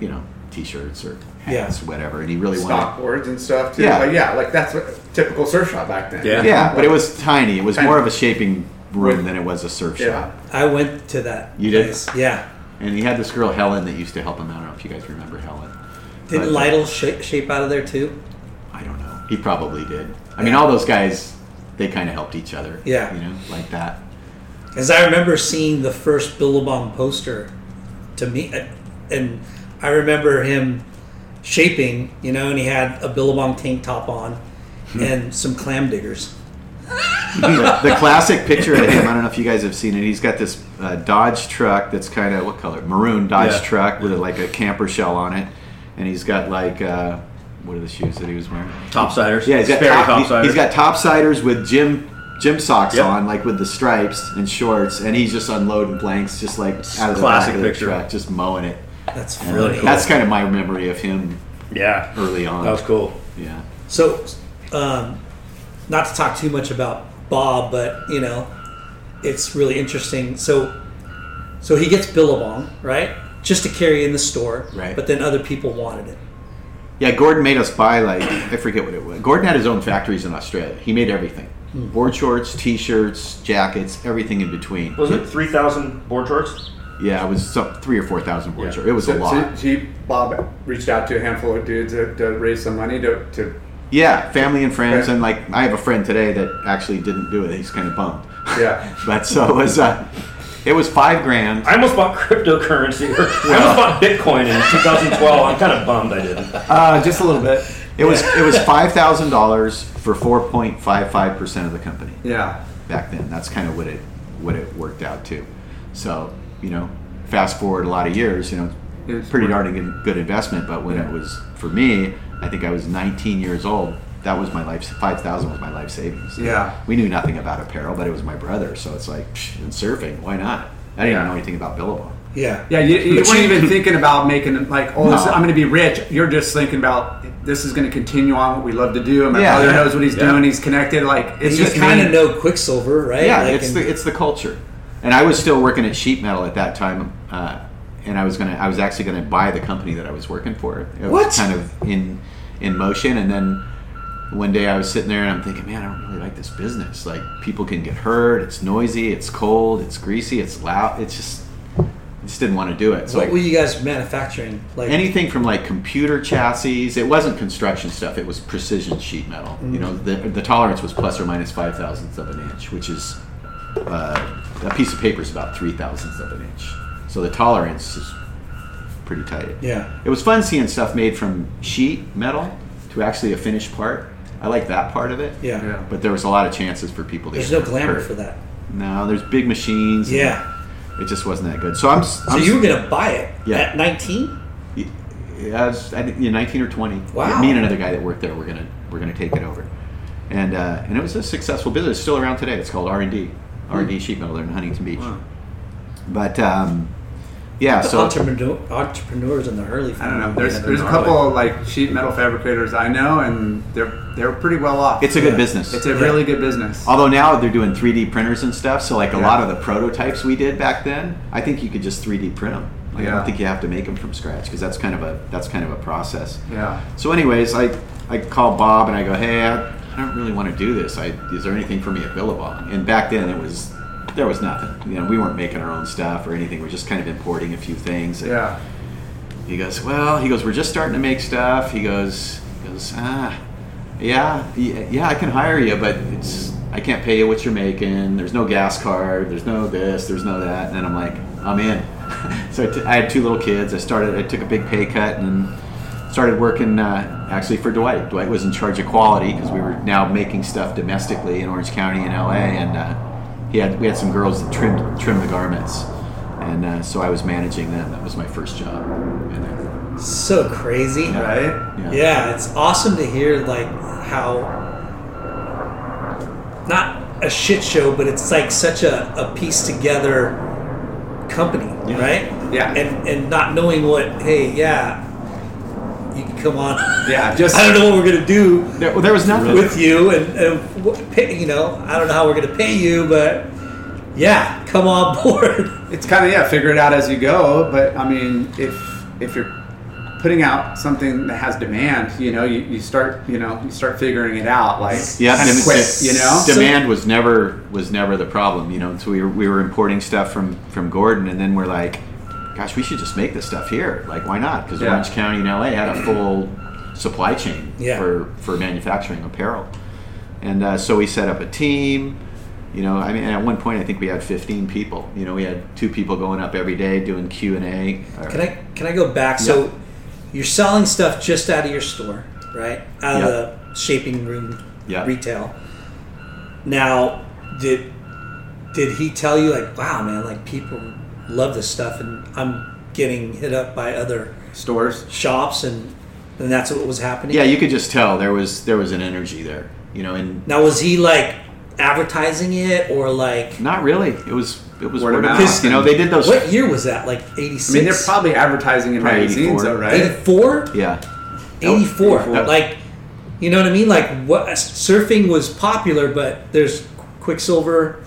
[SPEAKER 5] you know, t-shirts or
[SPEAKER 9] Yeah.
[SPEAKER 5] hats, whatever, and he really wanted.
[SPEAKER 3] Stockboards and stuff too.
[SPEAKER 5] Yeah.
[SPEAKER 3] Yeah, like, yeah, like that's what, typical surf shop back then.
[SPEAKER 4] Yeah.
[SPEAKER 5] Yeah, but it was tiny. It was
[SPEAKER 3] Tiny.
[SPEAKER 5] more of a shaping room
[SPEAKER 3] Right.
[SPEAKER 5] than it was a surf
[SPEAKER 3] Yeah.
[SPEAKER 5] shop.
[SPEAKER 9] I went to that.
[SPEAKER 5] You did?
[SPEAKER 9] place. Yeah.
[SPEAKER 5] And he had this girl Helen that used to help him out. I don't know if you guys remember Helen.
[SPEAKER 9] Didn't
[SPEAKER 5] But-
[SPEAKER 9] Lytle shape, shape out of there too?
[SPEAKER 5] I don't know. He probably did. I mean, all those guys, they kind of helped each other.
[SPEAKER 9] Yeah.
[SPEAKER 5] You know, like that.
[SPEAKER 9] Because I remember seeing the first Billabong poster to me, uh, and I remember him shaping, you know, and he had a Billabong tank top on and some clam diggers.
[SPEAKER 5] the, the classic picture of him. I don't know if you guys have seen it. He's got this uh, Dodge truck that's kind of what color? Maroon Dodge
[SPEAKER 4] Yeah.
[SPEAKER 5] truck with like a camper shell on it, and he's got like uh, what are the shoes that he was wearing?
[SPEAKER 4] Topsiders.
[SPEAKER 5] Yeah, he's got
[SPEAKER 4] Sperry
[SPEAKER 5] top, he,
[SPEAKER 4] topsiders.
[SPEAKER 5] has got topsiders with gym gym socks
[SPEAKER 4] Yep.
[SPEAKER 5] on, like with the stripes and shorts, and he's just unloading blanks, just like out of the
[SPEAKER 4] Classic
[SPEAKER 5] back of the
[SPEAKER 4] picture.
[SPEAKER 5] truck, just mowing it.
[SPEAKER 9] That's
[SPEAKER 5] And
[SPEAKER 9] really cool.
[SPEAKER 5] That's kind of my memory of him
[SPEAKER 4] yeah.
[SPEAKER 5] early on.
[SPEAKER 4] That was cool.
[SPEAKER 5] Yeah.
[SPEAKER 9] So, um, not to talk too much about Bob, but you know, it's really interesting. So, so he gets Billabong, right, just to carry in the store,
[SPEAKER 5] Right.
[SPEAKER 9] But then other people wanted it.
[SPEAKER 5] Yeah, Gordon made us buy like I forget what it was. Gordon had his own factories in Australia. He made everything:
[SPEAKER 4] Hmm.
[SPEAKER 5] board shorts, t-shirts, jackets, everything in between.
[SPEAKER 10] Was it 3,000 board shorts?
[SPEAKER 5] Yeah, it was some, three or four thousand board
[SPEAKER 10] Yeah.
[SPEAKER 5] shorts. It was a
[SPEAKER 3] So, so
[SPEAKER 5] lot.
[SPEAKER 3] he, Bob reached out to a handful of dudes to, to raise some money to, to
[SPEAKER 5] Yeah, family and friends,
[SPEAKER 3] Okay.
[SPEAKER 5] and like I have a friend today that actually didn't do it. He's kind of bummed.
[SPEAKER 3] yeah.
[SPEAKER 5] But so it was. Uh, it was five grand.
[SPEAKER 10] I almost bought cryptocurrency. Or I almost bought Bitcoin in 2012. I'm kind of bummed I didn't.
[SPEAKER 3] Uh, just a little bit.
[SPEAKER 5] It was it was five thousand dollars for four point five five percent of the company.
[SPEAKER 3] Yeah.
[SPEAKER 5] Back then, that's kind of what it what it worked out to. So you know, fast forward a lot of years, you know,
[SPEAKER 3] It's
[SPEAKER 5] pretty
[SPEAKER 3] worth-
[SPEAKER 5] darn good, good investment. But when it was for me, I think I was 19 years old. That was my life. Five thousand was my life savings.
[SPEAKER 3] Yeah.
[SPEAKER 5] We knew nothing about apparel, but it was my brother, so it's like psh, and surfing. Why not? I didn't
[SPEAKER 3] Yeah.
[SPEAKER 5] know anything about Billabong.
[SPEAKER 3] Yeah. Yeah, you, you weren't even thinking about making like, oh, this,
[SPEAKER 5] No.
[SPEAKER 3] I'm going to be rich. You're just thinking about this is going to continue on what we love to do, and my
[SPEAKER 5] Yeah.
[SPEAKER 3] brother knows what he's
[SPEAKER 5] Yeah.
[SPEAKER 3] doing. He's connected. Like it's
[SPEAKER 5] You
[SPEAKER 3] just
[SPEAKER 5] kinda
[SPEAKER 3] me.
[SPEAKER 9] know Quicksilver, right?
[SPEAKER 5] Yeah,
[SPEAKER 9] Like,
[SPEAKER 5] it's
[SPEAKER 9] and-
[SPEAKER 5] the it's the culture. And I was still working at sheet metal at that time, uh, and I was gonna I was actually gonna buy the company that I was working for. It
[SPEAKER 3] What?
[SPEAKER 5] was kind of in in motion, and then one day I was sitting there and I'm thinking, man, I don't really like this business. Like people can get hurt. It's noisy. It's cold. It's greasy. It's loud. It's just I just didn't want to do it. So
[SPEAKER 9] what
[SPEAKER 5] I-
[SPEAKER 9] were you guys manufacturing? Like
[SPEAKER 5] anything from like computer chassis. It wasn't construction stuff. It was precision sheet metal. You know, the, the tolerance was plus or minus five thousandths of an inch, which is uh, a piece of paper is about three thousandths of an inch. So the tolerance is pretty tight.
[SPEAKER 9] Yeah.
[SPEAKER 5] It was fun seeing stuff made from sheet metal to actually a finished part. I like that part of it.
[SPEAKER 9] Yeah. Yeah.
[SPEAKER 5] But there was a lot of chances for people to
[SPEAKER 9] There's
[SPEAKER 5] get
[SPEAKER 9] no glamour
[SPEAKER 5] hurt.
[SPEAKER 9] for that.
[SPEAKER 5] No, there's big machines. and
[SPEAKER 9] Yeah.
[SPEAKER 5] It just wasn't that good. So I'm.
[SPEAKER 9] So you were gonna buy it
[SPEAKER 5] Yeah.
[SPEAKER 9] at 19?
[SPEAKER 5] Yeah, I was I think, yeah, 19 or 20.
[SPEAKER 9] Wow.
[SPEAKER 5] Me and another guy that worked there, we're gonna we're gonna take it over, and uh, and it was a successful business. It's still around today. It's called R and D, R and
[SPEAKER 3] Hmm.
[SPEAKER 5] D Sheet Metal. They're in Huntington Beach. But um, yeah,
[SPEAKER 9] the
[SPEAKER 5] so
[SPEAKER 9] entrepreneur, entrepreneurs in the Hurley.
[SPEAKER 3] I don't know.
[SPEAKER 9] family
[SPEAKER 3] There's
[SPEAKER 9] have
[SPEAKER 3] there's a
[SPEAKER 9] gnarly-
[SPEAKER 3] couple like sheet metal fabricators I know, and they're they're pretty well off.
[SPEAKER 5] It's a good Yeah. business.
[SPEAKER 3] It's a
[SPEAKER 5] Yeah.
[SPEAKER 3] really good business.
[SPEAKER 5] although now they're doing 3D printers and stuff, so like a lot of the prototypes we did back then, I think you could just 3D print them. Like, I
[SPEAKER 3] Yeah.
[SPEAKER 5] don't think you have to make them from scratch because that's kind of a that's kind of a process.
[SPEAKER 3] Yeah.
[SPEAKER 5] So, anyways, I I call Bob and I go, hey, I, I don't really want to do this. I is there anything for me at Billabong? And back then it was there was nothing. You know, we weren't making our own stuff or anything. We are just kind of importing a few things. And
[SPEAKER 3] Yeah.
[SPEAKER 5] He goes, well, he goes, we're just starting to make stuff. He goes, he goes, ah, yeah, yeah, yeah, I can hire you, but it's I can't pay you what you're making. There's no gas card. There's no this. There's no that. And I'm like, I'm in. so I, t- I had two little kids. I started. I took a big pay cut and started working uh, actually for Dwight. Dwight was in charge of quality because we were now making stuff domestically in Orange County and LA, and uh, he had we had some girls that trimmed trimmed the garments, and uh, so I was managing them. That was my first job. And then,
[SPEAKER 9] So crazy,
[SPEAKER 5] Right?
[SPEAKER 9] Yeah.
[SPEAKER 5] Yeah.
[SPEAKER 9] it's awesome to hear like how not a shit show, but it's like such a, a pieced together company, right?
[SPEAKER 3] Yeah.
[SPEAKER 9] and and not knowing what hey, yeah, you can come on.
[SPEAKER 3] Yeah, just-
[SPEAKER 9] I don't know what we're gonna do.
[SPEAKER 5] There, well, there was nothing.
[SPEAKER 9] with you, and, and what, pay, you know, I don't know how we're gonna pay you, but yeah, come on board.
[SPEAKER 3] It's kind of yeah, figure it out as you go. But I mean, if if you're putting out something that has demand, you know, you, you start you know you start figuring it out like
[SPEAKER 5] yeah,
[SPEAKER 3] kind of
[SPEAKER 5] dem-
[SPEAKER 3] quick,
[SPEAKER 5] de-
[SPEAKER 3] you know.
[SPEAKER 5] demand was never was never the problem. You know, so we were, we were importing stuff from from Gordon, and then we're like, gosh, we should just make this stuff here. Like, why not? Because
[SPEAKER 3] Yeah.
[SPEAKER 5] Orange County and LA had a full supply chain
[SPEAKER 3] Yeah.
[SPEAKER 5] for for manufacturing apparel, and uh, so we set up a team. You know, I mean, at one point I think we had 15 people. You know, we had two people going up every day doing Q and A.
[SPEAKER 9] Can I can I go back? So you're selling stuff just out of your store, right? Out of the shaping room
[SPEAKER 5] Yeah.
[SPEAKER 9] retail. Now, did did he tell you like, wow, man, like people love this stuff, and I'm getting hit up by other
[SPEAKER 3] stores,
[SPEAKER 9] shops, and and that's what was happening.
[SPEAKER 5] Yeah, you could just tell there was there was an energy there. You know, and
[SPEAKER 9] Now, was he like advertising it or like?
[SPEAKER 5] Not really. It was it was
[SPEAKER 3] Word
[SPEAKER 5] word,
[SPEAKER 3] of
[SPEAKER 5] of
[SPEAKER 3] mouth.
[SPEAKER 5] mouth. You know, they did those.
[SPEAKER 9] What year was that? Like eighty
[SPEAKER 3] I mean, they're
[SPEAKER 9] six.
[SPEAKER 3] probably advertising in
[SPEAKER 5] Probably
[SPEAKER 3] magazines,
[SPEAKER 5] 84.
[SPEAKER 3] though, right?
[SPEAKER 9] Four.
[SPEAKER 5] Yeah.
[SPEAKER 9] 84
[SPEAKER 5] Yep.
[SPEAKER 9] like you know what i mean like what surfing was popular but there's quicksilver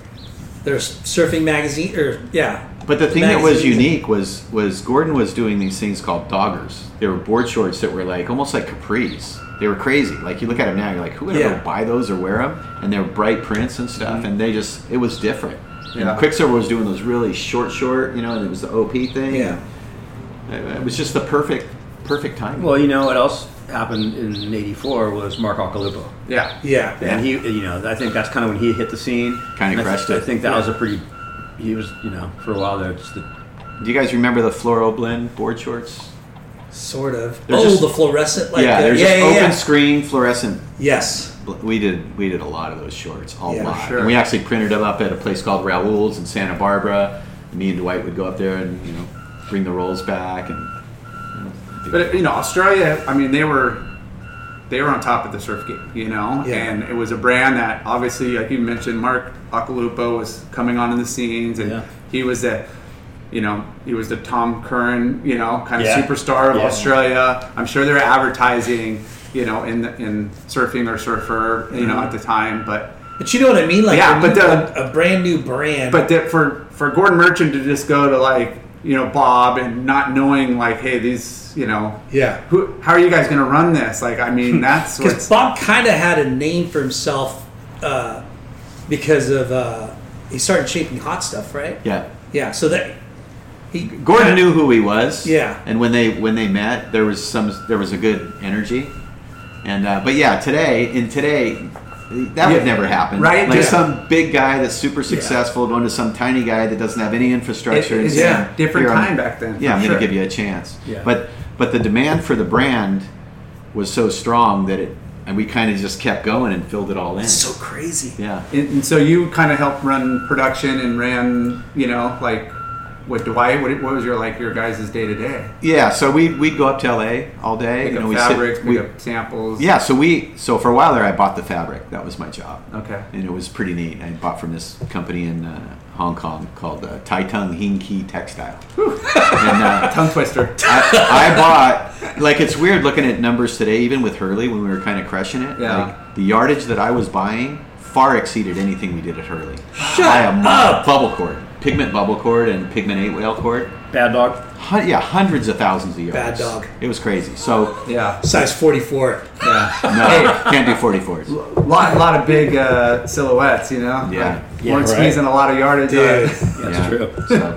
[SPEAKER 9] there's surfing magazine or yeah
[SPEAKER 5] But the thing that was
[SPEAKER 9] magazines.
[SPEAKER 5] unique was was Gordon was doing these things called doggers. They were board shorts that were like almost like capris. They were crazy. Like you look at them now, you're like, who would
[SPEAKER 9] Yeah.
[SPEAKER 5] ever buy those or wear them? And they were bright prints and stuff. And they just it was different.
[SPEAKER 3] Yeah.
[SPEAKER 5] And Quicksilver was doing those really short, short. You know, and it was the OP thing.
[SPEAKER 4] Yeah.
[SPEAKER 5] It it was just the perfect, perfect time.
[SPEAKER 4] Well, you know what else happened in '84 was Mark Ocalupo.
[SPEAKER 3] Yeah.
[SPEAKER 9] Yeah.
[SPEAKER 4] And he, you know, I think that's kind of when he hit the scene.
[SPEAKER 5] Kinda
[SPEAKER 4] And I-
[SPEAKER 5] crushed it.
[SPEAKER 4] I think that was a
[SPEAKER 5] Yeah.
[SPEAKER 4] pretty. He was, you know, for a while there, just the
[SPEAKER 5] Do you guys remember the floral blend board shorts?
[SPEAKER 9] Sort of.
[SPEAKER 5] They're
[SPEAKER 9] oh,
[SPEAKER 5] just-
[SPEAKER 9] the fluorescent. Like
[SPEAKER 5] yeah,
[SPEAKER 9] the-
[SPEAKER 5] there's
[SPEAKER 9] yeah,
[SPEAKER 5] just
[SPEAKER 9] yeah,
[SPEAKER 5] open
[SPEAKER 9] yeah.
[SPEAKER 5] screen fluorescent.
[SPEAKER 9] Yes.
[SPEAKER 5] We did we did a lot of those shorts, a
[SPEAKER 9] Yeah,
[SPEAKER 5] lot.
[SPEAKER 9] sure.
[SPEAKER 5] And we actually printed them up at a place called Raoul's in Santa Barbara. Me and Dwight would go up there and you know bring the rolls back and
[SPEAKER 3] But you know, Australia. I mean, they were they were on top of the surf game. You know,
[SPEAKER 5] Yeah.
[SPEAKER 3] and it was a brand that obviously, like you mentioned, Mark Acalupo was coming on in the scenes, and he was the you know he was the Tom Curran, you know, kind of
[SPEAKER 11] Yeah.
[SPEAKER 3] superstar of
[SPEAKER 11] Yeah.
[SPEAKER 3] Australia. I'm sure they were advertising, you know, in the, in surfing or surfer, you know,
[SPEAKER 9] Mhm.
[SPEAKER 3] at
[SPEAKER 11] Mm-hmm.
[SPEAKER 3] the time, but.
[SPEAKER 9] But you know what I mean? Like
[SPEAKER 3] yeah,
[SPEAKER 9] a
[SPEAKER 3] but
[SPEAKER 9] new-
[SPEAKER 3] the,
[SPEAKER 9] a brand new brand.
[SPEAKER 3] But that for for Gordon Merchant to just go to like you know Bob and not knowing like hey these you know
[SPEAKER 9] Yeah.
[SPEAKER 3] who how are you guys going to run this like I mean that's
[SPEAKER 9] because
[SPEAKER 3] what's
[SPEAKER 9] Bob kind of had a name for himself uh, because of uh, he started shaping hot stuff, right?
[SPEAKER 5] yeah.
[SPEAKER 9] Yeah. So that he
[SPEAKER 5] Gordon knew who he was.
[SPEAKER 9] Yeah.
[SPEAKER 5] And when they when they met, there was some there was a good energy. And uh, but yeah, today in today that
[SPEAKER 3] Yeah.
[SPEAKER 5] would never happen,
[SPEAKER 3] Right?
[SPEAKER 5] Like
[SPEAKER 3] Yeah.
[SPEAKER 5] some big guy that's super successful going to some tiny guy that doesn't have any infrastructure.
[SPEAKER 3] It-
[SPEAKER 5] and
[SPEAKER 3] it's
[SPEAKER 5] saying,
[SPEAKER 3] a different
[SPEAKER 5] "Here, I'm-
[SPEAKER 3] time back then,
[SPEAKER 5] Yeah,
[SPEAKER 3] for
[SPEAKER 5] I'm
[SPEAKER 3] sure.
[SPEAKER 5] going to give you a chance.
[SPEAKER 3] Yeah.
[SPEAKER 5] But but the demand for the brand was so strong that it and we kind of just kept going and filled it all in.
[SPEAKER 3] It's so
[SPEAKER 9] crazy.
[SPEAKER 5] Yeah.
[SPEAKER 3] and, and so you kind of helped run production and ran you know like with Dwight what, what was your like your guys' day to day
[SPEAKER 5] Yeah, so we we'd go up to LA all day.
[SPEAKER 3] pick
[SPEAKER 5] you know,
[SPEAKER 3] up
[SPEAKER 5] we
[SPEAKER 3] fabrics
[SPEAKER 5] sit,
[SPEAKER 3] pick
[SPEAKER 5] we-
[SPEAKER 3] up samples
[SPEAKER 5] Yeah, so we so for a while there, I bought the fabric. That was my job.
[SPEAKER 3] Okay.
[SPEAKER 5] and it was pretty neat. I bought from this company in uh, Hong Kong called uh, Tai Tung Hing Ki Textile. and, uh,
[SPEAKER 3] tongue twister
[SPEAKER 5] I, I bought like it's weird looking at numbers today, even with Hurley when we were kind of crushing it.
[SPEAKER 3] Yeah.
[SPEAKER 5] Like, the yardage that I was buying far exceeded anything we did at Hurley.
[SPEAKER 3] Shut
[SPEAKER 5] By a mile.
[SPEAKER 3] up!
[SPEAKER 5] Bubble cord, pigment bubble cord, and pigment eight whale cord.
[SPEAKER 4] Bad dog.
[SPEAKER 5] yeah, hundreds of thousands of yards.
[SPEAKER 9] Bad dog.
[SPEAKER 5] It was crazy. So
[SPEAKER 3] yeah,
[SPEAKER 9] size forty four.
[SPEAKER 3] Yeah.
[SPEAKER 5] no, can't do forty fours.
[SPEAKER 3] lot lot of big uh, silhouettes you know
[SPEAKER 5] Yeah.
[SPEAKER 3] like,
[SPEAKER 5] Yeah,
[SPEAKER 3] weren't
[SPEAKER 5] right.
[SPEAKER 3] squeezing a lot of yardage uh,
[SPEAKER 9] Dude.
[SPEAKER 5] Yeah. So,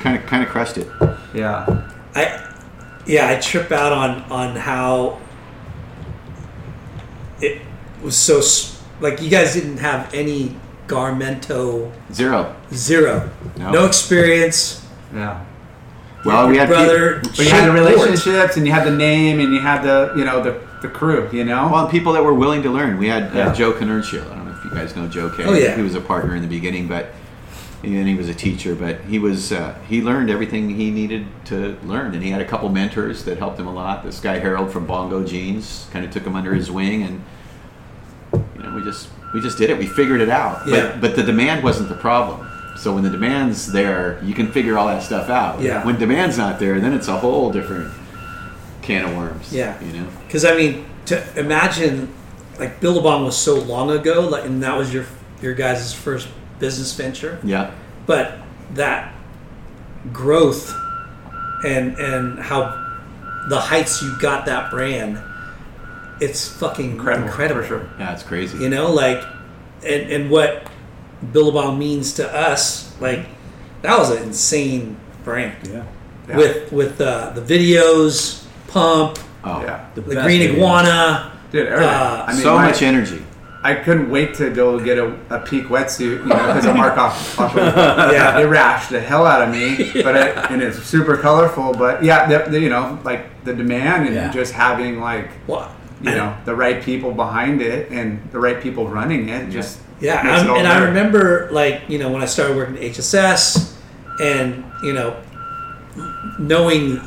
[SPEAKER 5] kind of, kind of crushed it.
[SPEAKER 3] Yeah.
[SPEAKER 9] I yeah, I trip out on on how it was so s- like you guys didn't have any Garmento
[SPEAKER 5] Zero.
[SPEAKER 9] zero
[SPEAKER 5] No.
[SPEAKER 9] no, experience.
[SPEAKER 3] Yeah.
[SPEAKER 5] Well, we had
[SPEAKER 9] brother.
[SPEAKER 5] peop-
[SPEAKER 3] But you had the
[SPEAKER 5] Shit,
[SPEAKER 3] relationships, and you had the name, and you had the you know the, the crew. You know,
[SPEAKER 5] well, people that were willing to learn. We had uh,
[SPEAKER 3] Yeah.
[SPEAKER 5] Joe Canerchil. I don't know if you guys know Joe K.
[SPEAKER 3] Oh, yeah.
[SPEAKER 5] He was a partner in the beginning, but and then he was a teacher. But he was uh, he learned everything he needed to learn, and he had a couple mentors that helped him a lot. This guy Harold from Bongo Jeans kind of took him under his wing, and you know we just we just did it. We figured it out.
[SPEAKER 9] Yeah.
[SPEAKER 5] But, but the demand wasn't the problem. So when the demand's there, you can figure all that stuff out.
[SPEAKER 9] Yeah.
[SPEAKER 5] When demand's not there, then it's a whole different can of worms.
[SPEAKER 9] Yeah.
[SPEAKER 5] You know.
[SPEAKER 9] Because I mean, to imagine like Billabong was so long ago, like, and that was your your guys' first business venture.
[SPEAKER 5] Yeah.
[SPEAKER 9] But that growth and and how the heights you got that brand, it's fucking incredible.
[SPEAKER 5] Yeah, it's crazy.
[SPEAKER 9] You know, like, and and what Billabong means to us, like, that was an insane brand. Yeah.
[SPEAKER 3] Yeah.
[SPEAKER 9] With with uh, the videos, pump.
[SPEAKER 5] Oh
[SPEAKER 3] yeah,
[SPEAKER 9] The the green iguana.
[SPEAKER 3] dude. everything.
[SPEAKER 9] uh,
[SPEAKER 3] I mean,
[SPEAKER 5] so
[SPEAKER 3] my-
[SPEAKER 5] much energy.
[SPEAKER 3] I couldn't wait to go get a, a peak wetsuit, you know, because of Mark off. off
[SPEAKER 9] Yeah.
[SPEAKER 3] it rashed the hell out of me, but it, and it's super colorful. But yeah, the, the, you know, like the demand and
[SPEAKER 9] Yeah.
[SPEAKER 3] just having like
[SPEAKER 9] What?
[SPEAKER 3] you know the right people behind it and the right people running it just
[SPEAKER 9] Yeah,
[SPEAKER 3] makes
[SPEAKER 9] I'm,
[SPEAKER 3] it all
[SPEAKER 9] and I
[SPEAKER 3] better.
[SPEAKER 9] remember like you know when I started working at HSS, and you know knowing,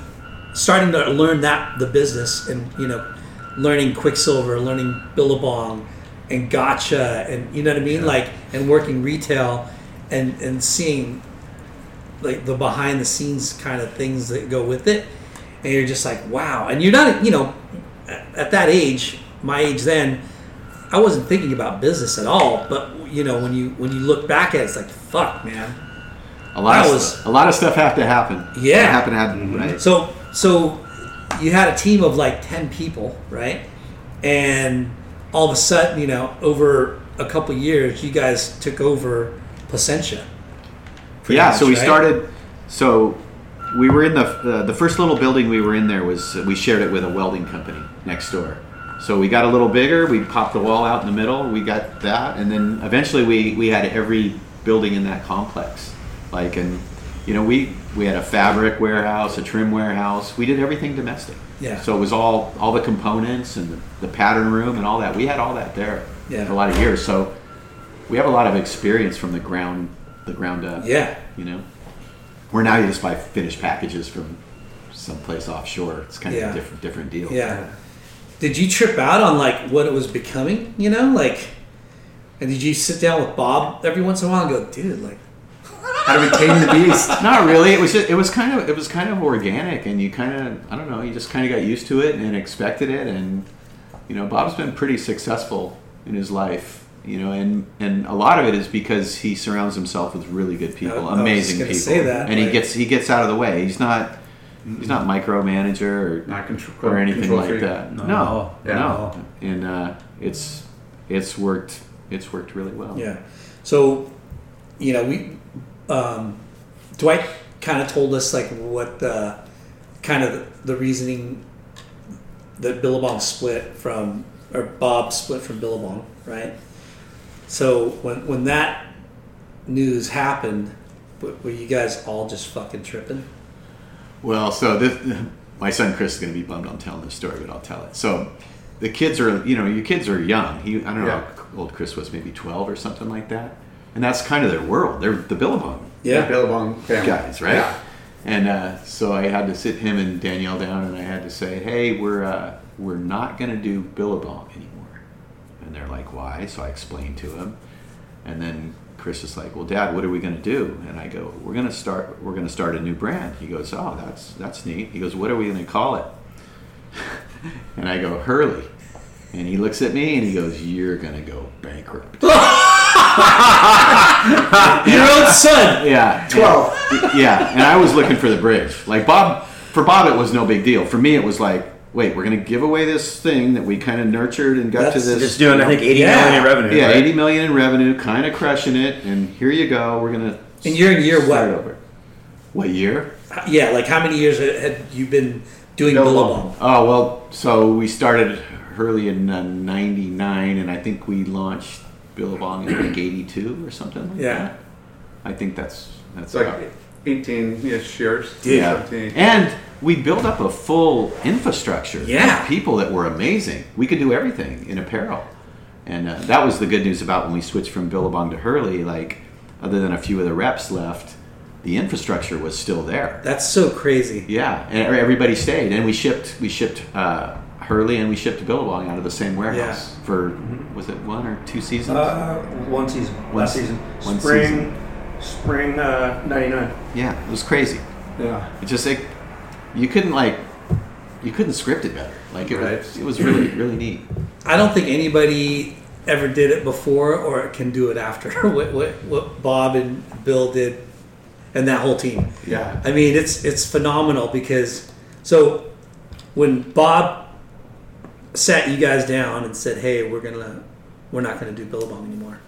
[SPEAKER 9] starting to learn that the business, and you know learning Quicksilver, learning Billabong, and Gotcha, and you know what I mean, like and working retail, and and seeing like the behind the scenes kind of things that go with it, and you're just like wow, and you're not you know at at that age, my age then. I wasn't thinking about business at all, but you know when you when you look back at it, it's like fuck, man.
[SPEAKER 5] A lot,
[SPEAKER 9] That
[SPEAKER 5] of,
[SPEAKER 9] was-
[SPEAKER 5] a lot of stuff have to happen.
[SPEAKER 9] Yeah.
[SPEAKER 5] happen to happen. Right.
[SPEAKER 9] So so you had a team of like ten people, right? And all of a sudden, you know, over a couple years, you guys took over Placentia. pretty
[SPEAKER 5] yeah.
[SPEAKER 9] much,
[SPEAKER 5] so we
[SPEAKER 9] right?
[SPEAKER 5] started. So we were in the uh, the first little building we were in there was we shared it with a welding company next door. So we got a little bigger. We popped the wall out in the middle. We got that, and then eventually we we had every building in that complex. Like and you know we We had a fabric warehouse, a trim warehouse. We did everything domestic.
[SPEAKER 9] Yeah.
[SPEAKER 5] So it was all all the components and the, the pattern room and all that. We had all that there
[SPEAKER 9] Yeah.
[SPEAKER 5] for a lot of years. So we have a lot of experience from the ground the ground up.
[SPEAKER 9] Yeah.
[SPEAKER 5] You know, where now you just buy finished packages from someplace offshore. It's kind of
[SPEAKER 9] Yeah.
[SPEAKER 5] a different different deal.
[SPEAKER 9] Yeah. Did you trip out on like what it was becoming? You know, like, and did you sit down with Bob every once in a while and go, dude, like,
[SPEAKER 5] How to retain the beast? Not really. It was just, it was kind of it was kind of organic, and you kind of I don't know. You just kind of got used to it and expected it, and you know Bob's been pretty successful in his life. You know, and and a lot of it is because he surrounds himself with really good
[SPEAKER 9] I
[SPEAKER 5] people,
[SPEAKER 9] was
[SPEAKER 5] amazing
[SPEAKER 9] gonna
[SPEAKER 5] people,
[SPEAKER 9] say that,
[SPEAKER 5] and he
[SPEAKER 9] like- Mm-hmm.
[SPEAKER 5] gets he gets out of the way. He's not. He's not micromanager or
[SPEAKER 3] Not contr-
[SPEAKER 5] or anything
[SPEAKER 3] control
[SPEAKER 5] like
[SPEAKER 3] freak.
[SPEAKER 5] that.
[SPEAKER 3] No.
[SPEAKER 5] No,
[SPEAKER 3] No.
[SPEAKER 5] no,
[SPEAKER 3] Yeah, no.
[SPEAKER 5] and uh, it's it's worked it's worked really well.
[SPEAKER 9] Yeah. So, you know, we um, Dwight kind of told us like what the kind of the reasoning that Billabong split from or Bob split from Billabong, right? So when when that news happened, w- were you guys all just fucking tripping?
[SPEAKER 5] Well, so this, my son Chris is going to be bummed I'm telling this story, but I'll tell it. So the kids are, you know, your kids are young. He, I don't know
[SPEAKER 3] Yeah.
[SPEAKER 5] how old Chris was, maybe 12 or something like that. And that's kind of their world. They're the Billabong
[SPEAKER 3] Yeah. Billabong family.
[SPEAKER 5] guys, right?
[SPEAKER 3] Yeah.
[SPEAKER 5] And uh, so I had to sit him and Danielle down, and I had to say, "Hey, we're uh, we're not going to do Billabong anymore." And they're like, "Why?" So I explained to him, and then Chris is like, "Well, Dad, what are we going to do?" And I go, "We're going to start we're going to start a new brand." He goes, "Oh, that's that's neat." He goes, "What are we going to call it?" and I go, "Hurley." And he looks at me and he goes, "You're going to go bankrupt."
[SPEAKER 9] Your own son.
[SPEAKER 5] Yeah. 12. Yeah. And I was looking for the bridge. Like Bob, for Bob, it was no big deal. For me, it was like, wait, we're going to give away this thing that we kind of nurtured and got
[SPEAKER 9] That's
[SPEAKER 5] to this.
[SPEAKER 4] Just doing, I think, eighty million in revenue.
[SPEAKER 5] Yeah,
[SPEAKER 4] right?
[SPEAKER 5] 80 million in revenue, kind of crushing it. And here you go. We're going to.
[SPEAKER 9] And you're in year what?
[SPEAKER 5] Over. What year?
[SPEAKER 9] H- Yeah, like how many years had had you been doing Billabong?
[SPEAKER 5] Oh, well, so we started Hurley in uh, 99, and I think we launched Billabong in like 82 or something like
[SPEAKER 9] Yeah.
[SPEAKER 5] that. I think that's. That's
[SPEAKER 3] It's like
[SPEAKER 5] about-
[SPEAKER 3] 18 ish years.
[SPEAKER 5] Yeah.
[SPEAKER 3] 17.
[SPEAKER 5] And we built up a full infrastructure.
[SPEAKER 9] Yeah.
[SPEAKER 5] Of people that were amazing. We could do everything in apparel. And uh, that was the good news about when we switched from Billabong to Hurley. Like, other than a few of the reps left, the infrastructure was still there.
[SPEAKER 9] That's so crazy.
[SPEAKER 5] Yeah, and everybody stayed, and we shipped we shipped uh, Hurley and we shipped Billabong out of the same warehouse for
[SPEAKER 3] Mm-hmm.
[SPEAKER 5] was it one or two seasons?
[SPEAKER 10] Uh, one season.
[SPEAKER 5] One
[SPEAKER 10] Last
[SPEAKER 5] se-
[SPEAKER 10] season.
[SPEAKER 5] one
[SPEAKER 10] spring.
[SPEAKER 5] season.
[SPEAKER 10] Spring uh, '99.
[SPEAKER 5] yeah, it was crazy.
[SPEAKER 3] Yeah.
[SPEAKER 5] It just like you couldn't like you couldn't script it better. Like it was
[SPEAKER 3] Right.
[SPEAKER 5] it was really really neat.
[SPEAKER 9] I don't think anybody ever did it before or can do it after what, what, what Bob and Bill did and that whole team.
[SPEAKER 3] Yeah.
[SPEAKER 9] I mean, it's it's phenomenal because so when Bob sat you guys down and said, "Hey, we're gonna we're not gonna do Billabong anymore."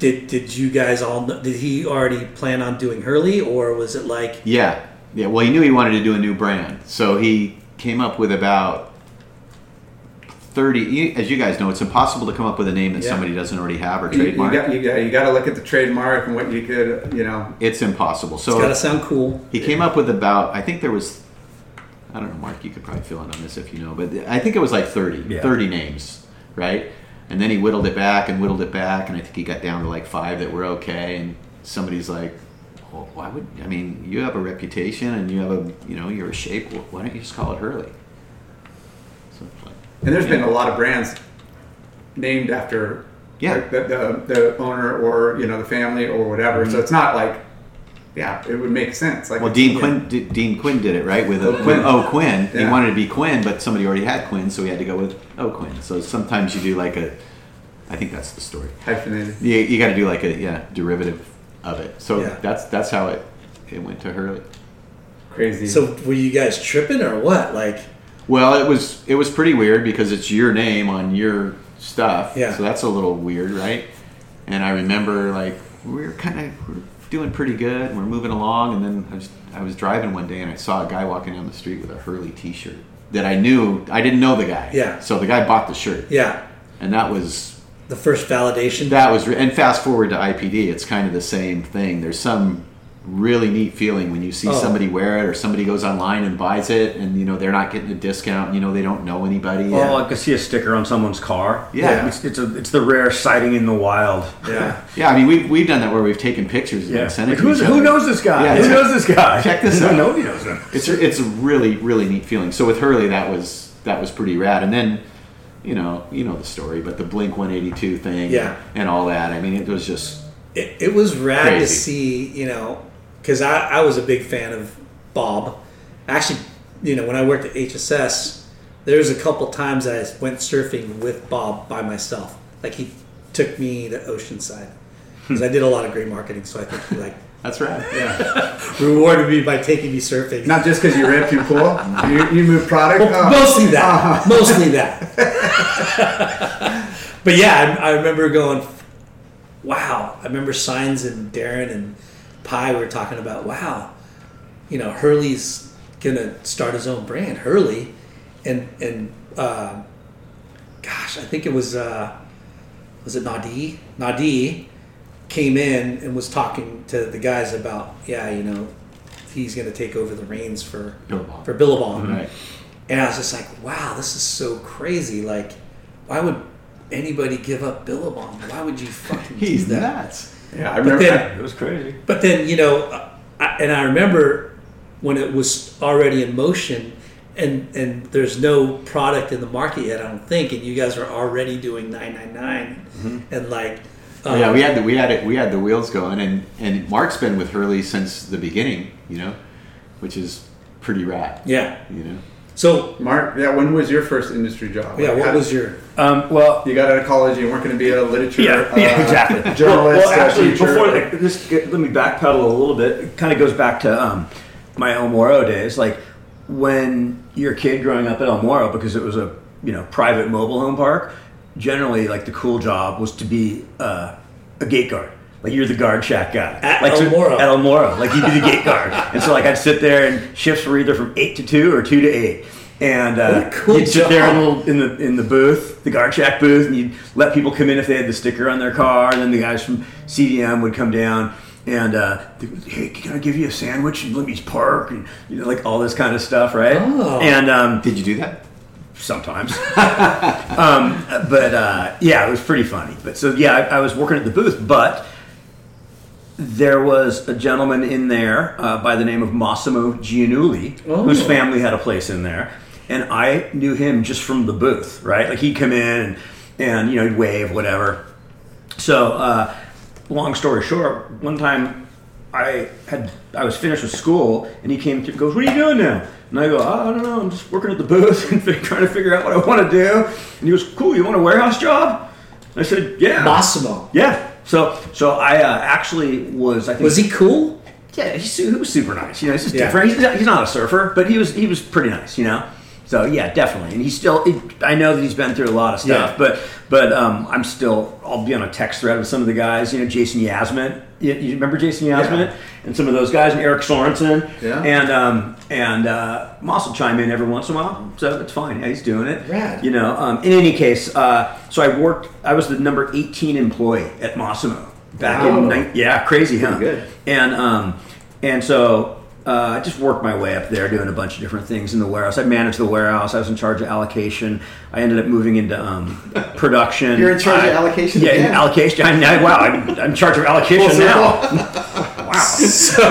[SPEAKER 9] Did did you guys all kn- did he already plan on doing Hurley or was it like
[SPEAKER 5] Yeah. Yeah. Well, he knew he wanted to do a new brand, so he came up with about thirty. you- As you guys know, it's impossible to come up with a name that
[SPEAKER 9] Yeah.
[SPEAKER 5] somebody doesn't already have or
[SPEAKER 3] You, you,
[SPEAKER 5] trademark.
[SPEAKER 3] got, you, got, you got to look at the trademark and what you could, you know.
[SPEAKER 5] it's impossible.
[SPEAKER 9] it's
[SPEAKER 5] So
[SPEAKER 9] gotta sound cool?
[SPEAKER 5] He came up with about, I think there was, I don't know, Mark, you could probably fill in on this if you know, but I think it was like 30, 30 names, right? And then he whittled it back and whittled it back, and I think he got down to like five that were okay. And somebody's like, well, why would, I mean, you have a reputation and you have a, you know, you're a shape. Wh- Why don't you just call it Hurley? So it's like,
[SPEAKER 3] And there's been a lot of brands named after
[SPEAKER 5] Yeah.
[SPEAKER 3] like, the, the, the owner or, you know, the family or whatever.
[SPEAKER 4] Mm-hmm.
[SPEAKER 3] So it's not like, yeah, it would make sense. Like
[SPEAKER 5] Well, Dean Quinn, D- Dean Quinn did it right with, a,
[SPEAKER 3] Quinn.
[SPEAKER 5] with Oh Quinn. He
[SPEAKER 3] Yeah.
[SPEAKER 5] wanted to be Quinn, but somebody already had Quinn, so he had to go with Oh Quinn. So sometimes you do like a, I think that's the story.
[SPEAKER 3] Hyphenated.
[SPEAKER 5] You, you got to do like a yeah derivative of it. So
[SPEAKER 9] Yeah.
[SPEAKER 5] that's that's how it it went to Hurley.
[SPEAKER 3] Crazy.
[SPEAKER 9] So were you guys tripping or what? Like
[SPEAKER 5] Well, it was it was pretty weird because it's your name on your stuff.
[SPEAKER 9] Yeah.
[SPEAKER 5] So that's a little weird, right? And I remember like we were kind of we are doing pretty good. and We're moving along, and then I was I was driving one day and I saw a guy walking down the street with a Hurley T-shirt that I knew I didn't know the guy.
[SPEAKER 9] Yeah.
[SPEAKER 5] So the guy bought the shirt.
[SPEAKER 9] yeah,
[SPEAKER 5] And that was
[SPEAKER 9] the first validation.
[SPEAKER 5] that was re- and fast forward to IPD, it's kind of the same thing. There's some really neat feeling when you see
[SPEAKER 11] Oh.
[SPEAKER 5] somebody wear it or somebody goes online and buys it and you know they're not getting a discount you know they don't know anybody
[SPEAKER 4] Oh,
[SPEAKER 5] and-
[SPEAKER 4] I could see a sticker on someone's car.
[SPEAKER 5] Yeah.
[SPEAKER 4] it's, it's a it's the rare sighting in the wild. Yeah,
[SPEAKER 5] yeah i mean we've, we've done that where we've taken pictures and
[SPEAKER 4] yeah.
[SPEAKER 5] like, sent it
[SPEAKER 4] Like,
[SPEAKER 5] to
[SPEAKER 4] who's-
[SPEAKER 5] each
[SPEAKER 4] who
[SPEAKER 5] other.
[SPEAKER 4] knows this guy?
[SPEAKER 5] Yeah,
[SPEAKER 4] who
[SPEAKER 5] check-
[SPEAKER 4] knows this guy?
[SPEAKER 5] check this out
[SPEAKER 4] Nobody knows him.
[SPEAKER 5] it's it's a really really neat feeling. So with Hurley, that was that was pretty rad. And then, you know, you know the story, but the Blink One Eighty Two thing,
[SPEAKER 9] Yeah.
[SPEAKER 5] and all that. I mean, it was just
[SPEAKER 9] it, it was rad to
[SPEAKER 5] Crazy.
[SPEAKER 9] see, you know, because I, I was a big fan of Bob. Actually, you know, when I worked at HSS, there's a couple times that I went surfing with Bob by myself. Like he took me to Oceanside because I did a lot of great marketing, so I think he like
[SPEAKER 5] that's right,
[SPEAKER 9] yeah, rewarded me by taking me surfing.
[SPEAKER 3] Not just because you ripped, you cool, you, you move product.
[SPEAKER 9] Well,
[SPEAKER 3] Oh.
[SPEAKER 9] mostly
[SPEAKER 3] Uh-huh.
[SPEAKER 9] that. mostly that. but yeah, I, I remember going, wow. I remember Signs and Darren and Pi were talking about, wow, you know, Hurley's going to start his own brand, Hurley. And, and uh, gosh, I think it was, uh, was it Nadi? Nadi came in and was talking to the guys about, yeah, you know, he's going to take over the reins for
[SPEAKER 5] Billabong.
[SPEAKER 9] for Billabong.
[SPEAKER 5] Right.
[SPEAKER 9] And I was just like, wow, this is so crazy. Like, why would anybody give up Billabong? Why would you fucking
[SPEAKER 5] He's
[SPEAKER 9] do that?
[SPEAKER 5] nuts.
[SPEAKER 4] Yeah, I
[SPEAKER 9] But
[SPEAKER 4] remember
[SPEAKER 9] then-
[SPEAKER 4] that. It was crazy.
[SPEAKER 9] But then, you know, uh, I, and I remember when it was already in motion and, and there's no product in the market yet, I don't think, and you guys are already doing 999
[SPEAKER 4] Mm-hmm.
[SPEAKER 9] and like, um,
[SPEAKER 5] Oh, yeah, we had the we had it we had the wheels going, and and Mark's been with Hurley since the beginning, you know, which is pretty rad.
[SPEAKER 9] Yeah.
[SPEAKER 5] you know.
[SPEAKER 9] So,
[SPEAKER 3] Mark, yeah, when was your first industry job?
[SPEAKER 4] Yeah, what was
[SPEAKER 9] your?
[SPEAKER 4] Um, well,
[SPEAKER 3] you got out of college. You weren't going to be a literature,
[SPEAKER 4] Yeah,
[SPEAKER 3] uh,
[SPEAKER 4] yeah, exactly.
[SPEAKER 3] journalist, uh,
[SPEAKER 4] Well, well, actually,
[SPEAKER 3] teacher.
[SPEAKER 4] before the, this, let me backpedal a little bit. It kind of goes back to um, my El Moro days, like when you're a kid growing up at El Moro, because it was a you know private mobile home park. Generally, like the cool job was to be uh, a gate guard. Like you're the guard shack guy.
[SPEAKER 9] At
[SPEAKER 4] like
[SPEAKER 9] El
[SPEAKER 4] so-
[SPEAKER 9] Moro.
[SPEAKER 4] At El Moro. Like you'd be the gate guard. And so like I'd sit there and shifts were either from eight to two or two to eight. And
[SPEAKER 9] What
[SPEAKER 4] uh,
[SPEAKER 9] a cool
[SPEAKER 4] you'd sit there in
[SPEAKER 9] job.
[SPEAKER 4] a little in the in the booth, the guard shack booth, and you'd let people come in if they had the sticker on their car, and then the guys from CDM would come down and uh, they would, hey, can I give you a sandwich and let me park and you know like all this kind of stuff, right?
[SPEAKER 9] Oh.
[SPEAKER 4] And um,
[SPEAKER 5] did you do that?
[SPEAKER 4] Sometimes, um, but uh, yeah, it was pretty funny. But so yeah, I, I was working at the booth, but there was a gentleman in there uh, by the name of Massimo Gianulli,
[SPEAKER 9] Oh.
[SPEAKER 4] whose family had a place in there, and I knew him just from the booth, right? Like he'd come in and, and you know he'd wave, whatever. So, uh, long story short, one time I had I was finished with school, and he came to goes, "What are you doing now?" And I go, "I I don't know. I'm just working at the booth and trying to figure out what I want to do." And he goes, "Cool. You want a warehouse job?" And I said, "Yeah."
[SPEAKER 9] Massimo.
[SPEAKER 4] Yeah. So so I uh, actually was I think
[SPEAKER 9] Was he cool?
[SPEAKER 4] Yeah, he's, su- he was super nice. You know, he's just
[SPEAKER 9] Yeah.
[SPEAKER 4] different. He's not, he's not a surfer, but he was he was pretty nice. You know. So yeah, definitely, and he's still. I know that he's been through a lot of stuff,
[SPEAKER 9] Yeah.
[SPEAKER 4] but but um, I'm still. I'll be on a text thread with some of the guys. You know, Jason Yasmin. You, you remember Jason Yasmin and some of those guys, and Eric Sorensen.
[SPEAKER 3] Yeah.
[SPEAKER 4] And um, and uh, Moss will chime in every once in a while, so it's fine. Yeah, he's doing it.
[SPEAKER 9] Rad.
[SPEAKER 4] You know. Um, in any case, uh, so I worked. I was the number 18 employee at Mossimo back
[SPEAKER 3] Wow.
[SPEAKER 4] in. Nine, yeah, crazy, huh?
[SPEAKER 3] Pretty good.
[SPEAKER 4] And um, and so uh, I just worked my way up there, doing a bunch of different things in the warehouse. I managed the warehouse. I was in charge of allocation. I ended up moving into um, production.
[SPEAKER 5] You're in charge of
[SPEAKER 4] I-
[SPEAKER 5] allocation
[SPEAKER 4] Yeah,
[SPEAKER 5] again?
[SPEAKER 4] allocation. I, I, wow, I'm, I'm in charge of allocation
[SPEAKER 5] Full
[SPEAKER 4] now.
[SPEAKER 5] circle.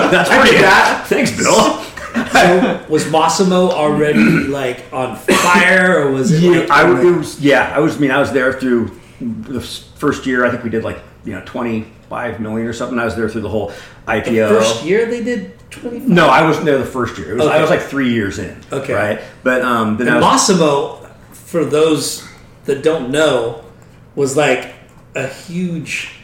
[SPEAKER 4] wow, that's
[SPEAKER 9] I did
[SPEAKER 4] pretty good.
[SPEAKER 9] that.
[SPEAKER 4] Thanks, Bill.
[SPEAKER 9] so was Massimo already like on fire or was it?
[SPEAKER 4] Yeah,
[SPEAKER 9] like-
[SPEAKER 4] I would, it was, yeah, I was. I mean, I was there through the s- first year. I think we did like you know twenty five million or something. I was there through the whole IPO.
[SPEAKER 9] First year they did 25.
[SPEAKER 4] No, I wasn't there the first year. It was, I
[SPEAKER 9] Okay.
[SPEAKER 4] was like three years in.
[SPEAKER 9] Okay.
[SPEAKER 4] Right. But um, then I
[SPEAKER 9] And
[SPEAKER 4] was,
[SPEAKER 9] Massimo, for those that don't know, was like a huge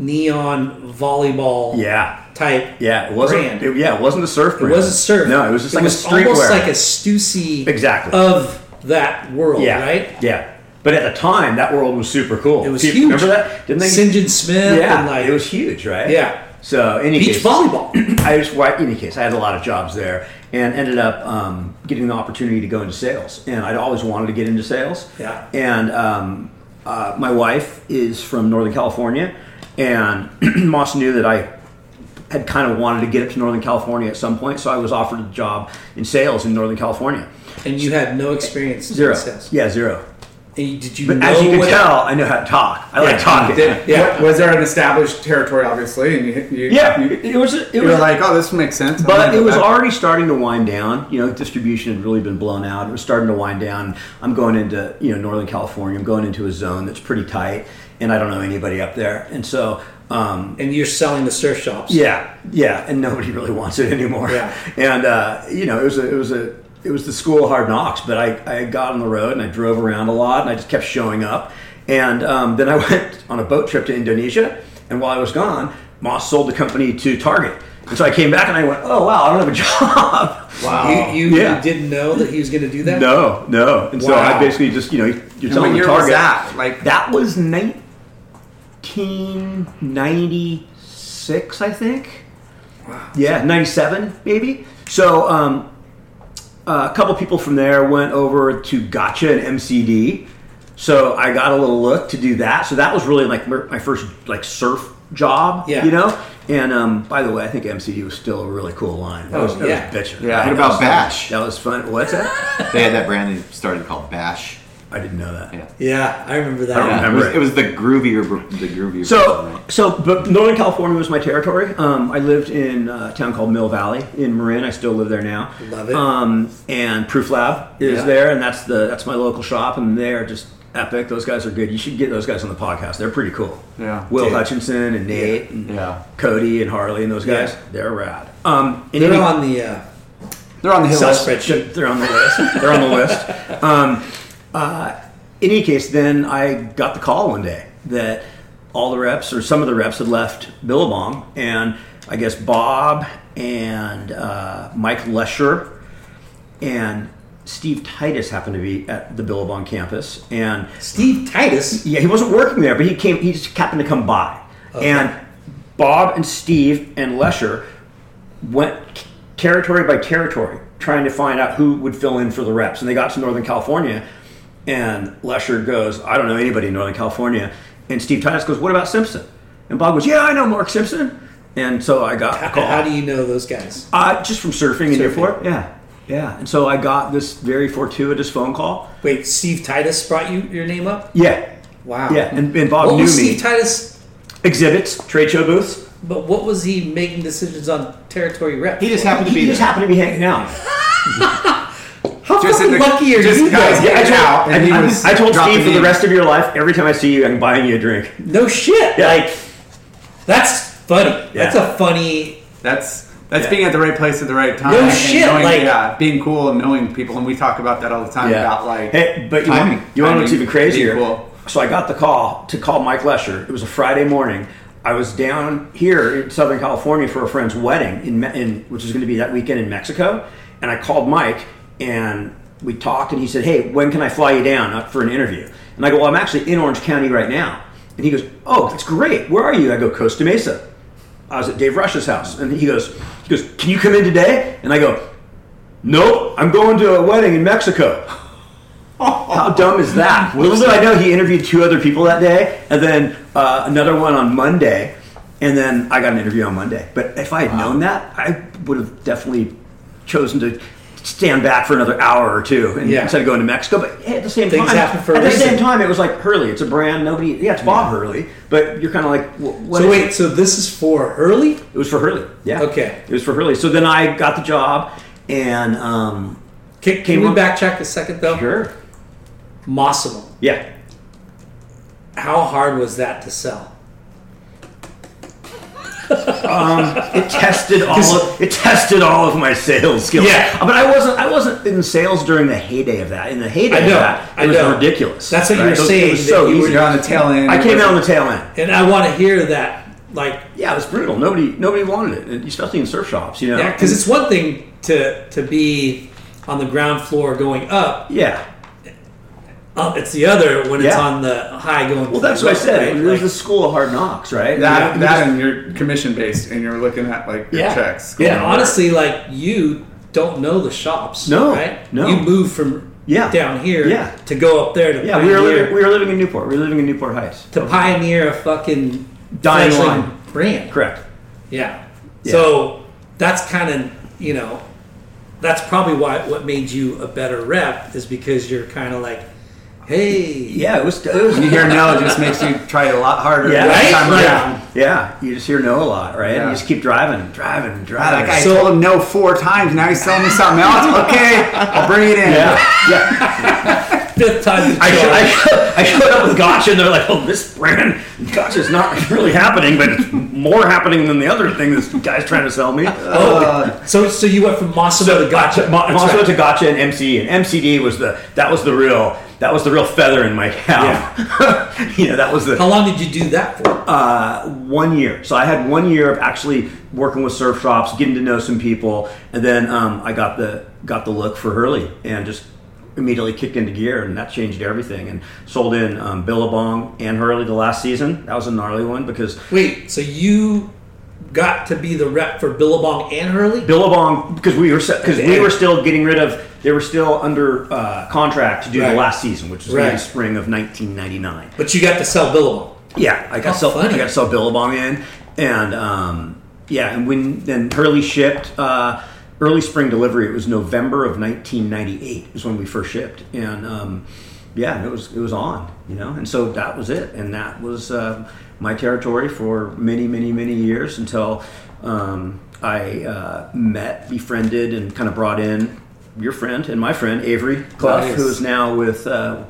[SPEAKER 9] neon volleyball
[SPEAKER 4] Yeah.
[SPEAKER 9] type.
[SPEAKER 4] Yeah. It wasn't.
[SPEAKER 9] brand.
[SPEAKER 4] It, yeah. It wasn't a surf.
[SPEAKER 9] It
[SPEAKER 4] Brand.
[SPEAKER 9] was a surf.
[SPEAKER 4] No. It was just like a streetwear.
[SPEAKER 9] almost like a Stussy
[SPEAKER 4] Exactly.
[SPEAKER 9] of that world,
[SPEAKER 4] yeah.
[SPEAKER 9] right?
[SPEAKER 4] Yeah. But at the time, that world was super cool.
[SPEAKER 9] It was
[SPEAKER 4] People-
[SPEAKER 9] huge.
[SPEAKER 4] Remember that? Didn't they?
[SPEAKER 9] St. John Smith
[SPEAKER 4] yeah.
[SPEAKER 9] and like
[SPEAKER 4] it was huge, right?
[SPEAKER 9] Yeah.
[SPEAKER 4] So in any
[SPEAKER 9] beach
[SPEAKER 4] case,
[SPEAKER 9] volleyball.
[SPEAKER 4] I just, well, in any case, I had a lot of jobs there and ended up um, getting the opportunity to go into sales. And I'd always wanted to get into sales.
[SPEAKER 9] Yeah.
[SPEAKER 4] And um, uh, my wife is from Northern California, and Moss knew that I had kind of wanted to get up to Northern California at some point, so I was offered a job in sales in Northern California.
[SPEAKER 9] And you had no experience
[SPEAKER 4] Zero.
[SPEAKER 9] in sales.
[SPEAKER 4] Yeah, zero.
[SPEAKER 9] And you- did you
[SPEAKER 4] But
[SPEAKER 9] know
[SPEAKER 4] as you can
[SPEAKER 9] what-
[SPEAKER 4] tell, I know how to talk. I like talking.
[SPEAKER 3] Did- Was there an established territory, obviously? And you, you,
[SPEAKER 4] Yeah,
[SPEAKER 3] you,
[SPEAKER 4] it was. It
[SPEAKER 3] you
[SPEAKER 4] was
[SPEAKER 3] were like, oh, this makes sense. I'm
[SPEAKER 4] But
[SPEAKER 3] gonna
[SPEAKER 4] it
[SPEAKER 3] go
[SPEAKER 4] was
[SPEAKER 3] back.
[SPEAKER 4] already starting to wind down. You know, distribution had really been blown out. It was starting to wind down. I'm going into you know Northern California. I'm going into a zone that's pretty tight, and I don't know anybody up there. And so, um,
[SPEAKER 9] and you're selling the surf shops.
[SPEAKER 4] yeah, yeah, and nobody really wants it anymore.
[SPEAKER 9] Yeah.
[SPEAKER 4] And uh, you know, it was a, it was a it was the school of hard knocks. But I I got on the road and I drove around a lot and I just kept showing up. And um, then I went on a boat trip to Indonesia. And while I was gone, Moss sold the company to Target. And so I came back and I went, oh wow, I don't have a job.
[SPEAKER 9] You, you
[SPEAKER 4] Yeah.
[SPEAKER 9] didn't know that he was going to do that.
[SPEAKER 4] No, no. And so
[SPEAKER 9] Wow.
[SPEAKER 4] I basically just, you know, you're
[SPEAKER 3] And
[SPEAKER 4] telling
[SPEAKER 3] what
[SPEAKER 4] the
[SPEAKER 3] year was
[SPEAKER 4] target.
[SPEAKER 3] that? Like-
[SPEAKER 4] that was 1996, I think. Yeah, 97 maybe. So um, uh, a couple people from there went over to Gotcha and MCD. So I got a little look to do that. So that was really like mer- my first like surf job,
[SPEAKER 9] Yeah.
[SPEAKER 4] you know. And um, by the way, I think MCD was still a really cool line. That
[SPEAKER 9] Oh,
[SPEAKER 4] was, that
[SPEAKER 9] yeah.
[SPEAKER 4] was bitchin'.
[SPEAKER 5] Yeah.
[SPEAKER 4] That
[SPEAKER 5] What about
[SPEAKER 4] was-
[SPEAKER 5] Bash?
[SPEAKER 4] That was fun. What's that?
[SPEAKER 5] They had that brand they started called Bash.
[SPEAKER 4] I didn't know that.
[SPEAKER 5] Yeah.
[SPEAKER 9] Yeah, I remember that.
[SPEAKER 4] I don't
[SPEAKER 5] it,
[SPEAKER 4] remember
[SPEAKER 5] was,
[SPEAKER 4] it.
[SPEAKER 5] it was the groovier, br- the groovier. brand,
[SPEAKER 4] So,
[SPEAKER 5] right?
[SPEAKER 4] so, but Northern California was my territory. Um, I lived in uh, a town called Mill Valley in Marin. I still live there now.
[SPEAKER 9] Love it.
[SPEAKER 4] Um, and Proof Lab is
[SPEAKER 9] Yeah.
[SPEAKER 4] there, and that's the that's my local shop, and they're just epic. Those guys are good. You should get those guys on the podcast. They're pretty cool.
[SPEAKER 3] Yeah.
[SPEAKER 4] Will
[SPEAKER 9] Dude.
[SPEAKER 4] Hutchinson and Nate and
[SPEAKER 3] Yeah.
[SPEAKER 4] Cody and Harley and those guys.
[SPEAKER 9] Yeah.
[SPEAKER 4] They're rad. Um, and
[SPEAKER 9] They're
[SPEAKER 4] any-
[SPEAKER 9] on the uh,
[SPEAKER 3] They're on the hill.
[SPEAKER 9] South
[SPEAKER 3] list.
[SPEAKER 9] spreadsheet.
[SPEAKER 4] should- They're on the list. They're on the list. Um, uh, in any case, then I got the call one day that all the reps or some of the reps had left Billabong, and I guess Bob and uh, Mike Lesher and Steve Titus happened to be at the Billabong campus, and
[SPEAKER 9] Steve Titus.
[SPEAKER 4] yeah, he wasn't working there, but he came. He just happened to come by, and Bob and Steve and Lesher went c- territory by territory trying to find out who would fill in for the reps. And they got to Northern California, and Lesher goes, "I don't know anybody in Northern California," and Steve Titus goes, "What about Simpson?" And Bob goes, "Yeah, I know Mark Simpson." And so I got the
[SPEAKER 9] How,
[SPEAKER 4] call.
[SPEAKER 9] how do you know those guys?
[SPEAKER 4] uh, just from surfing, in
[SPEAKER 9] Surfing.
[SPEAKER 4] Newport, yeah, yeah. And so I got this very fortuitous phone call.
[SPEAKER 9] Wait, Steve Titus brought you your name up.
[SPEAKER 4] Yeah,
[SPEAKER 9] Wow.
[SPEAKER 4] yeah. And, and Bob
[SPEAKER 9] what
[SPEAKER 4] knew
[SPEAKER 9] was
[SPEAKER 4] me.
[SPEAKER 9] Steve Titus?
[SPEAKER 4] Exhibits, trade show booths.
[SPEAKER 9] But what was he making decisions on territory rep?
[SPEAKER 5] he just happened to
[SPEAKER 4] He
[SPEAKER 5] be
[SPEAKER 4] just
[SPEAKER 5] there.
[SPEAKER 4] happened to be hanging out.
[SPEAKER 9] How
[SPEAKER 3] Just in
[SPEAKER 9] fucking
[SPEAKER 3] the-
[SPEAKER 9] lucky are
[SPEAKER 3] just
[SPEAKER 9] you
[SPEAKER 3] guys
[SPEAKER 9] guys?
[SPEAKER 3] get-
[SPEAKER 4] I told,
[SPEAKER 3] out, and he
[SPEAKER 4] I-
[SPEAKER 3] was
[SPEAKER 4] I told
[SPEAKER 3] dropping
[SPEAKER 4] Steve for the
[SPEAKER 3] names.
[SPEAKER 4] rest of your life, every time I see you, I'm buying you a drink.
[SPEAKER 9] No shit.
[SPEAKER 4] Like,
[SPEAKER 9] That's funny. That's
[SPEAKER 4] Yeah.
[SPEAKER 9] a funny.
[SPEAKER 3] That's that's
[SPEAKER 4] Yeah.
[SPEAKER 3] being at the right place at the right time.
[SPEAKER 9] No
[SPEAKER 3] and
[SPEAKER 9] shit,
[SPEAKER 3] knowing-
[SPEAKER 9] like-
[SPEAKER 3] yeah, being cool and knowing people, and we talk about that all the time
[SPEAKER 4] yeah.
[SPEAKER 3] about like
[SPEAKER 4] Hey, but you,
[SPEAKER 3] timing.
[SPEAKER 4] you want to know what's
[SPEAKER 3] Timing,
[SPEAKER 4] even crazier?
[SPEAKER 3] being cool.
[SPEAKER 4] So I got the call to call Mike Lesher. It was a Friday morning. I was down here in Southern California for a friend's wedding, in, Me- in which is going to be that weekend in Mexico. And I called Mike, and we talked, and he said, "Hey, when can I fly you down up for an interview?" And I go, "Well, I'm actually in Orange County right now." And he goes, "Oh, that's great. Where are you?" I go, "Costa Mesa." I was at Dave Rush's house, and he goes, "He goes, can you come in today?" And I go, "Nope, I'm going to a wedding in Mexico." How dumb is that? Little did I know he interviewed two other people that day, and then uh, another one on Monday, and then I got an interview on Monday. But if I had known that, I would have definitely chosen to stand back for another hour or two and,
[SPEAKER 9] Yeah.
[SPEAKER 4] instead of going to Mexico. But hey, at the same
[SPEAKER 9] Things
[SPEAKER 4] time,
[SPEAKER 9] happen for a
[SPEAKER 4] at the same
[SPEAKER 9] reason.
[SPEAKER 4] time, it was like Hurley. It's a brand nobody. Yeah, it's Bob Hurley, but you're kind of like, wh- what
[SPEAKER 9] so
[SPEAKER 4] is-
[SPEAKER 9] oh, wait, so this is for Hurley?
[SPEAKER 4] it was for Hurley. Yeah.
[SPEAKER 9] Okay.
[SPEAKER 4] It was for Hurley. So then I got the job, and um,
[SPEAKER 9] Can, can
[SPEAKER 4] Came
[SPEAKER 9] we
[SPEAKER 4] on-
[SPEAKER 9] backtrack a second though?
[SPEAKER 4] sure.
[SPEAKER 9] Mossimo.
[SPEAKER 4] Yeah.
[SPEAKER 9] How hard was that to sell?
[SPEAKER 4] It tested all. Of, it tested all of my sales skills. Uh,
[SPEAKER 9] Yeah.
[SPEAKER 4] but I wasn't. I wasn't in sales during the heyday of that. In the heyday
[SPEAKER 9] I know,
[SPEAKER 4] of that, it
[SPEAKER 9] I
[SPEAKER 4] was
[SPEAKER 9] know.
[SPEAKER 4] ridiculous.
[SPEAKER 9] That's what you were
[SPEAKER 4] It was-
[SPEAKER 9] saying,
[SPEAKER 4] It was
[SPEAKER 9] that
[SPEAKER 4] so
[SPEAKER 9] you were
[SPEAKER 4] easy.
[SPEAKER 3] you're on the tail end.
[SPEAKER 4] I came out on the tail end.
[SPEAKER 9] And I want to hear that, like,
[SPEAKER 4] Yeah, it was brutal. Nobody, nobody wanted it, especially in surf shops. You know.
[SPEAKER 9] yeah, because it's one thing to to be on the ground floor going up.
[SPEAKER 4] Yeah.
[SPEAKER 9] uh, It's the other when it's
[SPEAKER 4] Yeah.
[SPEAKER 9] on the high going.
[SPEAKER 4] Well, that's what I said.
[SPEAKER 9] right?
[SPEAKER 4] It was
[SPEAKER 9] Like,
[SPEAKER 4] the school of hard knocks, right?
[SPEAKER 3] that
[SPEAKER 4] You
[SPEAKER 3] that
[SPEAKER 4] just-
[SPEAKER 3] and you're commission based, and you're looking at like your
[SPEAKER 4] Yeah.
[SPEAKER 3] checks.
[SPEAKER 9] and
[SPEAKER 3] going
[SPEAKER 9] honestly, like you don't know the shops.
[SPEAKER 4] No,
[SPEAKER 9] right?
[SPEAKER 4] no.
[SPEAKER 9] You move from
[SPEAKER 4] Yeah.
[SPEAKER 9] down here
[SPEAKER 4] Yeah.
[SPEAKER 9] to go up there to
[SPEAKER 4] yeah, we
[SPEAKER 9] pioneer,
[SPEAKER 4] were living. We were living in Newport. We were living in Newport Heights.
[SPEAKER 9] to pioneer a fucking
[SPEAKER 4] Dying
[SPEAKER 9] fledgling
[SPEAKER 4] line.
[SPEAKER 9] brand.
[SPEAKER 4] Correct.
[SPEAKER 9] Yeah. So that's kind of you know, that's probably why what made you a better rep is because you're kind of like, hey,
[SPEAKER 4] Yeah, it was.
[SPEAKER 9] When you hear no, it just makes
[SPEAKER 3] you try it a lot harder.
[SPEAKER 4] Yeah,
[SPEAKER 9] Right?
[SPEAKER 4] Like,
[SPEAKER 9] Yeah.
[SPEAKER 4] yeah. you just hear no a lot, right?
[SPEAKER 3] Yeah.
[SPEAKER 4] You just keep driving, and driving, and driving.
[SPEAKER 3] Like I told him no four times. Now he's telling me something else. Okay, I'll bring it in.
[SPEAKER 4] Yeah.
[SPEAKER 9] fifth time.
[SPEAKER 4] I, sho- I, sho- I showed up with Gotch, and they're like, "Oh, this brand Gotch is not really happening, but it's more happening than the other thing this guy's trying to sell me."
[SPEAKER 9] Oh, so so you went from Mossimo to Gotcha.
[SPEAKER 4] Mo-
[SPEAKER 9] That's
[SPEAKER 4] Monster
[SPEAKER 9] right.
[SPEAKER 4] to Gotcha and MCD, and MCD was the that was the real that was the real feather in my cap. you know, that was the
[SPEAKER 9] How long did you do that for?
[SPEAKER 4] uh, one year. So I had one year of actually working with surf shops, getting to know some people, and then um, I got the got the look for Hurley and just immediately kicked into gear, and that changed everything. And sold in um, Billabong and Hurley the last season. That was a gnarly one because
[SPEAKER 9] Wait, so you got to be the rep for Billabong and Hurley?
[SPEAKER 4] Billabong because we were because we were still getting rid of they were still under uh, contract to do
[SPEAKER 9] Right.
[SPEAKER 4] the last season, which was in
[SPEAKER 9] Right.
[SPEAKER 4] the spring of 1999.
[SPEAKER 9] But you got to sell Billabong.
[SPEAKER 4] Yeah, I got
[SPEAKER 9] How
[SPEAKER 4] self
[SPEAKER 9] funny.
[SPEAKER 4] I got self Billabong in, and um, yeah, and when then Hurley shipped uh, early spring delivery. It was November of 1998 is when we first shipped, and um, yeah, and it was it was on, you know, and so that was it, and that was uh, my territory for many, many, many years until um, I uh, met, befriended, and kind of brought in your friend and my friend Avery Clough,
[SPEAKER 9] Nice.
[SPEAKER 4] who is now with. Uh,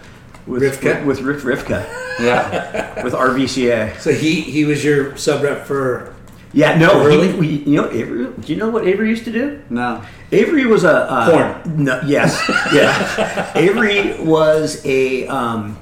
[SPEAKER 4] with
[SPEAKER 9] Rivka?
[SPEAKER 4] with Rick Rivka, yeah, with RVCA.
[SPEAKER 9] So he he was your sub rep for
[SPEAKER 4] Yeah, no,
[SPEAKER 9] Really?
[SPEAKER 4] really. We, you know, Avery. Do you know what Avery used to do?
[SPEAKER 3] No.
[SPEAKER 4] Avery was a uh,
[SPEAKER 9] Porn.
[SPEAKER 4] No, yes, yeah. Avery was a um,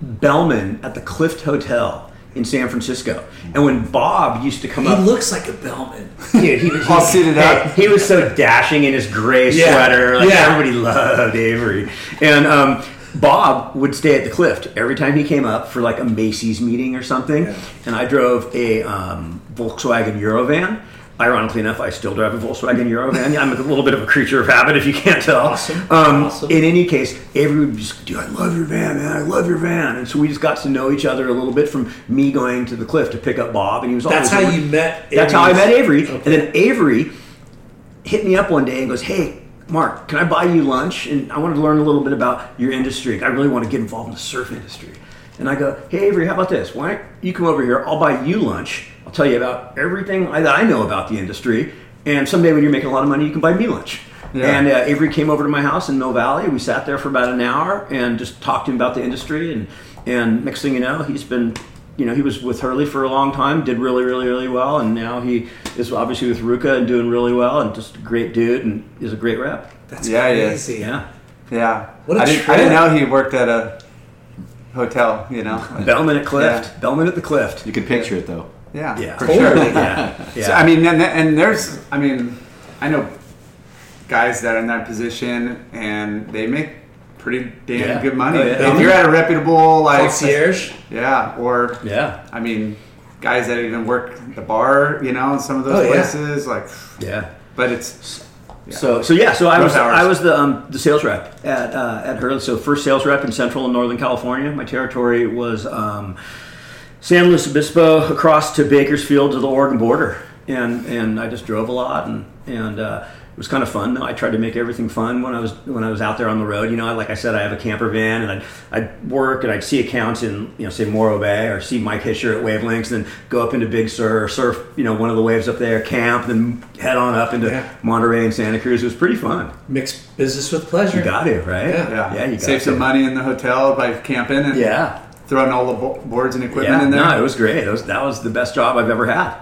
[SPEAKER 4] bellman at the Clift Hotel in San Francisco, and when Bob used to come
[SPEAKER 9] He
[SPEAKER 4] up,
[SPEAKER 9] looks like a bellman.
[SPEAKER 4] dude, he was
[SPEAKER 3] All suited up.
[SPEAKER 4] Hey, he was so dashing in his gray
[SPEAKER 9] Yeah.
[SPEAKER 4] sweater. Like
[SPEAKER 9] Yeah.
[SPEAKER 4] everybody loved Avery. And um, Bob would stay at the Clift every time he came up for like a Macy's meeting or something. And I drove a um, Volkswagen Eurovan. Ironically enough, I still drive a Volkswagen Eurovan. I'm a little bit of a creature of habit, if you can't tell.
[SPEAKER 9] Awesome.
[SPEAKER 4] Um,
[SPEAKER 9] Awesome.
[SPEAKER 4] In any case, Avery would just, dude, I love your van, man. I love your van. And so we just got to know each other a little bit from me going to the Clift to pick up Bob, and he was
[SPEAKER 9] That's how
[SPEAKER 4] always
[SPEAKER 9] you met.
[SPEAKER 4] that's how I
[SPEAKER 9] Avery's-
[SPEAKER 4] met Avery. And then Avery hit me up one day and goes, Hey, Mark, can I buy you lunch? And I want to learn a little bit about your industry. I really want to get involved in the surf industry. And I go, Hey, Avery, how about this? Why don't you come over here? I'll buy you lunch. I'll tell you about everything I- that I know about the industry. And someday when you're making a lot of money, you can buy me lunch. And uh, Avery came over to my house in Mill Valley. We sat there for about an hour and just talked to him about the industry. And, and next thing you know, he's been you know, he was with Hurley for a long time, did really, really, really well, and now he is obviously with Ruka and doing really well, and just a great dude, and is a great rep.
[SPEAKER 9] That's
[SPEAKER 3] Yeah, yeah.
[SPEAKER 9] crazy.
[SPEAKER 4] Yeah,
[SPEAKER 3] Yeah.
[SPEAKER 9] What a
[SPEAKER 3] I didn't, I
[SPEAKER 9] trip.
[SPEAKER 3] didn't know he worked at a hotel. You know.
[SPEAKER 4] Bellman at Clift,
[SPEAKER 3] Yeah.
[SPEAKER 4] Bellman at the Clift.
[SPEAKER 5] You could picture it though.
[SPEAKER 3] Yeah.
[SPEAKER 4] Yeah,
[SPEAKER 3] For sure.
[SPEAKER 4] yeah, yeah.
[SPEAKER 3] So, I mean, and, and there's, I mean, I know guys that are in that position and they make pretty damn
[SPEAKER 4] Yeah.
[SPEAKER 3] good money.
[SPEAKER 4] Oh, yeah.
[SPEAKER 3] If you're at a reputable, like,
[SPEAKER 9] Concierge.
[SPEAKER 3] yeah, or,
[SPEAKER 4] yeah,
[SPEAKER 3] I mean, guys that even work the bar, you know, in some of those
[SPEAKER 9] Oh, yeah.
[SPEAKER 3] places, like,
[SPEAKER 4] yeah.
[SPEAKER 3] but it's,
[SPEAKER 4] So, so yeah, so I
[SPEAKER 3] Rough
[SPEAKER 4] was
[SPEAKER 3] hours.
[SPEAKER 4] I was the um, the sales rep at uh, at Hurley. So first sales rep in Central and Northern California. My territory was um, San Luis Obispo across to Bakersfield to the Oregon border, and and I just drove a lot and and. Uh, it was kind of fun. though. I tried to make everything fun when I was when I was out there on the road. You know, I, like I said, I have a camper van, and I'd, I'd work and I'd see accounts in you know say Morro Bay or see Mike Hisher at Wavelengths, and then go up into Big Sur, or surf you know one of the waves up there, camp, then head on up into
[SPEAKER 9] Yeah.
[SPEAKER 4] Monterey and Santa Cruz. It was pretty fun.
[SPEAKER 9] Mixed business with pleasure.
[SPEAKER 4] You got to, right?
[SPEAKER 9] Yeah.
[SPEAKER 3] yeah.
[SPEAKER 4] yeah you got
[SPEAKER 3] Save
[SPEAKER 4] to.
[SPEAKER 3] some money in the hotel by camping and
[SPEAKER 4] Yeah.
[SPEAKER 3] throwing all the bo- boards and equipment
[SPEAKER 4] Yeah,
[SPEAKER 3] in there.
[SPEAKER 4] no, it was great. It was, that was the best job I've ever had.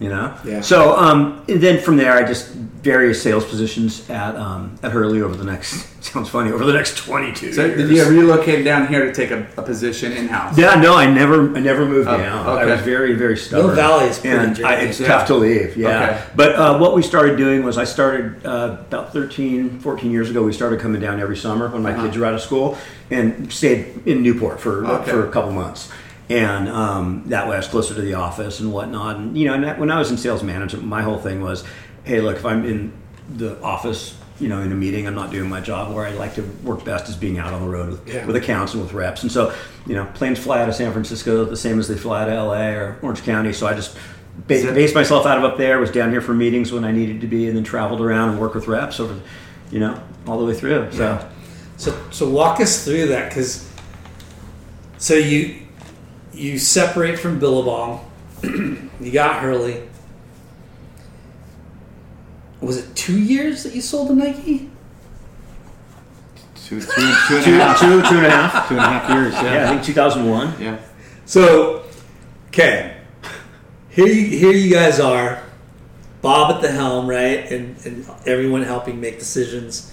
[SPEAKER 4] You know.
[SPEAKER 9] Yeah.
[SPEAKER 4] So um, and then from there, I just various sales positions at um, at Hurley over the next sounds funny over the next twenty two.
[SPEAKER 3] so did
[SPEAKER 4] years.
[SPEAKER 3] you relocate down here to take a, a position in-house?
[SPEAKER 4] yeah, no, I never, I never moved
[SPEAKER 3] Oh,
[SPEAKER 4] down. I
[SPEAKER 3] okay.
[SPEAKER 4] was very, very stubborn.
[SPEAKER 9] Mill Valley is pretty
[SPEAKER 4] and I,
[SPEAKER 9] janky.
[SPEAKER 4] it's
[SPEAKER 3] Yeah.
[SPEAKER 4] tough to leave. Yeah,
[SPEAKER 3] Okay.
[SPEAKER 4] but uh, what we started doing was I started uh, about 13, 14 years ago. We started coming down every summer when
[SPEAKER 3] Uh-huh.
[SPEAKER 4] my kids were out of school and stayed in Newport for
[SPEAKER 3] Okay.
[SPEAKER 4] for a couple months. And um, that way, I was closer to the office and whatnot. And you know, and that, when I was in sales management, my whole thing was, hey, look, if I'm in the office, you know, in a meeting, I'm not doing my job. Where I like to work best is being out on the road with,
[SPEAKER 9] Yeah.
[SPEAKER 4] with accounts and with reps. And so, you know, planes fly out of San Francisco the same as they fly out of LA or Orange County. So I just ba- based myself out of up there, was down here for meetings when I needed to be, and then traveled around and worked with reps over, you know, all the way through. So,
[SPEAKER 9] So, so walk us through that because so you you separate from Billabong, you got Hurley. Was it two years that you sold to Nike?
[SPEAKER 5] Two, two, two and
[SPEAKER 4] Two-
[SPEAKER 5] a half.
[SPEAKER 4] two- two and a half.
[SPEAKER 5] Two and a half years, yeah.
[SPEAKER 4] yeah, I think 2001.
[SPEAKER 5] Yeah.
[SPEAKER 9] So, okay, here you, here you guys are, Bob at the helm, right, and and everyone helping make decisions.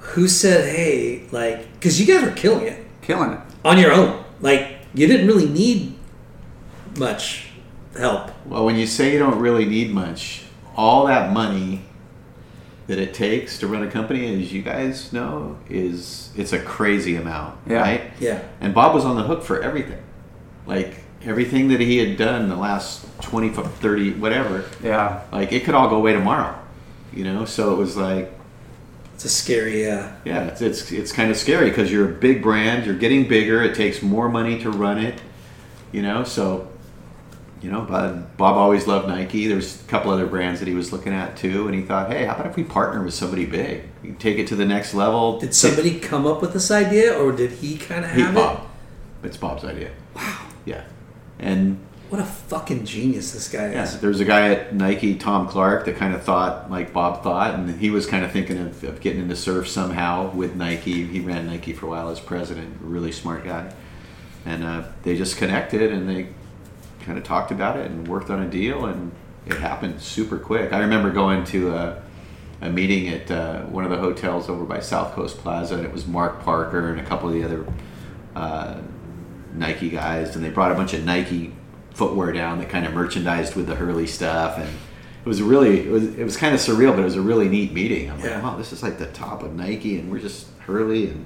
[SPEAKER 9] Who said, "Hey, like," because you guys were killing it
[SPEAKER 3] Killing it.
[SPEAKER 9] on your own. Like you didn't really need much help.
[SPEAKER 5] Well, when you say you don't really need much, all that money that it takes to run a company, as you guys know, is it's a crazy amount,
[SPEAKER 3] Yeah.
[SPEAKER 5] right?
[SPEAKER 9] Yeah.
[SPEAKER 5] And Bob was on the hook for everything, like everything that he had done the last 20, 30, whatever.
[SPEAKER 3] Yeah.
[SPEAKER 5] Like it could all go away tomorrow, you know. So it was like,
[SPEAKER 9] It's a scary. Uh,
[SPEAKER 5] yeah, it's it's, it's kind of scary because you're a big brand, you're getting bigger, it takes more money to run it, you know. So, you know, Bob, Bob always loved Nike. There's a couple other brands that he was looking at too, and he thought, hey, how about if we partner with somebody big, we can take it to the next level.
[SPEAKER 9] did somebody come up with this idea, or did he kind of
[SPEAKER 5] He-
[SPEAKER 9] have
[SPEAKER 5] Bob. It's Bob's idea. Wow. Yeah, and
[SPEAKER 9] it? What a fucking genius this guy
[SPEAKER 5] Yeah,
[SPEAKER 9] is.
[SPEAKER 5] there was a guy at Nike, Tom Clark, that kind of thought like Bob thought, and he was kind of thinking of, of getting into surf somehow with Nike. He ran Nike for a while as president, a really smart guy, and uh, they just connected and they kind of talked about it and worked on a deal, and it happened super quick. I remember going to uh, a, a meeting at uh, one of the hotels over by South Coast Plaza, and it was Mark Parker and a couple of the other. Uh, Nike guys, and they brought a bunch of Nike footwear down that kind of merchandised with the Hurley stuff, and it was really it was it was kind of surreal, but it was a really neat meeting. I'm
[SPEAKER 9] Yeah.
[SPEAKER 5] like, wow, this is like the top of Nike, and we're just Hurley, and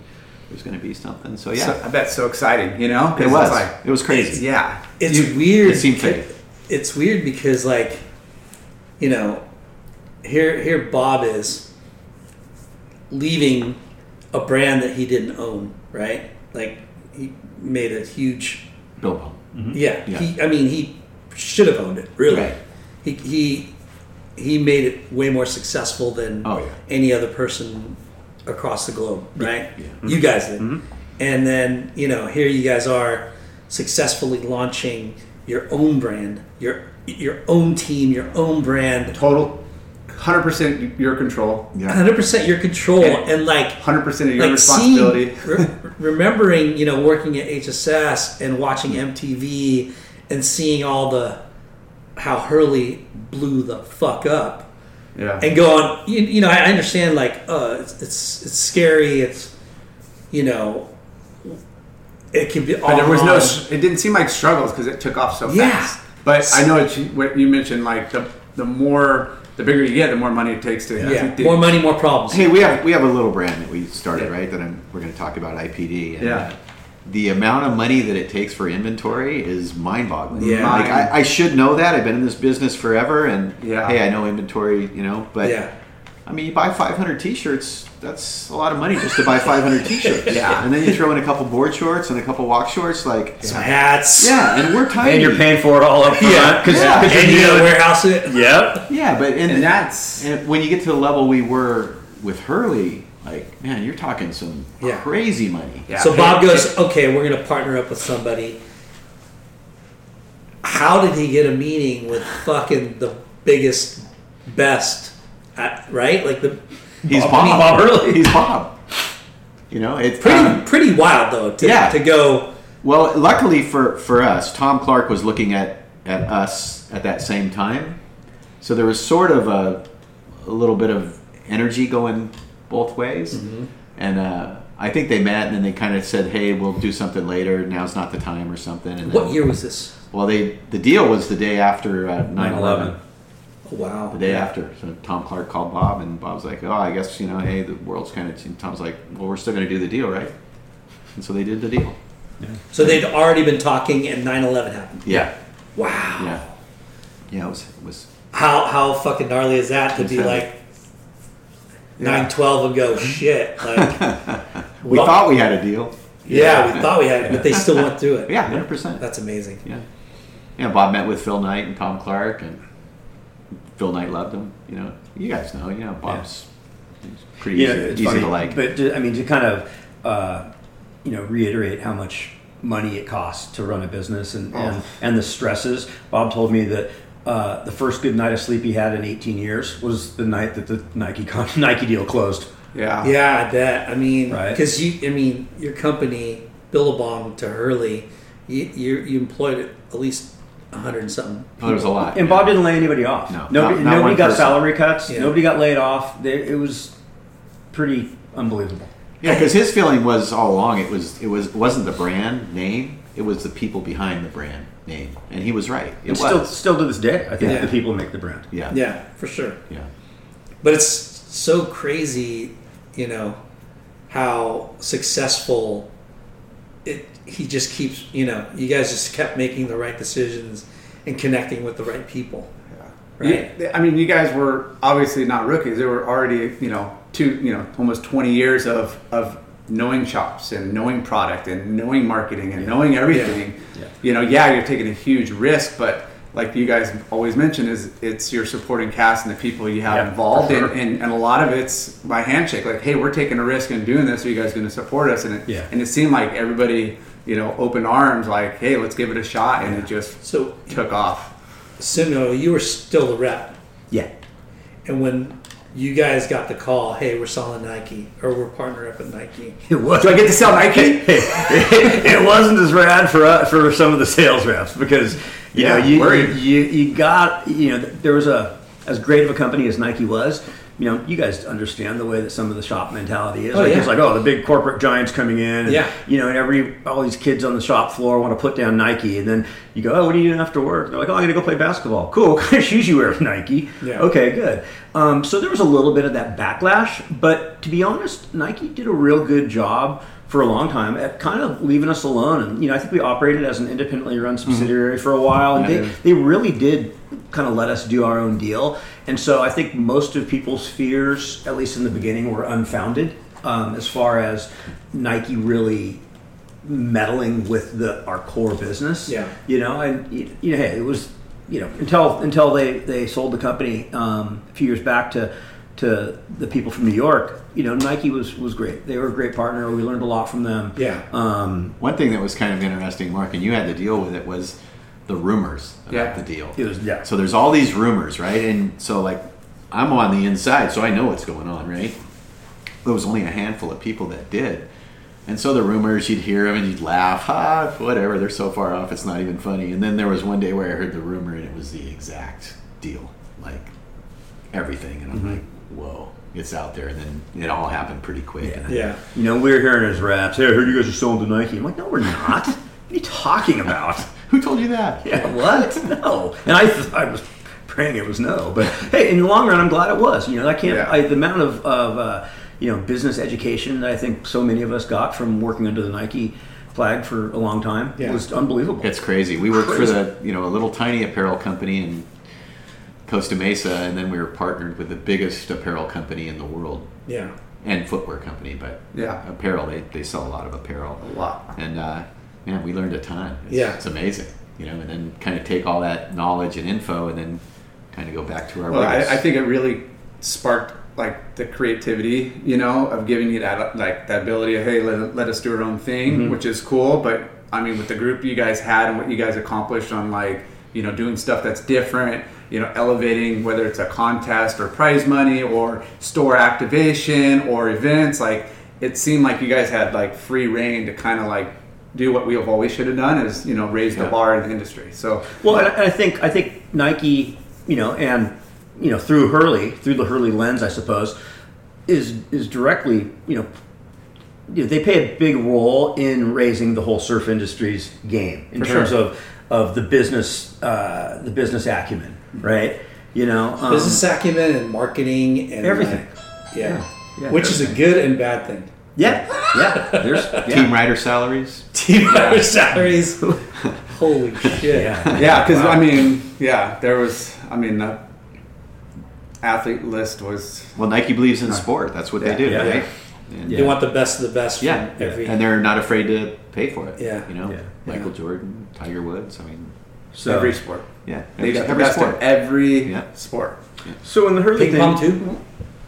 [SPEAKER 5] there's going to be something. So yeah,
[SPEAKER 3] So- I bet so exciting, you know? 'Cause
[SPEAKER 5] it
[SPEAKER 3] it's
[SPEAKER 5] was
[SPEAKER 3] like-
[SPEAKER 5] it was crazy.
[SPEAKER 3] yeah.
[SPEAKER 9] It's weird.
[SPEAKER 5] it seemed fake.
[SPEAKER 9] It's weird because like, you know, here here Bob is leaving a brand that he didn't own, right? Like he made a huge
[SPEAKER 5] Bilbo.
[SPEAKER 9] Yeah,
[SPEAKER 5] Yeah.
[SPEAKER 9] He, I mean, he should have owned it. Really,
[SPEAKER 5] Right.
[SPEAKER 9] he he he made it way more successful than
[SPEAKER 5] Oh, yeah.
[SPEAKER 9] any other person across the globe. Right?
[SPEAKER 5] Mm-hmm.
[SPEAKER 9] You guys did, and then you know here you guys are successfully launching your own brand, your your own team, your own brand,
[SPEAKER 3] Total, 100% your control,
[SPEAKER 5] Yeah,
[SPEAKER 9] hundred percent your control,
[SPEAKER 3] Yeah.
[SPEAKER 9] and like
[SPEAKER 3] 100% of your
[SPEAKER 9] like
[SPEAKER 3] responsibility.
[SPEAKER 9] seeing, re- remembering, you know, working at HSS and watching MTV and seeing all the how Hurley blew the fuck up
[SPEAKER 3] yeah.
[SPEAKER 9] and going, you, you know, I understand like, uh, it's, it's it's scary, it's you know, it can be all.
[SPEAKER 3] But there was no.
[SPEAKER 9] wrong.
[SPEAKER 3] sh- It didn't seem like struggles because it took off so
[SPEAKER 9] Yeah.
[SPEAKER 3] fast. But I know what you, what you mentioned. Like the the more the bigger you get, the more money it takes to.
[SPEAKER 9] yeah,
[SPEAKER 3] to-
[SPEAKER 9] more money, more problems.
[SPEAKER 5] Hey, we have we have a little brand that we started, right? That I'm, we're going to talk about IPD. And
[SPEAKER 3] Yeah.
[SPEAKER 5] uh, The amount of money that it takes for inventory is mind-boggling.
[SPEAKER 9] Yeah.
[SPEAKER 5] like I, I should know that. I've been in this business forever, and
[SPEAKER 3] Yeah.
[SPEAKER 5] hey, I know inventory, you know. But
[SPEAKER 9] Yeah.
[SPEAKER 5] I mean, you buy 500 t-shirts. That's a lot of money just to buy 500 t-shirts. yeah, and then you throw in a couple board shorts and a couple walk shorts, like
[SPEAKER 9] Some hats.
[SPEAKER 5] yeah, and we're tiny.
[SPEAKER 4] and you're paying for it all up front.
[SPEAKER 9] Yeah.
[SPEAKER 4] 'cause-
[SPEAKER 5] Yeah.
[SPEAKER 4] 'cause
[SPEAKER 9] And you
[SPEAKER 4] you're
[SPEAKER 9] gotta
[SPEAKER 4] new.
[SPEAKER 9] warehouse it.
[SPEAKER 4] Yep.
[SPEAKER 5] Yeah, but and,
[SPEAKER 3] And that's-
[SPEAKER 5] and when you get to the level we were with Hurley, like man, you're talking some
[SPEAKER 9] Yeah.
[SPEAKER 5] crazy money.
[SPEAKER 3] Yeah.
[SPEAKER 9] so Bob goes, okay, we're going to partner up with somebody. How did he get a meeting with fucking the biggest, best, uh, right? Like the
[SPEAKER 5] He's Bob.
[SPEAKER 9] Bob- Bob Hurley.
[SPEAKER 5] He's Bob. You know, it's
[SPEAKER 9] pretty
[SPEAKER 5] um,
[SPEAKER 9] pretty wild though to,
[SPEAKER 5] Yeah.
[SPEAKER 9] to go.
[SPEAKER 5] well. Luckily for for us, Tom Clark was looking at at us at that same time, so there was sort of a, a little bit of energy going both ways,
[SPEAKER 9] Mm-hmm.
[SPEAKER 5] and uh, I think they met and then they kind of said, "Hey, we'll do something later. Now's not the time," or something. And
[SPEAKER 9] What
[SPEAKER 5] then-
[SPEAKER 9] year was this?
[SPEAKER 5] Well, they the deal was the day after uh, 9/11.
[SPEAKER 9] Oh, wow.
[SPEAKER 5] The day after, so Tom Clark called Bob, and Bob's like, "Oh, I guess you know, hey, the world's kind of." And Tom's like, "Well, we're still going to do the deal, right?" And so they did the deal.
[SPEAKER 9] So they'd already been talking, and 9-11 happened.
[SPEAKER 5] Yeah,
[SPEAKER 9] Wow.
[SPEAKER 5] yeah, yeah. It was, it was
[SPEAKER 9] How how fucking gnarly is that to be
[SPEAKER 5] Insane. Mm-hmm.
[SPEAKER 9] like nine twelve and go shit like
[SPEAKER 5] we
[SPEAKER 9] Well-
[SPEAKER 5] thought we had a deal.
[SPEAKER 9] yeah, we thought we had it, but they still went through it.
[SPEAKER 5] Yeah, hundred percent.
[SPEAKER 9] That's amazing.
[SPEAKER 5] Yeah, you know, Bob met with Phil Knight and Tom Clark, and Phil Knight loved him. You know, you guys know. You know, Bob's he's pretty
[SPEAKER 4] Yeah,
[SPEAKER 5] easy,
[SPEAKER 4] it's
[SPEAKER 5] easy
[SPEAKER 4] funny,
[SPEAKER 5] to like.
[SPEAKER 4] But to- I mean, to kind of, uh, you know, reiterate how much money it costs to run a business and
[SPEAKER 5] Oh.
[SPEAKER 4] and, and the stresses. Bob told me that. Uh, the first good night of sleep he had in 18 years was the night that the Nike con- Nike deal closed.
[SPEAKER 3] Yeah.
[SPEAKER 9] Yeah, that I mean,
[SPEAKER 4] Right.
[SPEAKER 9] because you, I mean, your company Billabong to Hurley, you you, you employed at least a hundred and something.
[SPEAKER 5] Oh, there's a lot.
[SPEAKER 4] And Bob didn't lay anybody off.
[SPEAKER 5] No,
[SPEAKER 4] nobody,
[SPEAKER 5] not- not
[SPEAKER 4] nobody
[SPEAKER 5] one
[SPEAKER 4] got
[SPEAKER 5] person.
[SPEAKER 4] salary cuts.
[SPEAKER 5] Yeah.
[SPEAKER 4] Nobody got laid off. They, it was pretty unbelievable.
[SPEAKER 5] Yeah, because his feeling was all along it was it was it wasn't the brand name, it was the people behind the brand name, and he was right. It
[SPEAKER 4] And
[SPEAKER 5] was
[SPEAKER 4] still, still to this day, I think
[SPEAKER 9] Yeah.
[SPEAKER 4] the people make the brand.
[SPEAKER 5] yeah,
[SPEAKER 9] Yeah, for sure.
[SPEAKER 5] yeah.
[SPEAKER 9] But it's so crazy, you know, how successful it he just keeps, you know, you guys just kept making the right decisions and connecting with the right people. Right?
[SPEAKER 3] Yeah, I mean, you guys were obviously not rookies. There were already, you know, two, you know, almost 20 years of, of knowing shops and knowing product and knowing marketing and knowing everything.
[SPEAKER 4] Yeah.
[SPEAKER 3] You know, yeah, you're taking a huge risk, but like you guys always mention, is it's your supporting cast and the people you have
[SPEAKER 4] Yeah,
[SPEAKER 3] involved,
[SPEAKER 4] for sure.
[SPEAKER 3] and, and and a lot of it's by handshake. Like, hey, we're taking a risk in doing this. Are you guys going to support us? And it,
[SPEAKER 4] Yeah.
[SPEAKER 3] and it seemed like everybody, you know, open arms, like, hey, let's give it a shot, and it just
[SPEAKER 9] So
[SPEAKER 3] took off.
[SPEAKER 9] Simo, you were still the rep.
[SPEAKER 4] Yeah.
[SPEAKER 9] And when you guys got the call, hey, we're selling Nike or we're partnering up with Nike.
[SPEAKER 4] It was.
[SPEAKER 3] Do I get to sell Nike?
[SPEAKER 4] it wasn't as rad for uh, for some of the sales reps because you
[SPEAKER 3] Yeah,
[SPEAKER 4] know you,
[SPEAKER 3] worried.
[SPEAKER 4] you you you got you know there was a as great of a company as Nike was. You know, you guys understand the way that some of the shop mentality is.
[SPEAKER 9] Oh,
[SPEAKER 4] like,
[SPEAKER 9] yeah.
[SPEAKER 4] It's like, oh, the big corporate giants coming in. And,
[SPEAKER 9] Yeah.
[SPEAKER 4] You know, and every all these kids on the shop floor want to put down Nike, and then you go, oh, what are you doing after work? They're like, oh, I'm gonna go play basketball. Cool. What kind of shoes you wear, Nike?
[SPEAKER 9] Yeah.
[SPEAKER 4] Okay, good. Um, so there was a little bit of that backlash, but to be honest, Nike did a real good job for a long time at kind of leaving us alone. And you know, I think we operated as an independently run subsidiary for a while, and
[SPEAKER 5] Mm-hmm. Yeah,
[SPEAKER 4] they,
[SPEAKER 5] yeah.
[SPEAKER 4] they really did kind of let us do our own deal. And so I think most of people's fears, at least in the beginning, were unfounded um, as far as Nike really meddling with the our core business.
[SPEAKER 9] Yeah.
[SPEAKER 4] You know, and you you know, hey, it was you know until until they they sold the company um, a few years back to to the people from New York. You know, Nike was was great. They were a great partner. We learned a lot from them.
[SPEAKER 9] Yeah.
[SPEAKER 4] Um,
[SPEAKER 5] One thing that was kind of interesting, Mark, and you had to deal with it was the rumors about
[SPEAKER 3] Yeah.
[SPEAKER 5] the deal.
[SPEAKER 4] it was yeah.
[SPEAKER 5] So there's all these rumors, right? And so like I'm on the inside, so I know what's going on, right? There was only a handful of people that did. And so the rumors you'd hear them and you'd laugh, ha, whatever, they're so far off, it's not even funny. And then there was one day where I heard the rumor and it was the exact deal. Like everything. And I'm like, whoa, it's out there. And then it all happened pretty quick. And I-
[SPEAKER 9] Yeah.
[SPEAKER 4] You know, we were hearing his raps. Hey, I heard you guys are selling to Nike. I'm like, no, we're not. what are you talking about?
[SPEAKER 5] Who told you that?
[SPEAKER 4] Yeah, what? No. And I, I was praying it was no. But hey, in the long run, I'm glad it was. You know, I can't.
[SPEAKER 3] Yeah.
[SPEAKER 4] I, the amount of, of uh, you know business education that I think so many of us got from working under the Nike flag for a long time
[SPEAKER 3] Yeah.
[SPEAKER 4] was unbelievable.
[SPEAKER 5] It's crazy. We worked
[SPEAKER 4] Crazy.
[SPEAKER 5] for the you know a little tiny apparel company in Costa Mesa, and then we were partnered with the biggest apparel company in the world
[SPEAKER 9] Yeah.
[SPEAKER 5] and footwear company, but
[SPEAKER 3] Yeah.
[SPEAKER 5] apparel they, they sell a lot of apparel.
[SPEAKER 3] A lot.
[SPEAKER 5] And uh, man, we learned a ton. It's,
[SPEAKER 9] Yeah.
[SPEAKER 5] it's amazing. You know, and then kind of take all that knowledge and info, and then kind of go back to our.
[SPEAKER 3] Well,
[SPEAKER 5] roots.
[SPEAKER 3] I, I think it really sparked like the creativity, you know, of giving you that like the ability of hey, let, let us do our own thing, which is cool. But I mean, with the group you guys had and what you guys accomplished on like you know doing stuff that's different, you know, elevating whether it's a contest or prize money or store activation or events, like it seemed like you guys had like free reign to kind of like do what we have always should have done is you know raise the
[SPEAKER 5] Yeah.
[SPEAKER 3] bar in the industry. So
[SPEAKER 4] Well, and I and I think I think Nike, you know, and you know through Hurley, through the Hurley lens, I suppose, is is directly, you know, you know, they play a big role in raising the whole surf industry's game in
[SPEAKER 3] For
[SPEAKER 4] terms
[SPEAKER 3] sure.
[SPEAKER 4] of of the business uh, the business acumen, right? You know, um,
[SPEAKER 9] Business acumen and marketing and
[SPEAKER 4] Everything.
[SPEAKER 9] like, yeah.
[SPEAKER 4] yeah,
[SPEAKER 9] Which is a good and bad thing.
[SPEAKER 4] yeah, yeah. There's yeah.
[SPEAKER 5] team rider salaries.
[SPEAKER 9] Team member salaries. Holy shit.
[SPEAKER 4] yeah.
[SPEAKER 3] Yeah, because I mean, yeah, there was. I mean, the athlete list was.
[SPEAKER 5] Well, Nike believes in sport. That's what
[SPEAKER 3] Yeah,
[SPEAKER 5] they do,
[SPEAKER 4] yeah,
[SPEAKER 5] right? And,
[SPEAKER 9] They want the best of the best
[SPEAKER 5] Yeah,
[SPEAKER 9] from every
[SPEAKER 5] and they're not afraid to pay for it.
[SPEAKER 9] Yeah.
[SPEAKER 5] you know,
[SPEAKER 4] Yeah.
[SPEAKER 5] Michael Jordan, Tiger Woods. I mean,
[SPEAKER 4] So
[SPEAKER 3] every sport.
[SPEAKER 5] Yeah,
[SPEAKER 3] They've
[SPEAKER 5] every-
[SPEAKER 3] got
[SPEAKER 5] every
[SPEAKER 3] the best of
[SPEAKER 5] sport.
[SPEAKER 3] every
[SPEAKER 5] Yeah.
[SPEAKER 3] sport.
[SPEAKER 4] So in the Hurley
[SPEAKER 3] Ping
[SPEAKER 4] thing,
[SPEAKER 3] pong too?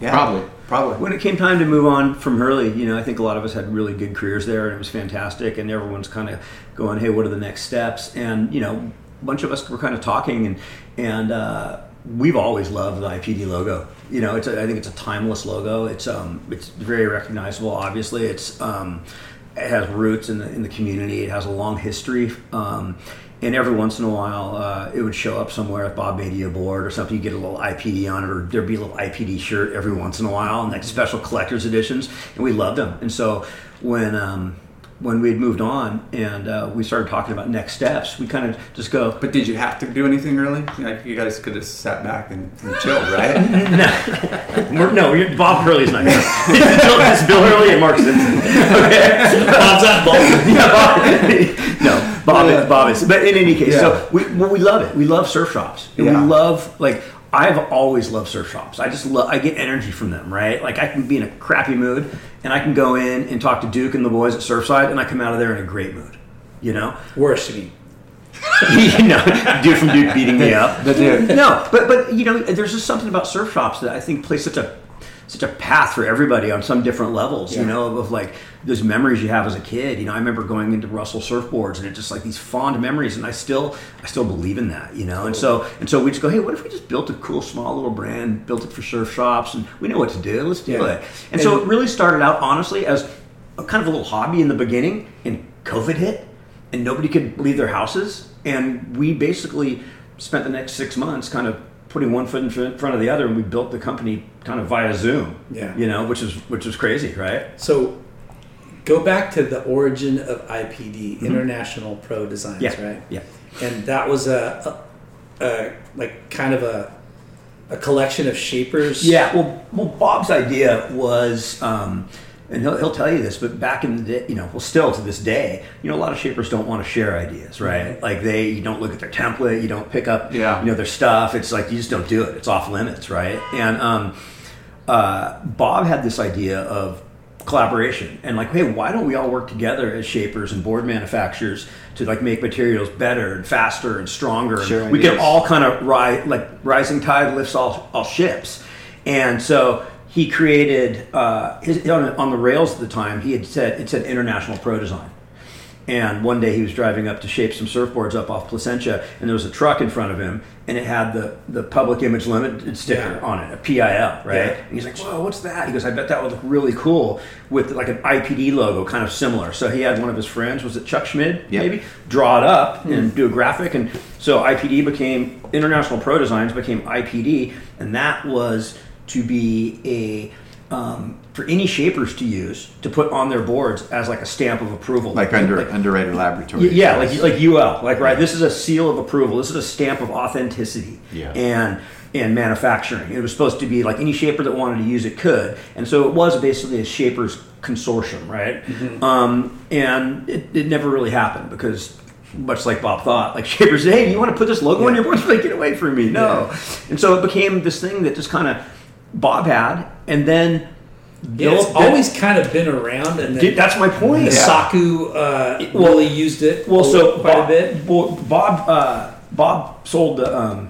[SPEAKER 3] Yeah.
[SPEAKER 5] Probably.
[SPEAKER 3] Probably.
[SPEAKER 4] When it came time to move on from Hurley, you know, I think a lot of us had really good careers there, and it was fantastic. And everyone's kind of going, "Hey, what are the next steps?" And you know, a bunch of us were kind of talking, and and uh, we've always loved the IPD logo. You know, it's a, I think it's a timeless logo. It's um, it's very recognizable. Obviously, it's um, it has roots in the in the community. It has a long history. Um, and every once in a while, uh, it would show up somewhere at Bob Media Board or something. You get a little IPD on it, or there'd be a little IPD shirt every once in a while, and like special collector's editions. And we loved them. And so when um, when we had moved on and uh, we started talking about next steps, we kind of just go.
[SPEAKER 3] But did you have to do anything really? Like you guys could have sat back and, and chilled, right?
[SPEAKER 4] We're- no, you're, Bob Hurley's not here. it's, Bill, it's Bill Hurley and Mark Simpson. Okay. Bob's not Bob. yeah, Bob. no, Bob is. Bob is. But in any case, so we well, we love it. We love surf shops. And
[SPEAKER 3] Yeah.
[SPEAKER 4] We love like I've always loved surf shops. I just love. I get energy from them. Right. Like I can be in a crappy mood, and I can go in and talk to Duke and the boys at Surfside, and I come out of there in a great mood. You know.
[SPEAKER 9] Worse, you mean.
[SPEAKER 4] you know, dude from Duke beating me up.
[SPEAKER 3] The dude.
[SPEAKER 4] No, but but you know, there's just something about surf shops that I think plays such a such a path for everybody on some different levels. You know, of like those memories you have as a kid. You know, I remember going into Russell Surfboards and it's just like these fond memories, and I still I still believe in that. You know, and so and so we just go, hey, what if we just built a cool small little brand, built it for surf shops, and we know what to do. Let's do
[SPEAKER 3] Yeah.
[SPEAKER 4] it. And so it really started out honestly as a kind of a little hobby in the beginning, and COVID hit, and nobody could leave their houses, and we basically spent the next six months kind of putting one foot in fr- front of the other, and we built the company kind of via Zoom.
[SPEAKER 9] Yeah.
[SPEAKER 4] you know, which is which was crazy, right?
[SPEAKER 9] So go back to the origin of IPD, International Pro Designs,
[SPEAKER 4] Mm-hmm. Yeah,
[SPEAKER 9] right?
[SPEAKER 4] yeah.
[SPEAKER 9] And that was a, a, a like kind of a a collection of shapers.
[SPEAKER 4] Yeah, well, well, Bob's idea was, um, and he'll, he'll tell you this, but back in the day, you know, well, still to this day, you know, a lot of shapers don't want to share ideas,
[SPEAKER 9] Mm-hmm.
[SPEAKER 4] right? Like they, you don't look at their template, you don't pick up,
[SPEAKER 3] Yeah.
[SPEAKER 4] you know, their stuff. It's like you just don't do it. It's off limits, right? And um, uh, Bob had this idea of collaboration and like hey why don't we all work together as shapers and board manufacturers to like make materials better and faster and stronger and
[SPEAKER 5] Share
[SPEAKER 4] we can
[SPEAKER 5] ideas.
[SPEAKER 4] all all kind of rise, like rising tide lifts all, all ships. And so he created uh, his, on, on the rails at the time. He had said it said International Pro Design. And one day he was driving up to shape some surfboards up off Placentia, and there was a truck in front of him, and it had the, the public image limited sticker
[SPEAKER 9] Yeah.
[SPEAKER 4] on it, a PIL, right?
[SPEAKER 9] Yeah.
[SPEAKER 4] And he's like, "Whoa, what's that?" He goes, "I bet that would look really cool with like an IPD logo, kind of similar." So he had one of his friends, was it Chuck Schmid,
[SPEAKER 5] Yeah.
[SPEAKER 4] maybe, draw it up and do a graphic, and so IPD became International Pro Designs became IPD, and that was to be a um, for any shapers to use to put on their boards as like a stamp of approval,
[SPEAKER 5] Like under underwriter laboratory.
[SPEAKER 4] Y- Yeah, like like UL, like right. This is a seal of approval. This is a stamp of authenticity.
[SPEAKER 5] Yeah.
[SPEAKER 4] And and manufacturing. It was supposed to be like any shaper that wanted to use it could, and so it was basically a shapers consortium, right?
[SPEAKER 5] Mm-hmm.
[SPEAKER 4] Um, and it, it never really happened because. Much like Bob thought, like shapers, said, hey, you want to put this logo on your board? Like, get away from me! No, and so it became this thing that just kind of Bob had, and then
[SPEAKER 9] Yeah, it's
[SPEAKER 4] Bill-
[SPEAKER 9] always kind of been around, and then
[SPEAKER 4] that's my point.
[SPEAKER 9] Saku uh,
[SPEAKER 4] well-
[SPEAKER 9] really used it.
[SPEAKER 4] Well, so
[SPEAKER 9] quite
[SPEAKER 4] Bob,
[SPEAKER 9] a bit.
[SPEAKER 4] Bo- Bob, uh, Bob sold the um,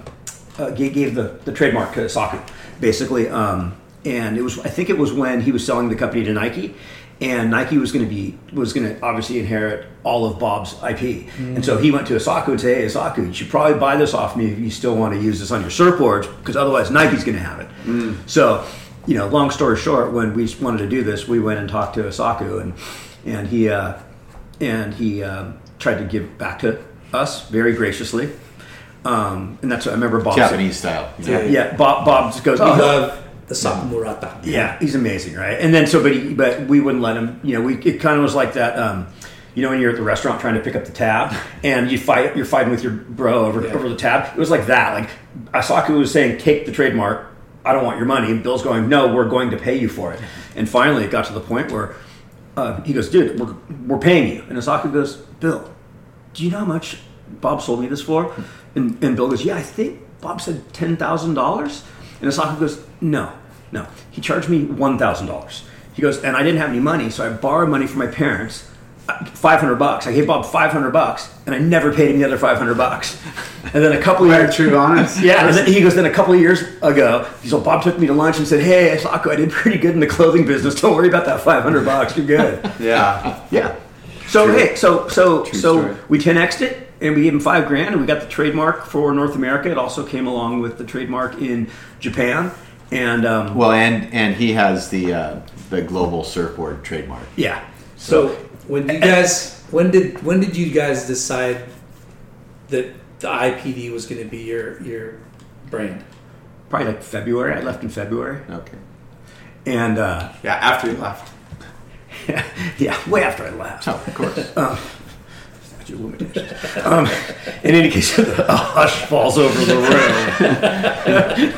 [SPEAKER 4] uh, gave, gave the, the trademark to Saku, basically, um, and it was I think it was when he was selling the company to Nike, and Nike was going to be was going to obviously inherit all of Bob's IP, and so he went to Asaku and said, "Hey, Asaku, you should probably buy this off me if you still want to use this on your surfboards, because otherwise Nike's going to have it." So. You know, long story short, when we wanted to do this, we went and talked to Asaku, and and he uh, and he um, tried to give back to us very graciously. Um, and that's what I remember Bob said-
[SPEAKER 5] Japanese style. you know.
[SPEAKER 4] Yeah, Bob, Bob just goes,
[SPEAKER 9] We
[SPEAKER 4] "Oh,
[SPEAKER 9] love the Saku Murata.
[SPEAKER 4] yeah, he's amazing, right? And then so, but he, but we wouldn't let him. You know, we it kind of was like that. Um, you know, when you're at the restaurant trying to pick up the tab, and you fight, you're fighting with your bro over over the tab. It was like that. Like Asaku was saying, "Take the trademark. I don't want your money." And Bill's going, "No, we're going to pay you for it." And finally, it got to the point where uh, he goes, "Dude, we're, we're paying you." And Asaku goes, "Bill, do you know how much Bob sold me this for?
[SPEAKER 3] Hmm.
[SPEAKER 4] And, and Bill goes, yeah, I think Bob said $10,000. And Asako goes, no, no. He charged me $1,000. He goes, and I didn't have any money, so I borrowed money from my parents 500 bucks. I gave Bob 500 bucks, and I never paid him the other 500 bucks. And then a couple of years,
[SPEAKER 3] true, honest.
[SPEAKER 4] yeah. And then he goes, then a couple of years ago, he's like, Bob took me to lunch and said, "Hey, Sacco, I did pretty good in the clothing business. Don't worry about that 500 bucks. You're good."
[SPEAKER 5] Yeah.
[SPEAKER 4] yeah. So
[SPEAKER 5] True.
[SPEAKER 4] hey, so so
[SPEAKER 5] True
[SPEAKER 4] so
[SPEAKER 5] story.
[SPEAKER 4] we 10xed it, and we gave him five grand, and we got the trademark for North America. It also came along with the trademark in Japan, and um,
[SPEAKER 5] Well, and and he has the uh, the global surfboard trademark.
[SPEAKER 4] yeah.
[SPEAKER 9] So when you guys, when did when did you guys decide that the IPD was going to be your your brand?
[SPEAKER 4] Probably like February. I left in February,
[SPEAKER 5] Okay.
[SPEAKER 4] and uh,
[SPEAKER 3] Yeah, after you left.
[SPEAKER 4] yeah, way after I left.
[SPEAKER 5] Oh, of course.
[SPEAKER 4] Your woman is. um, in any case, the hush falls over the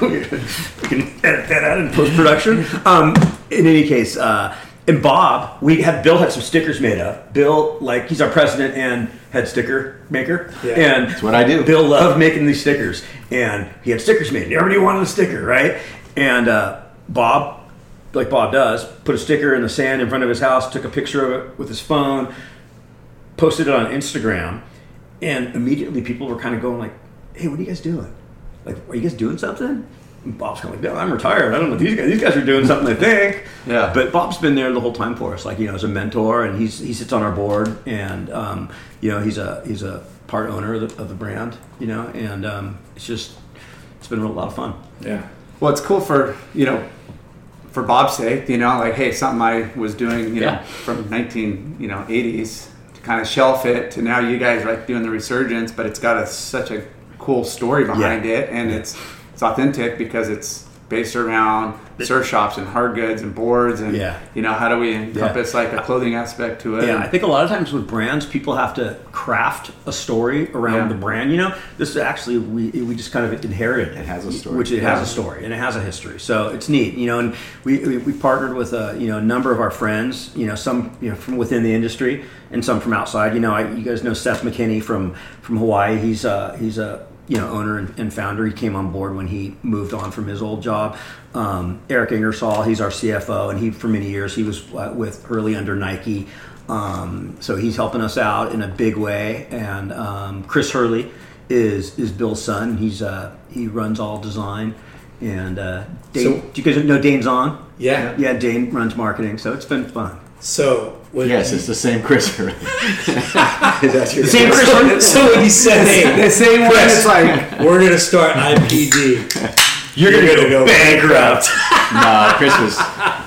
[SPEAKER 4] room. we can edit that out in post production. Um, in any case, uh, and Bob, we had Bill had some stickers made up. Bill, like he's our president and head sticker maker,
[SPEAKER 9] Yeah.
[SPEAKER 4] and that's
[SPEAKER 5] what I do.
[SPEAKER 4] Bill loved making these stickers, and he had stickers made. And everybody wanted a sticker, right? And uh, Bob, like Bob does, put a sticker in the sand in front of his house, took a picture of it with his phone, posted it on Instagram, and immediately people were kind of going like, "Hey, what are you guys doing? Like, are you guys doing something?" And Bob's kind of like, "No, I'm retired. I don't know what these guys. These guys are doing something, I think."
[SPEAKER 5] Yeah.
[SPEAKER 4] But Bob's been there the whole time for us, like you know, as a mentor, and he's he sits on our board, and um, you know, he's a he's a part owner of the, of the brand, you know, and um, it's just it's been a lot of fun.
[SPEAKER 3] Yeah. Well, it's cool for you know, for Bob's sake, you know, like hey, something I was doing, you know,
[SPEAKER 4] Yeah.
[SPEAKER 3] from nineteen, you know, eighties to kind of shelf it to now you guys are like doing the resurgence, but it's got a, such a cool story behind
[SPEAKER 4] Yeah.
[SPEAKER 3] it, and it's it's authentic because it's based around surf shops and hard goods and boards and
[SPEAKER 4] Yeah.
[SPEAKER 3] you know how do we encompass like a clothing aspect to it?
[SPEAKER 4] Yeah,
[SPEAKER 3] and-
[SPEAKER 4] I think a lot of times with brands, people have to craft a story around
[SPEAKER 3] Yeah.
[SPEAKER 4] the brand. You know, this is actually we we just kind of inherited. It
[SPEAKER 5] has a story.
[SPEAKER 4] which it has
[SPEAKER 3] Yeah.
[SPEAKER 4] a story and it has a history. So it's neat, you know. And we we, we partnered with a you know a number of our friends, you know, some you know from within the industry and some from outside. You know, I, you guys know Seth McKinney from from Hawaii. He's uh he's a you know owner and, and founder. He came on board when he moved on from his old job. Um, Eric Ingersoll, he's our CFO, and he for many years he was uh, with early under Nike. Um, so he's helping us out in a big way. And um, Chris Hurley is is Bill's son. He's uh, he runs all design. And uh, Dane,
[SPEAKER 9] So-
[SPEAKER 4] do you guys know Dane's on?
[SPEAKER 9] Yeah.
[SPEAKER 4] yeah. Dane runs marketing, so it's been fun.
[SPEAKER 9] So when
[SPEAKER 5] Yes, it's the same Chris. Hurley. That's your
[SPEAKER 4] Same Chris Hurley.
[SPEAKER 9] so when he said, "Hey,
[SPEAKER 3] the same way.
[SPEAKER 9] Chris.
[SPEAKER 3] It's like
[SPEAKER 9] we're going to start IPD,"
[SPEAKER 4] You're,
[SPEAKER 9] gonna go
[SPEAKER 4] bankrupt.
[SPEAKER 5] no, Chris was. Uh,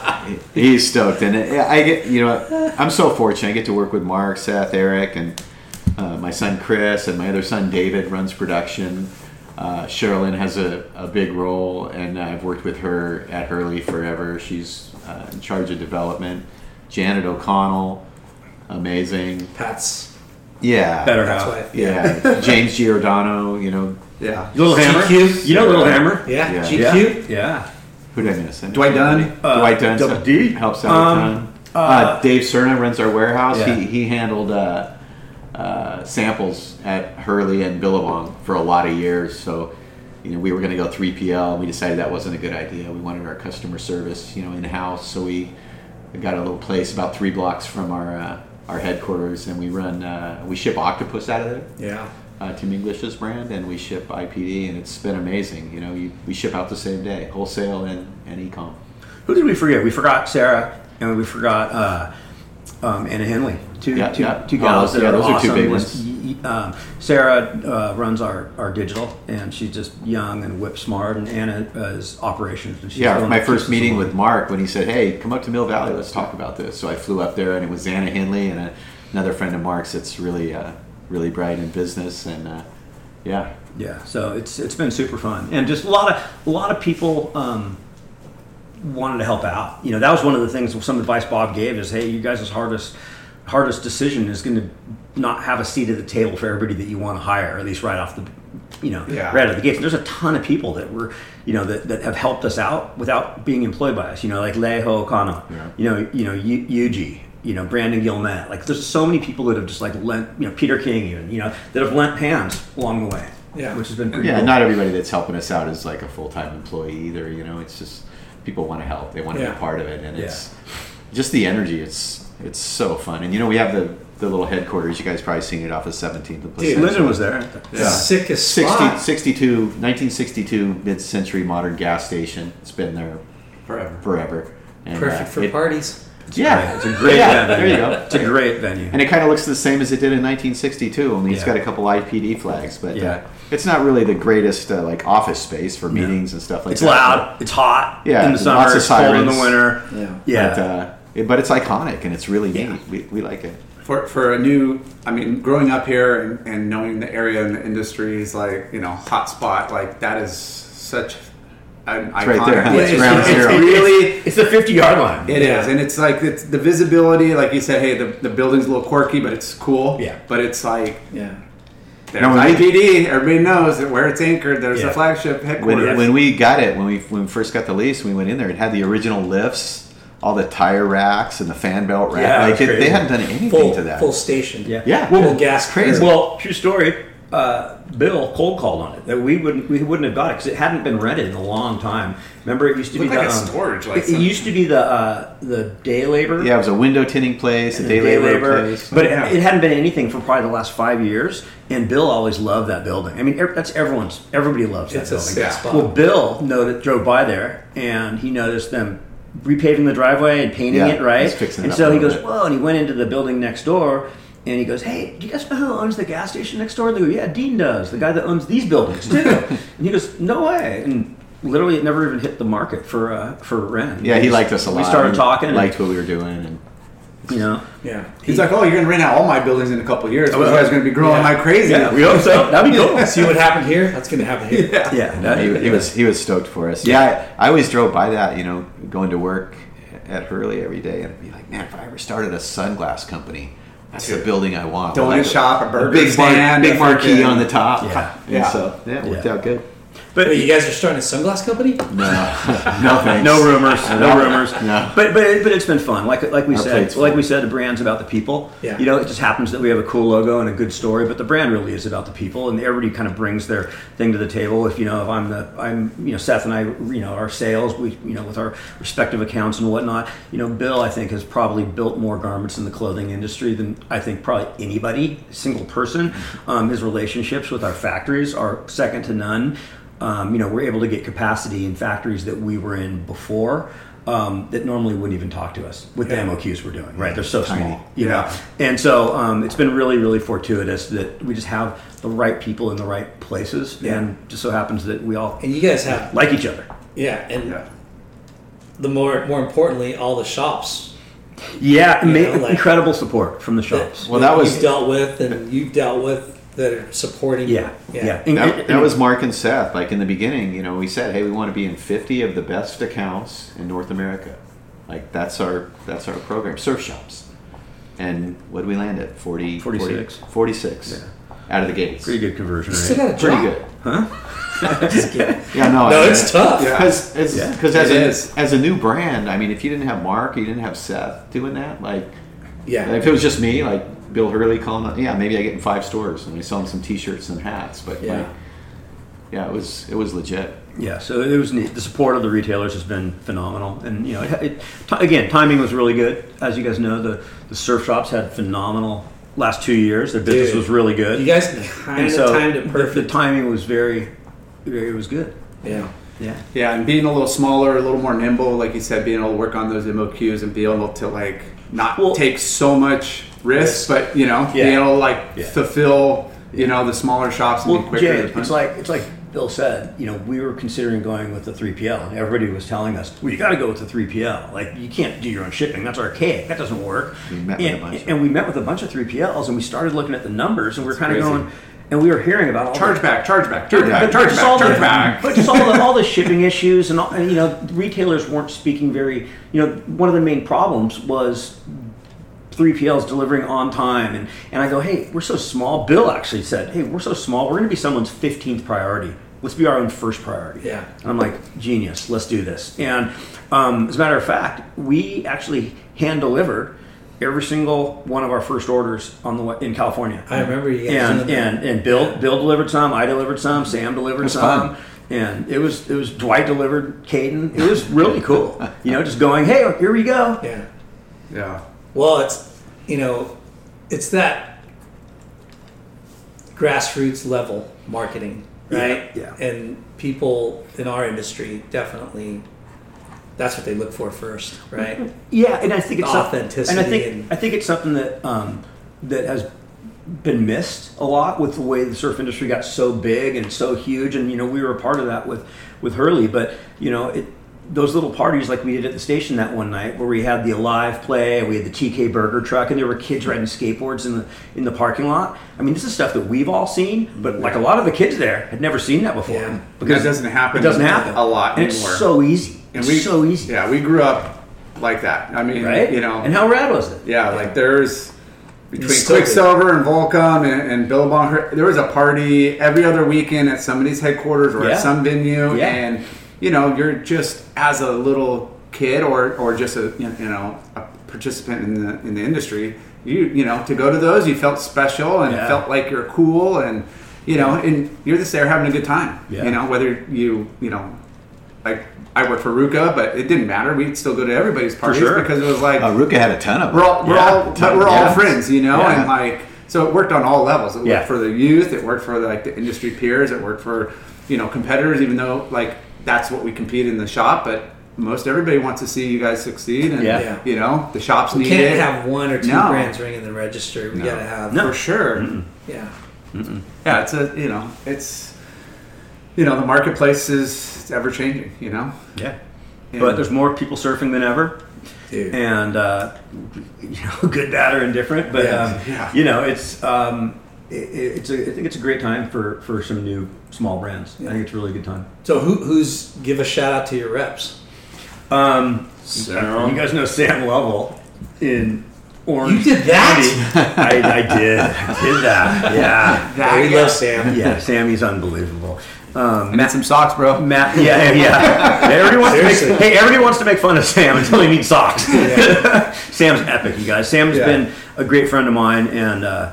[SPEAKER 5] He's stoked, and uh, I I get you know I'm so fortunate. I get to work with Mark, Seth, Eric, and uh, my son Chris, and my other son David runs production. Uh, Sherilyn has a, a big role, and I've worked with her at Hurley forever. She's uh, in charge of development. Janet O'Connell, amazing.
[SPEAKER 9] Pat's
[SPEAKER 5] Yeah,
[SPEAKER 4] Better
[SPEAKER 9] that's
[SPEAKER 4] how.
[SPEAKER 9] why.
[SPEAKER 5] Yeah, James Giordano. You know
[SPEAKER 3] yeah,
[SPEAKER 4] Little Hammer.
[SPEAKER 9] GQ.
[SPEAKER 4] You know Little Hammer?
[SPEAKER 9] Yeah,
[SPEAKER 5] Yeah.
[SPEAKER 9] GQ.
[SPEAKER 4] Yeah.
[SPEAKER 5] who did I miss? I missed
[SPEAKER 3] Dwight Dunn,
[SPEAKER 5] somebody. Dwight Dunn
[SPEAKER 4] Uh, Double
[SPEAKER 5] so-
[SPEAKER 4] D.
[SPEAKER 5] helps out a ton. Uh, Dave Cerna runs our warehouse.
[SPEAKER 4] Yeah.
[SPEAKER 5] He, he handled uh, uh, samples at Hurley and Billabong for a lot of years. So, you know, we were going to go 3PL. We decided that wasn't a good idea. We wanted our customer service, you know, in house. So we got a little place about three blocks from our uh, our headquarters, and we run uh, we ship octopus out of there
[SPEAKER 9] Yeah.
[SPEAKER 5] uh, Tim English's brand, and we ship IPD, and it's been amazing. You know, you, we ship out the same day, wholesale and, and e-com.
[SPEAKER 4] Who did we forget? We forgot Sarah, and we forgot uh, um, Anna Henley. Two,
[SPEAKER 5] Yeah,
[SPEAKER 4] two,
[SPEAKER 5] yeah.
[SPEAKER 4] two
[SPEAKER 5] Oh,
[SPEAKER 4] gals
[SPEAKER 5] those-
[SPEAKER 4] that
[SPEAKER 5] yeah,
[SPEAKER 4] are
[SPEAKER 5] those are two
[SPEAKER 4] awesome.
[SPEAKER 5] big
[SPEAKER 4] And,
[SPEAKER 5] ones.
[SPEAKER 4] y- y- um, Sarah uh, runs our, our digital, and she's just young and whip smart. And Anna uh, is operations. And she's the
[SPEAKER 5] Yeah,
[SPEAKER 4] one
[SPEAKER 5] my
[SPEAKER 4] that keeps
[SPEAKER 5] first
[SPEAKER 4] us
[SPEAKER 5] meeting
[SPEAKER 4] along.
[SPEAKER 5] with Mark when he said, "Hey, come up to Mill Valley, let's talk about this." So I flew up there, and it was Anna Henley and a, another friend of Mark's that's really uh, really bright in business, and uh, yeah,
[SPEAKER 4] Yeah, so it's it's been super fun, and just a lot of a lot of people um, wanted to help out. You know, that was one of the things. Some advice Bob gave is, hey, you guys' hardest hardest decision is going to not have a seat at the table for everybody that you want to hire, at least right off the, you know,
[SPEAKER 3] Yeah.
[SPEAKER 4] right out of the gates. And there's a ton of people that were, you know, that, that have helped us out without being employed by us. You know, like Leho Okano, you know, you know, Yu- Yuji. You know Brandon Gilmet. Like, there's so many people that have just like lent. You know Peter King, even. You know that have lent hands along the way.
[SPEAKER 9] Yeah.
[SPEAKER 4] which has been pretty
[SPEAKER 5] yeah.
[SPEAKER 4] cool.
[SPEAKER 5] Not everybody that's helping us out is like a full time employee either. You know, it's just people want to help, they want to
[SPEAKER 9] Yeah.
[SPEAKER 5] be part of it, and it's just the energy. It's it's so fun, and you know we have the the little headquarters. You guys probably seen it off of 17th and
[SPEAKER 4] Dude,
[SPEAKER 5] Placentia.
[SPEAKER 4] Linden was there. The sickest
[SPEAKER 5] 60,
[SPEAKER 4] spot.
[SPEAKER 5] 62, 1962 mid-century modern gas station. It's been there
[SPEAKER 9] Forever.
[SPEAKER 5] Forever. And,
[SPEAKER 9] Perfect
[SPEAKER 5] uh,
[SPEAKER 9] for
[SPEAKER 5] it-
[SPEAKER 9] parties.
[SPEAKER 5] Yeah,
[SPEAKER 4] It's a great
[SPEAKER 5] yeah,
[SPEAKER 4] venue.
[SPEAKER 5] There you go.
[SPEAKER 4] It's a great venue.
[SPEAKER 5] And it kind of looks the same as it did in 1962, only it's
[SPEAKER 4] Yeah.
[SPEAKER 5] got a couple IPD flags. But uh,
[SPEAKER 4] Yeah.
[SPEAKER 5] it's not really the greatest uh, like office space for meetings and stuff like
[SPEAKER 4] It's
[SPEAKER 5] that.
[SPEAKER 4] loud. It's hot.
[SPEAKER 5] Yeah,
[SPEAKER 4] in the summer.
[SPEAKER 5] lots of
[SPEAKER 4] it's cold in
[SPEAKER 5] sirens.
[SPEAKER 4] the winter. Yeah.
[SPEAKER 5] But, uh, it- but it's iconic and it's really neat. We, we like it.
[SPEAKER 3] for for a new i mean growing up here and, and knowing the area and the industry is like you know hot spot like that is such an
[SPEAKER 5] It's right
[SPEAKER 3] iconic
[SPEAKER 5] there, huh? It's ground zero.
[SPEAKER 4] it's the 50 yard line
[SPEAKER 3] It is, and it's like it's the visibility like you said hey the, the building's a little quirky but it's cool yeah but it's like
[SPEAKER 4] yeah
[SPEAKER 3] there's
[SPEAKER 5] No, when we-
[SPEAKER 3] IPD. Everybody knows that where it's anchored. There's
[SPEAKER 5] Yeah.
[SPEAKER 3] the flagship
[SPEAKER 5] When,
[SPEAKER 3] headquarters.
[SPEAKER 5] when we got it, when we when we first got the lease, we went in there. It had the original lifts, all the tire racks, and the fan belt rack.
[SPEAKER 4] Yeah, it was
[SPEAKER 5] like it, they
[SPEAKER 4] crazy.
[SPEAKER 5] hadn't done anything
[SPEAKER 4] Full-
[SPEAKER 5] to that.
[SPEAKER 9] full station.
[SPEAKER 4] Yeah.
[SPEAKER 5] Yeah.
[SPEAKER 4] Well,
[SPEAKER 9] gas
[SPEAKER 5] crazy.
[SPEAKER 4] Well, true story. Uh, Bill cold called on it that we wouldn't we wouldn't have got it because it hadn't been rented in a long time. Remember, it used to
[SPEAKER 3] Looked
[SPEAKER 4] be
[SPEAKER 3] like
[SPEAKER 4] the,
[SPEAKER 3] a storage, like
[SPEAKER 4] it, it
[SPEAKER 3] some-
[SPEAKER 4] used to be the uh, the day labor.
[SPEAKER 5] Yeah, it was a window tinting place, a
[SPEAKER 4] the
[SPEAKER 5] day, labor, place.
[SPEAKER 4] But
[SPEAKER 5] Yeah.
[SPEAKER 4] it, it hadn't been anything for probably the last five years. And Bill always loved that building. I mean, ev- that's everyone's. Everybody loves that
[SPEAKER 9] It's a
[SPEAKER 4] building.
[SPEAKER 9] sick spot.
[SPEAKER 4] Well, Bill noted, drove by there and he noticed them repaving the driveway and painting
[SPEAKER 5] Yeah,
[SPEAKER 4] it right.
[SPEAKER 5] he's fixing it
[SPEAKER 4] and
[SPEAKER 5] up a
[SPEAKER 4] so he
[SPEAKER 5] little
[SPEAKER 4] goes,
[SPEAKER 5] bit.
[SPEAKER 4] "Whoa!" And he went into the building next door. And he goes, "Hey, do you guys know who owns the gas station next door?" And they go, "Yeah, Dean does. The guy that owns these buildings too." and he goes, "No way!" And literally, it never even hit the market for uh, for rent.
[SPEAKER 5] yeah, he liked us a lot.
[SPEAKER 4] We started
[SPEAKER 5] He
[SPEAKER 4] talking. and-
[SPEAKER 5] Liked what we were doing. And
[SPEAKER 4] you know.
[SPEAKER 3] yeah, he's like, oh, you're gonna rent out all my buildings in a couple of years.
[SPEAKER 4] Oh,
[SPEAKER 3] You guys are gonna be growing
[SPEAKER 4] yeah.
[SPEAKER 3] like crazy.
[SPEAKER 4] Yeah, we hope so. That'd be cool.
[SPEAKER 9] See what happened here? That's going to happen here.
[SPEAKER 4] yeah,
[SPEAKER 5] No, he, he was he was stoked for us. Yeah, I, I always drove by that, you know, going to work at Hurley every day, and I'd be like, man, if I ever started a sunglass company, that's the building I want.
[SPEAKER 3] Donut
[SPEAKER 5] Like
[SPEAKER 3] shop, a burger
[SPEAKER 5] big mar-
[SPEAKER 3] stand, a
[SPEAKER 5] big marquee
[SPEAKER 3] freaking-
[SPEAKER 5] on the top.
[SPEAKER 3] Yeah.
[SPEAKER 5] And
[SPEAKER 3] Yeah.
[SPEAKER 5] so yeah, it worked
[SPEAKER 4] Yeah.
[SPEAKER 5] out good.
[SPEAKER 4] But
[SPEAKER 9] Wait, you guys are starting a sunglass company?
[SPEAKER 5] No, no thanks.
[SPEAKER 4] No rumors. No
[SPEAKER 5] No.
[SPEAKER 4] rumors.
[SPEAKER 5] No.
[SPEAKER 4] But but it, but it's been fun. Like like we
[SPEAKER 5] Our
[SPEAKER 4] said,
[SPEAKER 5] plate's
[SPEAKER 4] like
[SPEAKER 5] full.
[SPEAKER 4] we said, the brand's about the people.
[SPEAKER 9] Yeah.
[SPEAKER 4] You know, it just happens that we have a cool logo and a good story, but the brand really is about the people, and everybody kind of brings their thing to the table. If you know, if I'm the I'm you know Seth and I you know our sales we you know with our respective accounts and whatnot. You know, Bill I think has probably built more garments in the clothing industry than I think probably anybody single person. Um, his relationships with our factories are second to none. Um, you know, we're able to get capacity in factories that we were in before um, that normally wouldn't even talk to us with
[SPEAKER 9] Yeah.
[SPEAKER 4] the MOQs we're doing. Right, they're so
[SPEAKER 5] Tiny.
[SPEAKER 4] small, you know. And so um, it's been really, really fortuitous that we just have the right people in the right places, and just so happens that we all
[SPEAKER 9] And you guys have
[SPEAKER 4] like each other.
[SPEAKER 9] Yeah, and the more more importantly, all the shops
[SPEAKER 4] Yeah,
[SPEAKER 9] You
[SPEAKER 4] ma-
[SPEAKER 9] know, like-
[SPEAKER 4] incredible support from the shops.
[SPEAKER 5] Well, that was
[SPEAKER 9] you've dealt with and you've dealt with that are supporting.
[SPEAKER 4] Yeah, yeah. And-
[SPEAKER 5] that, that
[SPEAKER 4] and-
[SPEAKER 5] was Mark and Seth. Like in the beginning, you know, we said, hey, we want to be in 50 of the best accounts in North America. Like that's our that's our program, surf shops. And what did we land at? 40,
[SPEAKER 4] 46.
[SPEAKER 5] 40 46 out of the gates.
[SPEAKER 4] pretty good conversion
[SPEAKER 9] You still
[SPEAKER 4] rate.
[SPEAKER 9] got a
[SPEAKER 5] Pretty
[SPEAKER 9] job.
[SPEAKER 5] good.
[SPEAKER 9] Just kidding.
[SPEAKER 5] Yeah, no,
[SPEAKER 9] No, it's tough.
[SPEAKER 3] Yeah.
[SPEAKER 5] Because as,
[SPEAKER 4] Yeah.
[SPEAKER 5] 'cause as
[SPEAKER 3] It is.
[SPEAKER 5] a, as a new brand, I mean, if you didn't have Mark, you didn't have Seth doing that, like,
[SPEAKER 9] Yeah.
[SPEAKER 5] if it was just me, like Bill Hurley calling, up, yeah, maybe I get in five stores and I sell them some T-shirts and hats, but
[SPEAKER 9] Yeah.
[SPEAKER 5] like, yeah, it was it was legit.
[SPEAKER 4] Yeah, so it was neat. The support of the retailers has been phenomenal, and you know, it, it, t- again, timing was really good. As you guys know, the the surf shops had phenomenal last two years. Their business
[SPEAKER 9] Dude.
[SPEAKER 4] was really good.
[SPEAKER 9] You guys kind
[SPEAKER 4] and
[SPEAKER 9] of
[SPEAKER 4] so
[SPEAKER 9] timed it
[SPEAKER 4] the-
[SPEAKER 9] perfect.
[SPEAKER 4] The, timing was very, very it was good.
[SPEAKER 9] yeah.
[SPEAKER 4] Yeah.
[SPEAKER 3] Yeah, and being a little smaller, a little more nimble, like you said, being able to work on those MOQs and being able to like not
[SPEAKER 4] Well-
[SPEAKER 3] take so much risk, but you know, being
[SPEAKER 4] Yeah.
[SPEAKER 3] able to like fulfill you know the smaller shops and be
[SPEAKER 4] Well,
[SPEAKER 3] quicker.
[SPEAKER 4] Jay,
[SPEAKER 3] to the punch.
[SPEAKER 4] it's like it's like Bill said. You know, we were considering going with the three PL, and everybody was telling us, "Well, you got to go with the three PL. Like, you can't do your own shipping. That's archaic. That doesn't work."
[SPEAKER 5] We met with
[SPEAKER 4] and,
[SPEAKER 5] a bunch of-
[SPEAKER 4] and we met with a bunch of three PLs, and we started looking at the numbers, and we were kind of
[SPEAKER 3] crazy.
[SPEAKER 4] going, and we were hearing about all the-
[SPEAKER 3] chargeback, chargeback, chargeback,
[SPEAKER 5] Yeah.
[SPEAKER 4] but just all
[SPEAKER 3] chargeback,
[SPEAKER 4] the-
[SPEAKER 3] chargeback.
[SPEAKER 4] But just all the, all the shipping issues and, all, and you know retailers weren't speaking very. You know, one of the main problems was. 3PLs delivering on time and, and I go, hey, we're so small. Bill actually said, hey, we're so small, we're gonna be someone's 15th priority. Let's be our own first priority.
[SPEAKER 9] Yeah.
[SPEAKER 4] And I'm like, genius, let's do this. And um, as a matter of fact, we actually hand delivered every single one of our first orders on the way, in California.
[SPEAKER 9] I remember you guys doing
[SPEAKER 4] and,
[SPEAKER 9] that.
[SPEAKER 4] and and Bill Bill delivered some, I delivered some, Sam delivered
[SPEAKER 5] was
[SPEAKER 4] some.
[SPEAKER 5] fun.
[SPEAKER 4] And it was it was Dwight delivered Caden. It was really cool. You know, just going, Hey, here we go.
[SPEAKER 9] Yeah.
[SPEAKER 3] yeah.
[SPEAKER 9] Well, it's you know, it's that grassroots level marketing, right?
[SPEAKER 3] Yeah,
[SPEAKER 9] And people in our industry definitely that's what they look for first, right?
[SPEAKER 4] Yeah, and I think it's some-
[SPEAKER 9] authenticity
[SPEAKER 4] And I think
[SPEAKER 9] and-
[SPEAKER 4] I think it's something that um, that has been missed a lot with the way the surf industry got so big and so huge. And you know, we were a part of that with with Hurley, but you know, it those little parties like we did at the station that one night where we had the alive play and we had the TK burger truck and there were kids riding skateboards in the in the parking lot. I mean, this is stuff that we've all seen, but like a lot of the kids there had never seen that before.
[SPEAKER 3] because that doesn't happen.
[SPEAKER 4] It doesn't happen
[SPEAKER 3] a lot
[SPEAKER 4] And
[SPEAKER 3] anymore.
[SPEAKER 4] It's so easy.
[SPEAKER 3] And
[SPEAKER 4] It's
[SPEAKER 3] we,
[SPEAKER 4] so easy.
[SPEAKER 3] Yeah, we grew up like that. I mean,
[SPEAKER 4] Right?
[SPEAKER 3] you know,
[SPEAKER 4] And how rad was it?
[SPEAKER 3] Yeah, like there's between
[SPEAKER 4] It's so
[SPEAKER 3] Quicksilver and Volcom and, and Billabong, Her- there was a party every other weekend at somebody's headquarters or
[SPEAKER 4] Yeah.
[SPEAKER 3] at some venue,
[SPEAKER 4] Yeah.
[SPEAKER 3] and you know, you're just as a little kid or or just a you know a participant in the in the industry. You you know to go to those, you felt special and
[SPEAKER 4] Yeah.
[SPEAKER 3] felt like you're cool and you know, and you're just there having a good time.
[SPEAKER 4] Yeah.
[SPEAKER 3] You know, whether you you know like. I worked for Ruka, but it didn't matter. We'd still go to everybody's parties
[SPEAKER 5] sure.
[SPEAKER 3] because it was like
[SPEAKER 5] Uh, Ruka had a ton of
[SPEAKER 3] we're all we're
[SPEAKER 5] Yeah,
[SPEAKER 3] all
[SPEAKER 5] ton
[SPEAKER 3] but
[SPEAKER 5] of
[SPEAKER 3] we're all
[SPEAKER 5] guys.
[SPEAKER 3] friends, you know,
[SPEAKER 5] Yeah.
[SPEAKER 3] and like so it worked on all levels. It worked
[SPEAKER 5] Yeah.
[SPEAKER 3] for the youth, it worked for like the industry peers, it worked for you know competitors, even though like that's what we compete in the shop, but most everybody wants to see you guys succeed, and
[SPEAKER 9] Yeah. Yeah.
[SPEAKER 3] you know the shops
[SPEAKER 9] we
[SPEAKER 3] need
[SPEAKER 9] can't
[SPEAKER 3] it.
[SPEAKER 9] have one or two
[SPEAKER 3] No.
[SPEAKER 9] brands ringing the register. We
[SPEAKER 3] No.
[SPEAKER 9] gotta have
[SPEAKER 3] No. for sure.
[SPEAKER 9] Yeah.
[SPEAKER 3] Yeah, it's a you know it's you know the marketplace is it's ever changing. You know,
[SPEAKER 4] Yeah.
[SPEAKER 3] Yeah.
[SPEAKER 4] But there's more people surfing than ever.
[SPEAKER 9] Dude.
[SPEAKER 4] And, uh, you know, good, bad, or indifferent. But,
[SPEAKER 3] Yeah.
[SPEAKER 4] um,
[SPEAKER 3] Yeah.
[SPEAKER 4] you know, it's, um, it, it's a, I think it's a great time for, for some new small brands. I think it's a really good time.
[SPEAKER 9] So who who's give a shout out to your reps?
[SPEAKER 4] Um,
[SPEAKER 9] Sam.
[SPEAKER 4] You guys know Sam Lovell in Orange.
[SPEAKER 9] You did that?
[SPEAKER 4] County. I, I did. I did that. Yeah.
[SPEAKER 3] Oh,
[SPEAKER 9] That We guy. love Sam.
[SPEAKER 4] Yeah, Sammy's unbelievable. Um,
[SPEAKER 3] I need some socks, bro.
[SPEAKER 4] Matt, yeah, yeah, yeah. Everybody wants to make,
[SPEAKER 3] Seriously.
[SPEAKER 4] hey, everybody wants to make fun of Sam until he needs socks. Sam's epic, you guys. Sam's
[SPEAKER 3] Yeah.
[SPEAKER 4] been a great friend of mine and uh,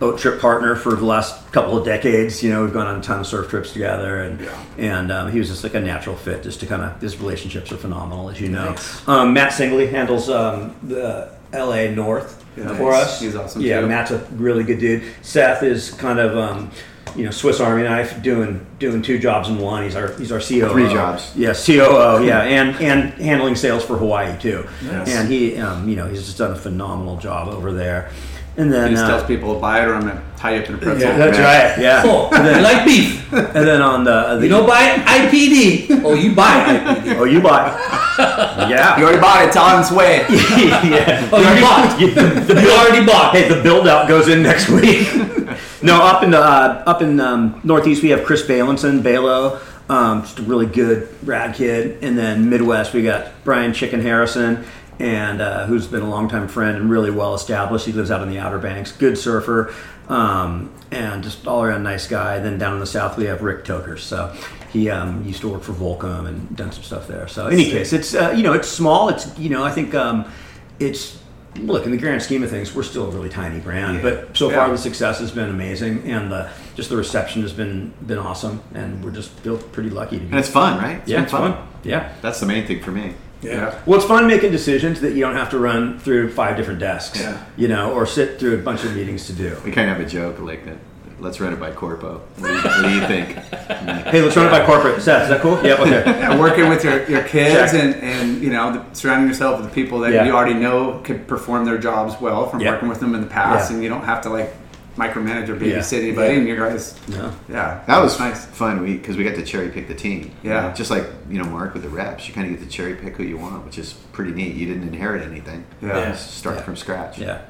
[SPEAKER 4] boat trip partner for the last couple of decades. You know, we've gone on a ton of surf trips together, and and um, he was just like a natural fit, just to kind of. His relationships are phenomenal, as you know. Um, Matt Singley handles um, the L.A. North
[SPEAKER 3] Yeah.
[SPEAKER 4] for
[SPEAKER 3] Nice.
[SPEAKER 4] us.
[SPEAKER 3] He's awesome,
[SPEAKER 4] Yeah,
[SPEAKER 3] too.
[SPEAKER 4] Matt's a really good dude. Seth is kind of. Um, you know, Swiss Army knife, doing doing two jobs in one. He's our he's our COO.
[SPEAKER 5] Three jobs.
[SPEAKER 4] Yeah, COO. Yeah, and and handling sales for Hawaii too.
[SPEAKER 3] Nice.
[SPEAKER 4] And he, um, you know, he's just done a phenomenal job over there. And
[SPEAKER 3] and
[SPEAKER 4] then
[SPEAKER 3] he just
[SPEAKER 4] uh,
[SPEAKER 3] tells people to buy it or I'm gonna tie you up in a pretzel.
[SPEAKER 4] yeah, that's right. Yeah.
[SPEAKER 9] Cool.
[SPEAKER 4] And
[SPEAKER 9] I
[SPEAKER 4] then,
[SPEAKER 9] Oh, like beef.
[SPEAKER 4] and then on the, the
[SPEAKER 9] You don't buy IPD. Oh, you buy IPD.
[SPEAKER 4] Oh, you buy. yeah.
[SPEAKER 3] You already bought it. Tell him it's way.
[SPEAKER 4] yeah.
[SPEAKER 9] Oh, you bought.
[SPEAKER 4] You, the,
[SPEAKER 9] You already bought.
[SPEAKER 4] Hey, the build out goes in next week. no, up in the uh, up in um, northeast we have Chris Balinson, Balo, um, just a really good rad kid, and then Midwest we got Brian Chicken Harrison, and uh, who's been a longtime friend and really well established. He lives out in the Outer Banks, good surfer, um, and just all around nice guy. Then down in the south we have Rick Toker, so. He um, used to work for Volcom and done some stuff there. So, in any case, it's uh, you know it's small. It's you know I think um, it's look in the grand scheme of things we're still a really tiny brand but so far
[SPEAKER 3] Yeah.
[SPEAKER 4] the success has been amazing and the, just the reception has been been awesome and we're just feel pretty lucky to be
[SPEAKER 5] And it's fun, right? It's
[SPEAKER 4] yeah
[SPEAKER 5] been
[SPEAKER 4] it's fun.
[SPEAKER 5] fun.
[SPEAKER 4] yeah
[SPEAKER 5] That's the main thing for me.
[SPEAKER 3] Yeah.
[SPEAKER 4] well it's fun making decisions that you don't have to run through five different desks
[SPEAKER 5] Yeah.
[SPEAKER 4] you know or sit through a bunch of meetings to do
[SPEAKER 5] We kind of have a joke like that. Let's run it by Corpo. What do you, what do you think?
[SPEAKER 4] hey let's run it by corporate Seth is that cool yep okay
[SPEAKER 3] Yeah, working with your, your kids
[SPEAKER 4] Check.
[SPEAKER 3] and, and you know the, surrounding yourself with people that
[SPEAKER 4] Yeah.
[SPEAKER 3] you already know could perform their jobs well from
[SPEAKER 4] Yeah.
[SPEAKER 3] working with them in the past
[SPEAKER 4] Yeah.
[SPEAKER 3] and you don't have to like micromanage or babysit
[SPEAKER 4] Yeah.
[SPEAKER 3] anybody
[SPEAKER 4] Yeah.
[SPEAKER 3] and you guys
[SPEAKER 4] no
[SPEAKER 3] yeah
[SPEAKER 5] That was
[SPEAKER 3] nice
[SPEAKER 5] fun. We because we got to cherry pick the team.
[SPEAKER 3] Yeah.
[SPEAKER 5] just like you know Mark with the reps, you kind of get to cherry pick who you want, which is pretty neat. You didn't inherit anything.
[SPEAKER 3] Yeah.
[SPEAKER 5] You just start
[SPEAKER 4] Yeah.
[SPEAKER 5] from scratch.
[SPEAKER 4] yeah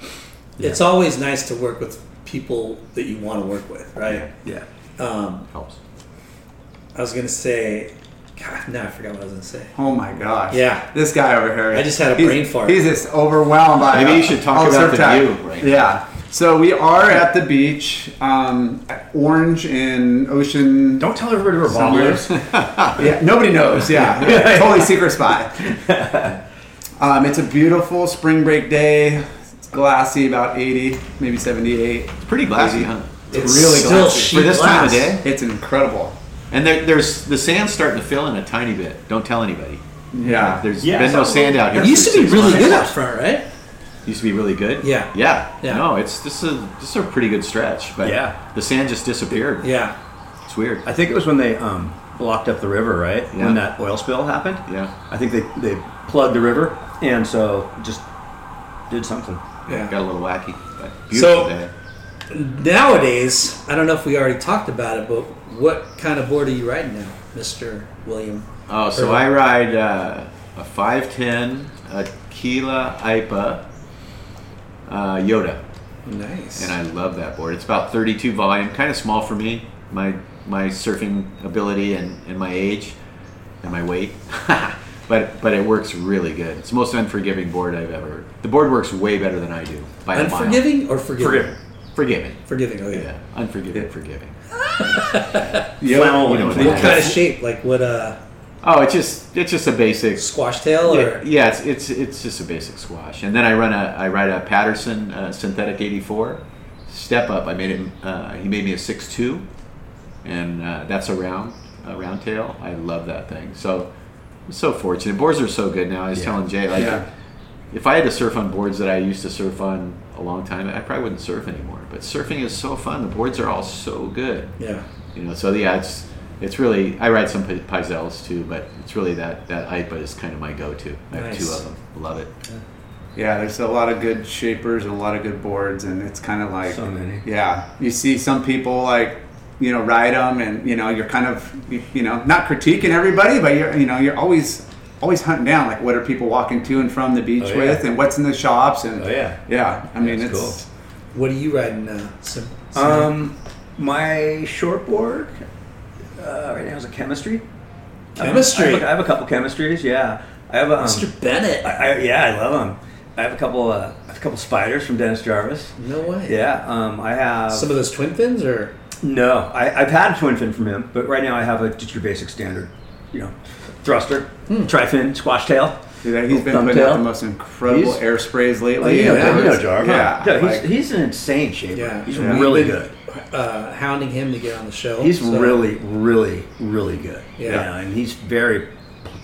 [SPEAKER 9] It's always nice to work with people that you want to work with, right?
[SPEAKER 4] yeah
[SPEAKER 9] Um,
[SPEAKER 5] helps.
[SPEAKER 9] I was gonna say, God, now I forgot what I was gonna say.
[SPEAKER 3] oh my gosh
[SPEAKER 9] Yeah.
[SPEAKER 3] this guy over here
[SPEAKER 9] I just had a
[SPEAKER 3] he's-
[SPEAKER 9] brain fart.
[SPEAKER 3] he's just overwhelmed by uh,
[SPEAKER 5] Maybe you should talk
[SPEAKER 3] all
[SPEAKER 5] about
[SPEAKER 3] surf
[SPEAKER 5] the
[SPEAKER 3] tech.
[SPEAKER 5] view right now.
[SPEAKER 3] yeah so we are at the beach um, at Orange and Ocean
[SPEAKER 4] don't tell everybody where Bob
[SPEAKER 3] Somewhere.
[SPEAKER 4] lives
[SPEAKER 3] Yeah, nobody knows. Yeah, totally secret spot. Um, it's a beautiful spring break day. It's glassy, about 80, maybe 78.
[SPEAKER 5] It's pretty glassy, huh?
[SPEAKER 9] It's
[SPEAKER 3] really
[SPEAKER 9] still
[SPEAKER 3] glassy.
[SPEAKER 9] sheet
[SPEAKER 5] For this time of
[SPEAKER 9] glass.
[SPEAKER 5] day?
[SPEAKER 3] It's incredible.
[SPEAKER 5] And there, there's the sand's starting to fill in a tiny bit. Don't tell anybody.
[SPEAKER 3] Yeah,
[SPEAKER 5] There's
[SPEAKER 4] Yeah,
[SPEAKER 5] been no
[SPEAKER 4] so-
[SPEAKER 5] sand out here.
[SPEAKER 9] It used
[SPEAKER 5] for
[SPEAKER 9] to be
[SPEAKER 5] six
[SPEAKER 9] really
[SPEAKER 5] months.
[SPEAKER 9] good up front, right?
[SPEAKER 5] used to be really good.
[SPEAKER 9] Yeah.
[SPEAKER 5] Yeah.
[SPEAKER 9] Yeah.
[SPEAKER 5] No, it's this is this is a pretty good stretch, but
[SPEAKER 4] Yeah.
[SPEAKER 5] the sand just disappeared.
[SPEAKER 9] Yeah.
[SPEAKER 5] It's weird.
[SPEAKER 4] I think it was when they um, blocked up the river, right?
[SPEAKER 5] Yeah.
[SPEAKER 4] When that oil spill happened.
[SPEAKER 5] Yeah.
[SPEAKER 4] I think they, they plugged the river, and so just did something.
[SPEAKER 9] Yeah.
[SPEAKER 5] Got a little wacky. But
[SPEAKER 9] So-
[SPEAKER 5] beautiful day.
[SPEAKER 9] Nowadays, I don't know if we already talked about it, but what kind of board are you riding now, Mister William?
[SPEAKER 5] Oh, so I ride uh, a 510 Aquila IPA uh, Yoda.
[SPEAKER 9] Nice.
[SPEAKER 5] And I love that board. It's about 32 volume, kind of small for me, my my surfing ability and, and my age and my weight. but but it works really good. It's the most unforgiving board I've ever. The board works way better than I do by a mile.
[SPEAKER 9] Unforgiving or forgiving?
[SPEAKER 5] Forgiving. Forgiving.
[SPEAKER 9] Forgiving. oh, Okay.
[SPEAKER 5] Yeah. Unforgiving. Forgiving.
[SPEAKER 4] Yeah,
[SPEAKER 5] you know what
[SPEAKER 9] What
[SPEAKER 5] I
[SPEAKER 9] kind of
[SPEAKER 5] mean.
[SPEAKER 9] shape? Like what? Uh,
[SPEAKER 5] Oh, it's just it's just a basic
[SPEAKER 9] squash tail
[SPEAKER 5] Yeah,
[SPEAKER 9] or?
[SPEAKER 5] yeah, it's it's it's just a basic squash, and then I run a I ride a Patterson uh, synthetic '84 step up. I made him. Uh, he made me a six two, and uh, that's a round a round tail. I love that thing. So I'm so fortunate. Boards are so good now. I was telling Jay like.
[SPEAKER 4] Yeah.
[SPEAKER 5] If I had to surf on boards that I used to surf on a long time, I probably wouldn't surf anymore. But surfing is so fun. The boards are all so good.
[SPEAKER 9] Yeah.
[SPEAKER 5] You know, so yeah, it's it's really I ride some Pi- Pizels too, but it's really that that IPA is kind of my go-to. I have two
[SPEAKER 3] Nice.
[SPEAKER 5] of them. Love it.
[SPEAKER 3] Yeah, there's a lot of good shapers and a lot of good boards, and it's kind of like
[SPEAKER 4] So many.
[SPEAKER 3] Yeah, you see some people like you know ride them, and you know you're kind of you- you know not critiquing everybody, but you're you know you're always always hunting down like what are people walking to and from the beach
[SPEAKER 4] Oh, yeah.
[SPEAKER 3] with, and what's in the shops, and
[SPEAKER 4] Oh, yeah.
[SPEAKER 3] yeah. I mean
[SPEAKER 4] That's
[SPEAKER 3] it's
[SPEAKER 9] What are you riding now? Sim- Sim-
[SPEAKER 4] Um, my shortboard uh, right now is a chemistry. I have a-
[SPEAKER 9] Chemistry?
[SPEAKER 4] I have, a, I have a couple chemistries. Yeah, I have a um,
[SPEAKER 9] Mr. Bennett.
[SPEAKER 4] I, I, yeah, I love them. I have a couple. Uh, I have a couple spiders from Dennis Jarvis.
[SPEAKER 9] no way.
[SPEAKER 4] Yeah, um, I have
[SPEAKER 9] Some of those twin fins or?
[SPEAKER 4] No, I, I've had a twin fin from him, but right now I have a just your basic standard, you know, thruster, tri-fin, squash tail.
[SPEAKER 3] yeah, he's been
[SPEAKER 4] Thumb
[SPEAKER 3] putting out
[SPEAKER 4] tail.
[SPEAKER 3] the most incredible
[SPEAKER 4] He's-
[SPEAKER 3] air sprays
[SPEAKER 4] Oh,
[SPEAKER 3] lately.
[SPEAKER 4] you know,
[SPEAKER 3] and
[SPEAKER 4] you know
[SPEAKER 3] there's-
[SPEAKER 4] Jarvis.
[SPEAKER 3] Yeah,
[SPEAKER 4] Yeah, he's,
[SPEAKER 3] like-
[SPEAKER 4] he's an insane shaper.
[SPEAKER 9] Yeah.
[SPEAKER 4] He's
[SPEAKER 9] Yeah.
[SPEAKER 4] really
[SPEAKER 9] We've been-
[SPEAKER 4] good.
[SPEAKER 9] Uh, hounding him to get on the show.
[SPEAKER 4] He's
[SPEAKER 9] so-
[SPEAKER 4] really, really, really good.
[SPEAKER 9] Yeah.
[SPEAKER 4] know, and he's very p-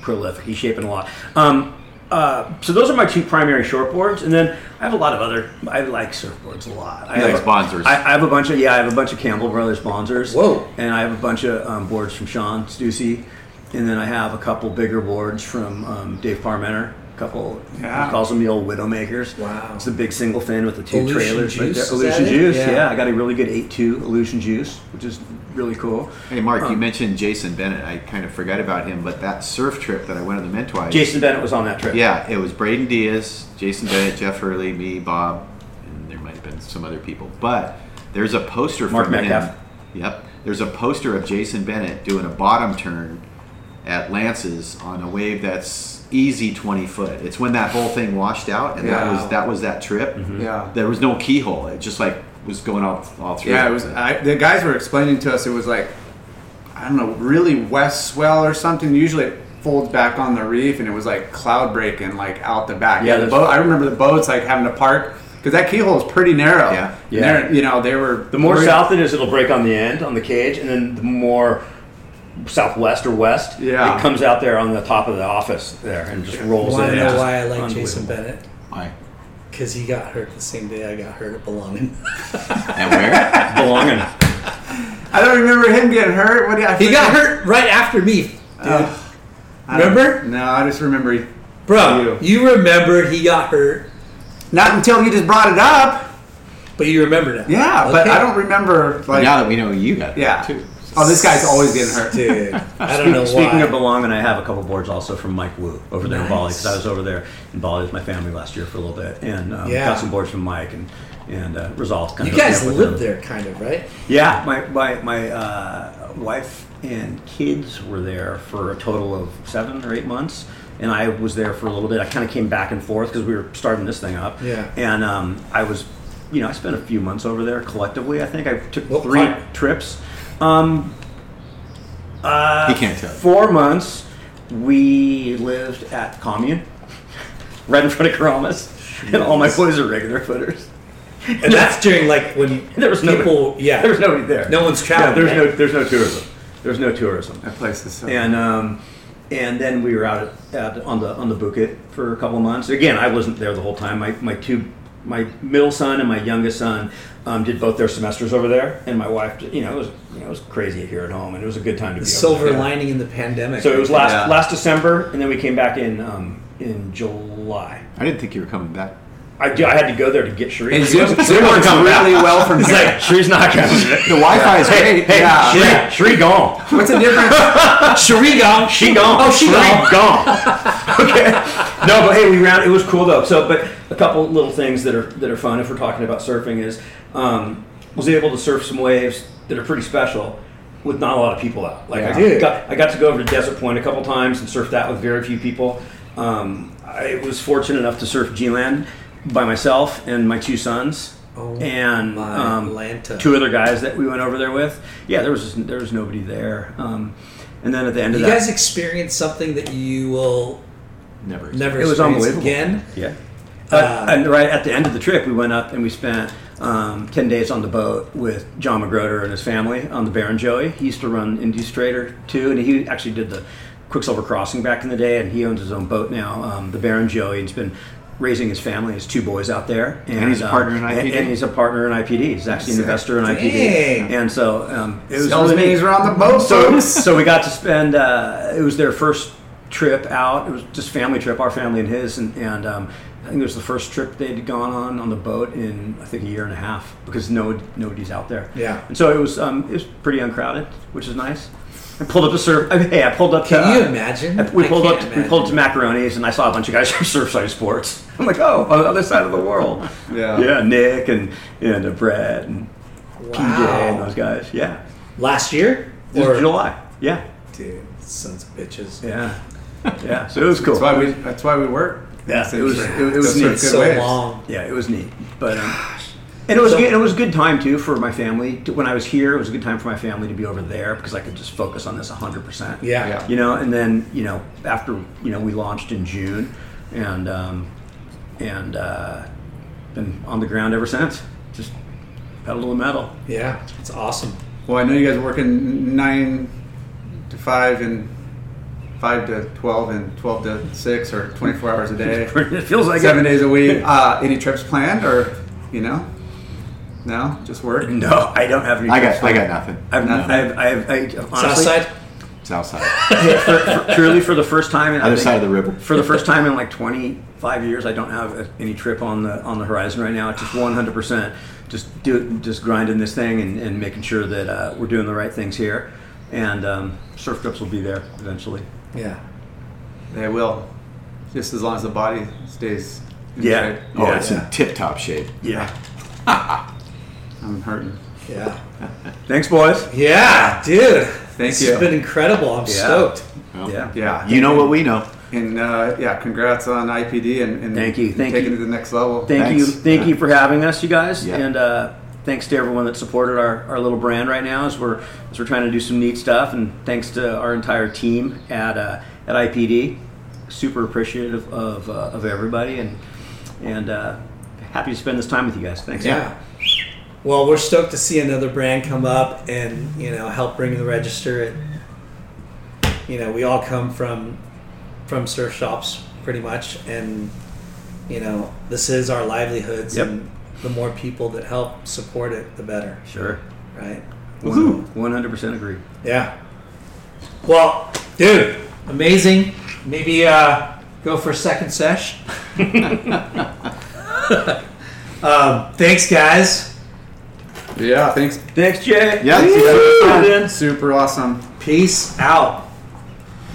[SPEAKER 4] prolific. He's shaping a lot. Um, uh, so those are my two primary shortboards, and then I have a lot of other. I like surfboards a lot. I
[SPEAKER 5] You
[SPEAKER 4] have
[SPEAKER 5] like
[SPEAKER 4] a-
[SPEAKER 5] Bonzers.
[SPEAKER 4] I, I have a bunch of yeah. I have a bunch of Campbell Brothers Bonzers.
[SPEAKER 9] Whoa.
[SPEAKER 4] And I have a bunch of um, boards from Sean Stussy, and then I have a couple bigger boards from um, Dave Parmenter. A couple
[SPEAKER 3] Yeah.
[SPEAKER 4] he calls them the old Widowmakers.
[SPEAKER 9] Wow.
[SPEAKER 4] It's the big single fin with the two
[SPEAKER 9] Aleutian
[SPEAKER 4] trailers. right
[SPEAKER 9] Juice,
[SPEAKER 4] there.
[SPEAKER 9] is
[SPEAKER 4] Aleutian
[SPEAKER 9] that it?
[SPEAKER 4] Juice.
[SPEAKER 9] Yeah.
[SPEAKER 4] yeah, I got a really good 8-2 Illusion Juice, which is really cool.
[SPEAKER 5] Hey Mark, you mentioned Jason Bennett. I kind of forgot about him, but that surf trip that I went on the Mentwise.
[SPEAKER 4] Jason Bennett was on that trip.
[SPEAKER 5] Yeah, it was Braden Diaz, Jason Bennett, Jeff Hurley, me, Bob, and there might have been some other people. But there's a poster
[SPEAKER 4] Mark
[SPEAKER 5] from
[SPEAKER 4] Metcalf.
[SPEAKER 5] him. Yep. There's a poster of Jason Bennett doing a bottom turn at Lance's on a wave that's easy 20 foot. It's when that whole thing washed out, and that
[SPEAKER 3] Wow.
[SPEAKER 5] was that was that trip.
[SPEAKER 4] Mm-hmm.
[SPEAKER 3] yeah.
[SPEAKER 5] There was no keyhole. It just like was going all all through.
[SPEAKER 3] Yeah, it was. I, the guys were explaining to us it was like, I don't know, really west swell or something. Usually it folds back on the reef, and it was like cloud breaking like out the back.
[SPEAKER 4] Yeah,
[SPEAKER 3] Yeah, the
[SPEAKER 4] there's-
[SPEAKER 3] boat. I remember the boats like having to park because that keyhole is pretty narrow.
[SPEAKER 5] Yeah.
[SPEAKER 3] And
[SPEAKER 4] Yeah.
[SPEAKER 3] they're- You know, they were
[SPEAKER 4] The more south it is, it'll break on the end, on the cage, and then the more southwest or west,
[SPEAKER 3] Yeah.
[SPEAKER 4] it comes out there on the top of the office there and just rolls
[SPEAKER 9] Want to
[SPEAKER 4] in.
[SPEAKER 9] know
[SPEAKER 4] It's just
[SPEAKER 9] why I like
[SPEAKER 4] unbelievable.
[SPEAKER 9] Jason Bennett?
[SPEAKER 5] Why?
[SPEAKER 9] Because he got hurt the same day I got hurt at Belonging.
[SPEAKER 5] And where?
[SPEAKER 4] Belonging.
[SPEAKER 3] I don't remember him getting hurt. What did I?
[SPEAKER 9] he got
[SPEAKER 3] forget.
[SPEAKER 9] hurt right after me, dude.
[SPEAKER 3] I don't-
[SPEAKER 9] Remember?
[SPEAKER 3] No, I just remember. He,
[SPEAKER 9] Bro,
[SPEAKER 3] You.
[SPEAKER 9] you remember he got hurt,
[SPEAKER 3] not until you just brought it up.
[SPEAKER 9] but you remember that.
[SPEAKER 3] Yeah, but
[SPEAKER 9] Okay.
[SPEAKER 3] I don't remember like.
[SPEAKER 5] now that we know you got that
[SPEAKER 3] yeah.
[SPEAKER 5] too.
[SPEAKER 3] Oh, this guy's always getting hurt.
[SPEAKER 9] Dude, I don't know why.
[SPEAKER 4] Speaking of belonging, I have a couple boards also from Mike Wu over there in Bali
[SPEAKER 9] Nice.
[SPEAKER 4] because I was over there in Bali with my family last year for a little bit, and um,
[SPEAKER 9] Yeah.
[SPEAKER 4] got some boards from Mike and and uh, resolved. Kind
[SPEAKER 9] you
[SPEAKER 4] of hooking
[SPEAKER 9] guys
[SPEAKER 4] up with
[SPEAKER 9] live
[SPEAKER 4] him.
[SPEAKER 9] there, kind of, right?
[SPEAKER 4] Yeah, my my my uh, wife and kids were there for a total of seven or eight months, and I was there for a little bit. I kind of came back and forth because we were starting this thing up.
[SPEAKER 9] Yeah.
[SPEAKER 4] and um, I was, you know, I spent a few months over there collectively. I think I took
[SPEAKER 9] What
[SPEAKER 4] three
[SPEAKER 9] part?
[SPEAKER 4] trips. Um, uh,
[SPEAKER 5] He can't tell.
[SPEAKER 4] Four months. We lived at commune, right in front of Karamas, and all my boys are regular footers.
[SPEAKER 9] And that's during like when
[SPEAKER 4] There was nobody-
[SPEAKER 9] people, yeah,
[SPEAKER 4] There was nobody there.
[SPEAKER 9] No one's
[SPEAKER 4] Yeah,
[SPEAKER 9] traveling.
[SPEAKER 4] there's no
[SPEAKER 9] right?
[SPEAKER 4] there's no tourism. There's no tourism.
[SPEAKER 3] That place is so.
[SPEAKER 4] And um, and then we were out at, at on the on the Bukit for a couple of months. Again, I wasn't there the whole time. My my two my middle son and my youngest son um, did both their semesters over there, and my wife, you know, it was you know, it was crazy here at home, and it was a good time to
[SPEAKER 9] The
[SPEAKER 4] be over
[SPEAKER 9] silver
[SPEAKER 4] there.
[SPEAKER 9] lining in the pandemic.
[SPEAKER 4] So it was
[SPEAKER 9] right?
[SPEAKER 4] last last December, and then we came back in um, in July.
[SPEAKER 5] I didn't think you were coming back.
[SPEAKER 4] I do. I had to go there to get Sheree.
[SPEAKER 3] And
[SPEAKER 4] She
[SPEAKER 3] Zoom-
[SPEAKER 4] wasn't- she
[SPEAKER 3] Zoom
[SPEAKER 4] wasn't
[SPEAKER 3] works
[SPEAKER 4] coming
[SPEAKER 3] really
[SPEAKER 4] back.
[SPEAKER 3] well from
[SPEAKER 4] It's
[SPEAKER 3] here.
[SPEAKER 4] like, Sheree's not coming.
[SPEAKER 3] The Wi-Fi is
[SPEAKER 4] Hey,
[SPEAKER 3] great,
[SPEAKER 4] Hey,
[SPEAKER 3] yeah.
[SPEAKER 4] Sheree, Sheree gone.
[SPEAKER 3] What's the difference?
[SPEAKER 4] Sheree gone. She gone.
[SPEAKER 3] Oh, she
[SPEAKER 4] Sheree gone. okay. No, but hey, we ran. It was cool though. So, but a couple little things that are that are fun if we're talking about surfing is um, was able to surf some waves that are pretty special with not a lot of people out. Like
[SPEAKER 5] Yeah.
[SPEAKER 4] I, got, I got to go over to Desert Point a couple times and surf that with very few people. Um, I was fortunate enough to surf G-Land by myself and my two sons.
[SPEAKER 9] Oh,
[SPEAKER 4] and
[SPEAKER 9] my
[SPEAKER 4] um,
[SPEAKER 9] Lanta.
[SPEAKER 4] two other guys that we went over there with. Yeah, there was just, there was nobody there. Um, and then at the end
[SPEAKER 9] You
[SPEAKER 4] of that,
[SPEAKER 9] guys experienced something that you will
[SPEAKER 5] Never.
[SPEAKER 9] never
[SPEAKER 4] it was
[SPEAKER 9] experience
[SPEAKER 4] unbelievable.
[SPEAKER 9] again.
[SPEAKER 4] Yeah. Uh, and right at the end of the trip, we went up and we spent um, 10 days on the boat with John McGroder and his family on the Baron Joey. He used to run Induce Trader too, and he actually did the Quicksilver Crossing back in the day, and he owns his own boat now, um, the Baron Joey, and has been raising his family, his two boys out there. And,
[SPEAKER 5] he's a
[SPEAKER 4] um,
[SPEAKER 5] partner in
[SPEAKER 4] and-
[SPEAKER 5] IPD.
[SPEAKER 4] And he's a partner in IPD. He's actually an investor in IPD.
[SPEAKER 9] Dang.
[SPEAKER 4] And so um, it was
[SPEAKER 3] Tells
[SPEAKER 4] really
[SPEAKER 3] me
[SPEAKER 4] neat
[SPEAKER 3] he's around the boat,
[SPEAKER 4] so,
[SPEAKER 3] folks.
[SPEAKER 4] so we got to spend. Uh, it was their first trip out. It was just family trip, our family and his, and, and um, I think it was the first trip they'd gone on on the boat in I think a year and a half because no nobody's out there.
[SPEAKER 9] Yeah.
[SPEAKER 4] and so it was um, it was pretty uncrowded, which is nice. I pulled up to surf. I, hey, I pulled up.
[SPEAKER 9] Can
[SPEAKER 4] to,
[SPEAKER 9] you
[SPEAKER 4] uh,
[SPEAKER 9] imagine?
[SPEAKER 4] I- we
[SPEAKER 9] I
[SPEAKER 4] pulled up.
[SPEAKER 9] can't
[SPEAKER 4] We pulled up to Macaroni's, and I saw a bunch of guys from Surfside Sports. I'm like, oh, on the other side of the world.
[SPEAKER 5] Yeah.
[SPEAKER 4] Yeah, Nick and and uh, Brett and
[SPEAKER 9] imagine.
[SPEAKER 4] PJ and
[SPEAKER 9] Wow.
[SPEAKER 4] those guys. Yeah,
[SPEAKER 9] Last year?
[SPEAKER 4] it was July. Yeah.
[SPEAKER 9] Dude, sons of bitches.
[SPEAKER 4] Yeah. Yeah. So it was cool.
[SPEAKER 3] That's why we. That's why we work.
[SPEAKER 4] Yeah, it was- it- it was
[SPEAKER 3] Those are
[SPEAKER 4] neat.
[SPEAKER 3] good
[SPEAKER 9] so
[SPEAKER 3] waves.
[SPEAKER 9] long.
[SPEAKER 4] yeah, it was neat. But um, and it was
[SPEAKER 9] So-
[SPEAKER 4] good, it was a good time too for my family. To, when I was here, it was a good time for my family to be over there because I could just focus on this 100%.
[SPEAKER 9] Yeah.
[SPEAKER 5] Yeah.
[SPEAKER 4] You know, and then, you know, after, you know, we launched in June and um and uh been on the ground ever since. Just pedal to the metal.
[SPEAKER 9] Yeah, it's awesome.
[SPEAKER 3] Well, I know you guys are working nine to five and five to twelve and twelve to six or twenty-four hours a day,
[SPEAKER 4] it feels like
[SPEAKER 3] seven
[SPEAKER 4] it.
[SPEAKER 3] days a week. Uh, any trips planned or you know? No, just work.
[SPEAKER 4] No, I don't have any
[SPEAKER 5] I got I got nothing.
[SPEAKER 4] I've,
[SPEAKER 3] nothing.
[SPEAKER 4] I've, I've, I honestly,
[SPEAKER 9] Southside?
[SPEAKER 5] South side,
[SPEAKER 4] for, for, truly for the first time in I
[SPEAKER 5] other
[SPEAKER 4] think-
[SPEAKER 5] side of the river.
[SPEAKER 4] for the first time in like 25 years, I don't have a- any trip on the on the horizon right now. It's just 100 percent, just do just grinding this thing and, and making sure that uh, we're doing the right things here. And um, surf trips will be there eventually.
[SPEAKER 3] Yeah, they will. Just as long as the body stays. in
[SPEAKER 4] Yeah.
[SPEAKER 3] shape.
[SPEAKER 5] Oh,
[SPEAKER 4] Yeah.
[SPEAKER 5] it's in tip top shape.
[SPEAKER 4] Yeah.
[SPEAKER 3] Oh, I'm hurting.
[SPEAKER 9] Yeah.
[SPEAKER 4] Thanks, boys.
[SPEAKER 9] Yeah, dude.
[SPEAKER 3] Thank
[SPEAKER 9] This
[SPEAKER 3] you.
[SPEAKER 9] has been incredible. I'm
[SPEAKER 4] Yeah.
[SPEAKER 9] stoked.
[SPEAKER 5] Well,
[SPEAKER 4] Yeah.
[SPEAKER 3] Yeah,
[SPEAKER 5] You know what we know.
[SPEAKER 3] And uh, yeah, congrats on IPD and, and
[SPEAKER 4] Thank you, thank
[SPEAKER 3] taking
[SPEAKER 4] you.
[SPEAKER 3] it to the next level.
[SPEAKER 4] Thank you,
[SPEAKER 5] Thanks.
[SPEAKER 4] thank you for having us, you guys,
[SPEAKER 5] Yeah.
[SPEAKER 4] and uh, thanks to everyone that supported our, our little brand right now as we're as we're trying to do some neat stuff, and thanks to our entire team at uh, at IPD. Super appreciative of uh, of everybody, and and uh, happy to spend this time with you guys. Thanks.
[SPEAKER 9] Yeah. Well, we're stoked to see another brand come up and you know help bring the register. It, you know, we all come from from surf shops pretty much, and you know this is our livelihoods.
[SPEAKER 4] Yep.
[SPEAKER 9] And the more people that help support it, the better,
[SPEAKER 4] Sure.
[SPEAKER 9] right?
[SPEAKER 4] One hundred percent agree.
[SPEAKER 9] Yeah. Well, dude, amazing. Maybe uh, go for a second sesh. um, thanks, guys.
[SPEAKER 3] Yeah, thanks.
[SPEAKER 4] Thanks, Jay.
[SPEAKER 5] Yeah.
[SPEAKER 3] Thanks, you guys.
[SPEAKER 4] Woo!
[SPEAKER 3] Super awesome.
[SPEAKER 9] Peace out.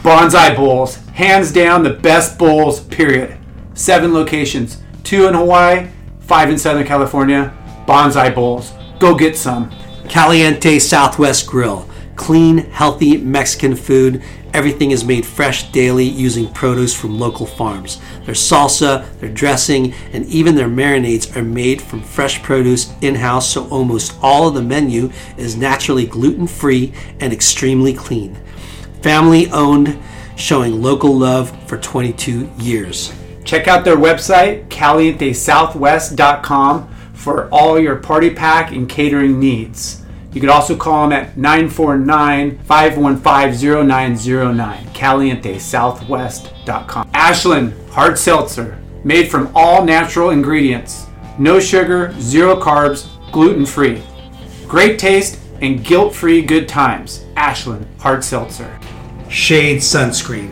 [SPEAKER 3] Bonsai Bowls, hands down the best bowls, period. Seven locations, two in Hawaii, five in Southern California. Bonsai Bowls, go get some.
[SPEAKER 1] Caliente Southwest Grill. Clean, healthy Mexican food. Everything is made fresh daily using produce from local farms. Their salsa, their dressing, and even their marinades are made from fresh produce in house, so almost all of the menu is naturally gluten free and extremely clean. Family owned, showing local love for 22 years.
[SPEAKER 3] Check out their website, calientesouthwest.com, for all your party pack and catering needs. You could also call them at 949-515-0909, calientesouthwest.com. Ashland Hard Seltzer, made from all natural ingredients. No sugar, zero carbs, gluten-free. Great taste and guilt-free good times. Ashland Hard Seltzer.
[SPEAKER 9] Shade Sunscreen.